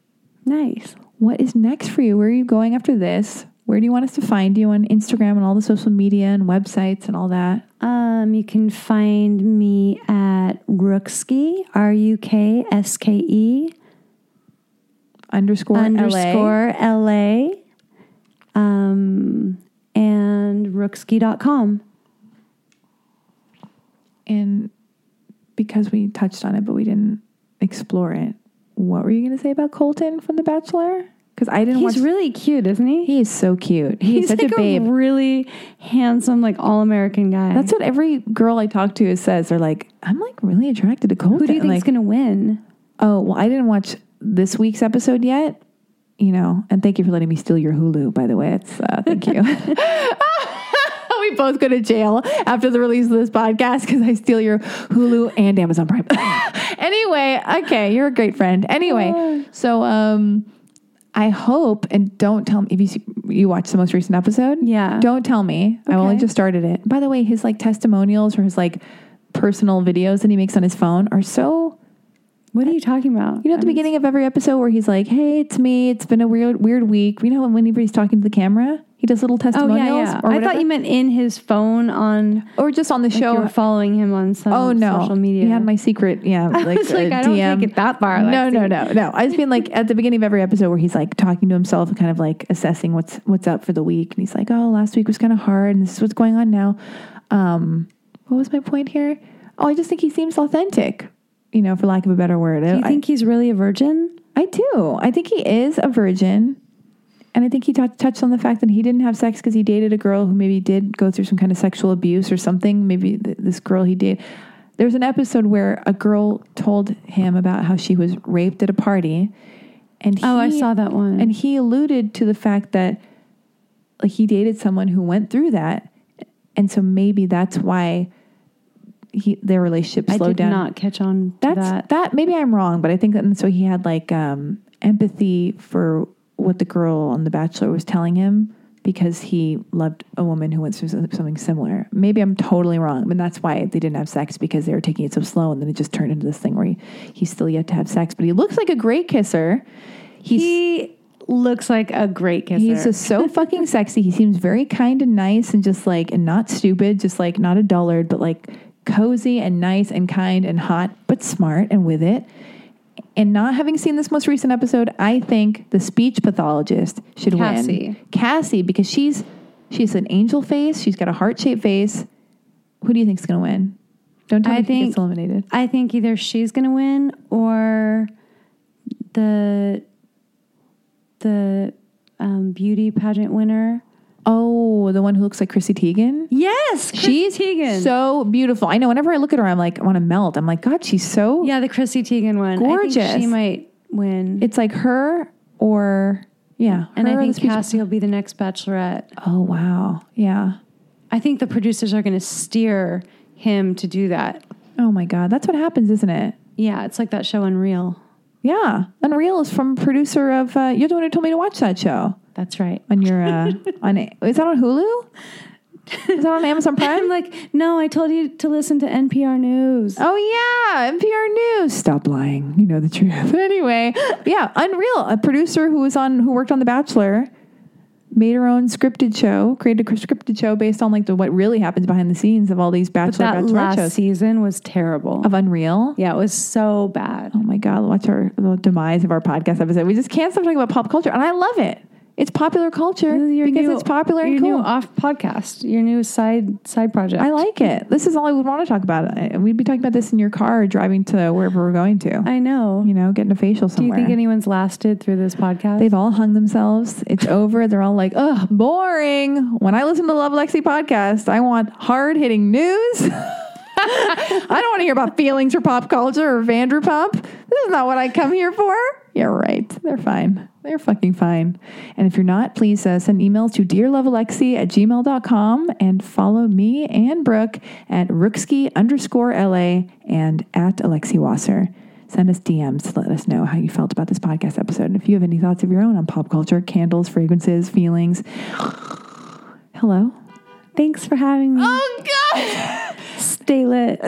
Speaker 2: nice.
Speaker 1: what is next for you? Where are you going after this? Where do you want us to find you on Instagram and all the social media and websites and all that?
Speaker 2: Uh, Um, you can find me at Rookski, R U K S K E
Speaker 1: Underscore LA.
Speaker 2: underscore LA, um, and rookski.com.
Speaker 1: And because we touched on it, but we didn't explore it, what were you going to say about Colton from The Bachelor? Because I didn't watch.
Speaker 2: He's really cute, isn't he?
Speaker 1: he is so cute. He's, such
Speaker 2: like
Speaker 1: a babe.
Speaker 2: really handsome, like all American guy.
Speaker 1: That's what every girl I talk to says. They're like, I'm like really attracted to Colton.
Speaker 2: who do you think's
Speaker 1: like,
Speaker 2: gonna win?
Speaker 1: Oh, well, I didn't watch this week's episode yet. You know, and thank you for letting me steal your Hulu, by the way. It's, uh, thank you. we both go to jail after the release of this podcast because I steal your Hulu and Amazon Prime. anyway, okay, you're a great friend. Anyway, so um, I hope and don't tell me if you see, you watched the most recent episode.
Speaker 2: Yeah.
Speaker 1: don't tell me. I only
Speaker 2: Okay.
Speaker 1: just started it. By the way, his like testimonials or his like personal videos that he makes on his phone are so
Speaker 2: What are you talking about? Um,
Speaker 1: you know, at the beginning of every episode where he's like, "Hey, it's me. It's been a weird, weird week." You know, when he's talking to the camera, he does little
Speaker 2: oh
Speaker 1: testimonials.
Speaker 2: yeah, yeah.
Speaker 1: Or
Speaker 2: I thought you meant in his phone on.
Speaker 1: or just on the
Speaker 2: Like
Speaker 1: show.
Speaker 2: you were following him on some
Speaker 1: oh no,
Speaker 2: social media.
Speaker 1: He had my secret. Yeah,
Speaker 2: I
Speaker 1: like,
Speaker 2: was like,
Speaker 1: uh,
Speaker 2: I don't
Speaker 1: DM.
Speaker 2: take it that far.
Speaker 1: No,
Speaker 2: Lexi.
Speaker 1: no, no, no. I just mean like at the beginning of every episode where he's like talking to himself and kind of like assessing what's what's up for the week, and he's like, "Oh, last week was kind of hard, and this is what's going on now." Um, what was my point here? Oh, I just think he seems authentic. You know, for lack of a better word.
Speaker 2: Do you think he's really a virgin?
Speaker 1: I do. I think he is a virgin. And I think he touched touched on the fact that he didn't have sex because he dated a girl who maybe did go through some kind of sexual abuse or something. Maybe th- this girl he dated. There's an episode where a girl told him about how she was raped at a party. And he,
Speaker 2: Oh, I saw that one.
Speaker 1: And he alluded to the fact that like he dated someone who went through that. And so maybe that's why he, their relationship
Speaker 2: I
Speaker 1: slowed
Speaker 2: did
Speaker 1: down
Speaker 2: not catch on to
Speaker 1: that's
Speaker 2: that.
Speaker 1: that. maybe i'm wrong but i think that and so he had like um empathy for what the girl on the bachelor was telling him because he loved a woman who went through some- something similar maybe i'm totally wrong but that's why they didn't have sex because they were taking it so slow and then it just turned into this thing where he, he's still yet to have sex but he looks like a great kisser he's
Speaker 2: He looks like a great kisser.
Speaker 1: He's just so fucking sexy. He seems very kind and nice and just like, and not stupid, just like not a dullard, but like cozy and nice and kind and hot, but smart and with it. And not having seen this most recent episode, I think the speech pathologist should
Speaker 2: Cassie.
Speaker 1: win. Cassie, because she's she's an angel face. She's got a heart shaped face. Who do you think's gonna win? Don't tell
Speaker 2: I
Speaker 1: me who
Speaker 2: think-
Speaker 1: gets eliminated.
Speaker 2: I think either she's going to win or the the um, beauty pageant winner.
Speaker 1: Oh, the one who looks like Chrissy Teigen.
Speaker 2: Yes,
Speaker 1: She's
Speaker 2: Teigen.
Speaker 1: So beautiful. I know. Whenever I look at her, I'm like, I want to melt. I'm like, God, she's so
Speaker 2: yeah, the Chrissy Teigen one. I
Speaker 1: Gorgeous.
Speaker 2: think she might win.
Speaker 1: It's like her or yeah,
Speaker 2: and
Speaker 1: her
Speaker 2: I
Speaker 1: or
Speaker 2: think
Speaker 1: the speech-
Speaker 2: Cassie will be the next bachelorette.
Speaker 1: Oh wow, yeah.
Speaker 2: I think the producers are going to steer him to do that.
Speaker 1: Oh my god, that's what happens, isn't it?
Speaker 2: Yeah, it's like that show Unreal.
Speaker 1: Yeah, Unreal is from producer of uh, you're the one who told me to watch that show
Speaker 2: That's right.
Speaker 1: on your uh, on is that on Hulu? Is that on Amazon Prime?
Speaker 2: I'm like, no, I told you to listen to NPR News.
Speaker 1: Oh yeah, NPR News. Stop lying. You know the truth. anyway, yeah, Unreal, a producer who was on who worked on The Bachelor, made her own scripted show, created a scripted show based on like the what really happens behind the scenes of all these Bachelor
Speaker 2: that
Speaker 1: Bachelorette
Speaker 2: last
Speaker 1: shows Oh.
Speaker 2: season was terrible.
Speaker 1: of Unreal.
Speaker 2: Yeah, it was so bad.
Speaker 1: Oh my god, watch our the demise of our podcast episode. We just can't stop talking about pop culture, and I love it. It's popular culture
Speaker 2: Your
Speaker 1: because
Speaker 2: new-
Speaker 1: it's popular and
Speaker 2: your
Speaker 1: cool.
Speaker 2: new off podcast, your new side side project.
Speaker 1: I like it. This is all I would want to talk about. I- We'd be talking about this in your car, or driving to wherever we're going to.
Speaker 2: I know.
Speaker 1: you know, getting a facial
Speaker 2: Do you
Speaker 1: somewhere.
Speaker 2: think anyone's lasted through this podcast?
Speaker 1: They've all hung themselves. It's over. They're all like, ugh, boring. When I listen to the Love Lexi podcast, I want hard hitting news. I don't want to hear about feelings or pop culture or Vanderpump. This is not what I come here for. Yeah, right. They're fine. They're fucking fine. And if you're not, please uh, send emails to dearlovealexi at gmail.com and follow me and Brooke at rookski underscore LA and at Alexi Wasser. Send us DMs to let us know how you felt about this podcast episode. And if you have any thoughts of your own on pop culture, candles, fragrances, feelings, hello.
Speaker 2: Thanks for having me.
Speaker 1: Oh, God.
Speaker 2: Stay lit.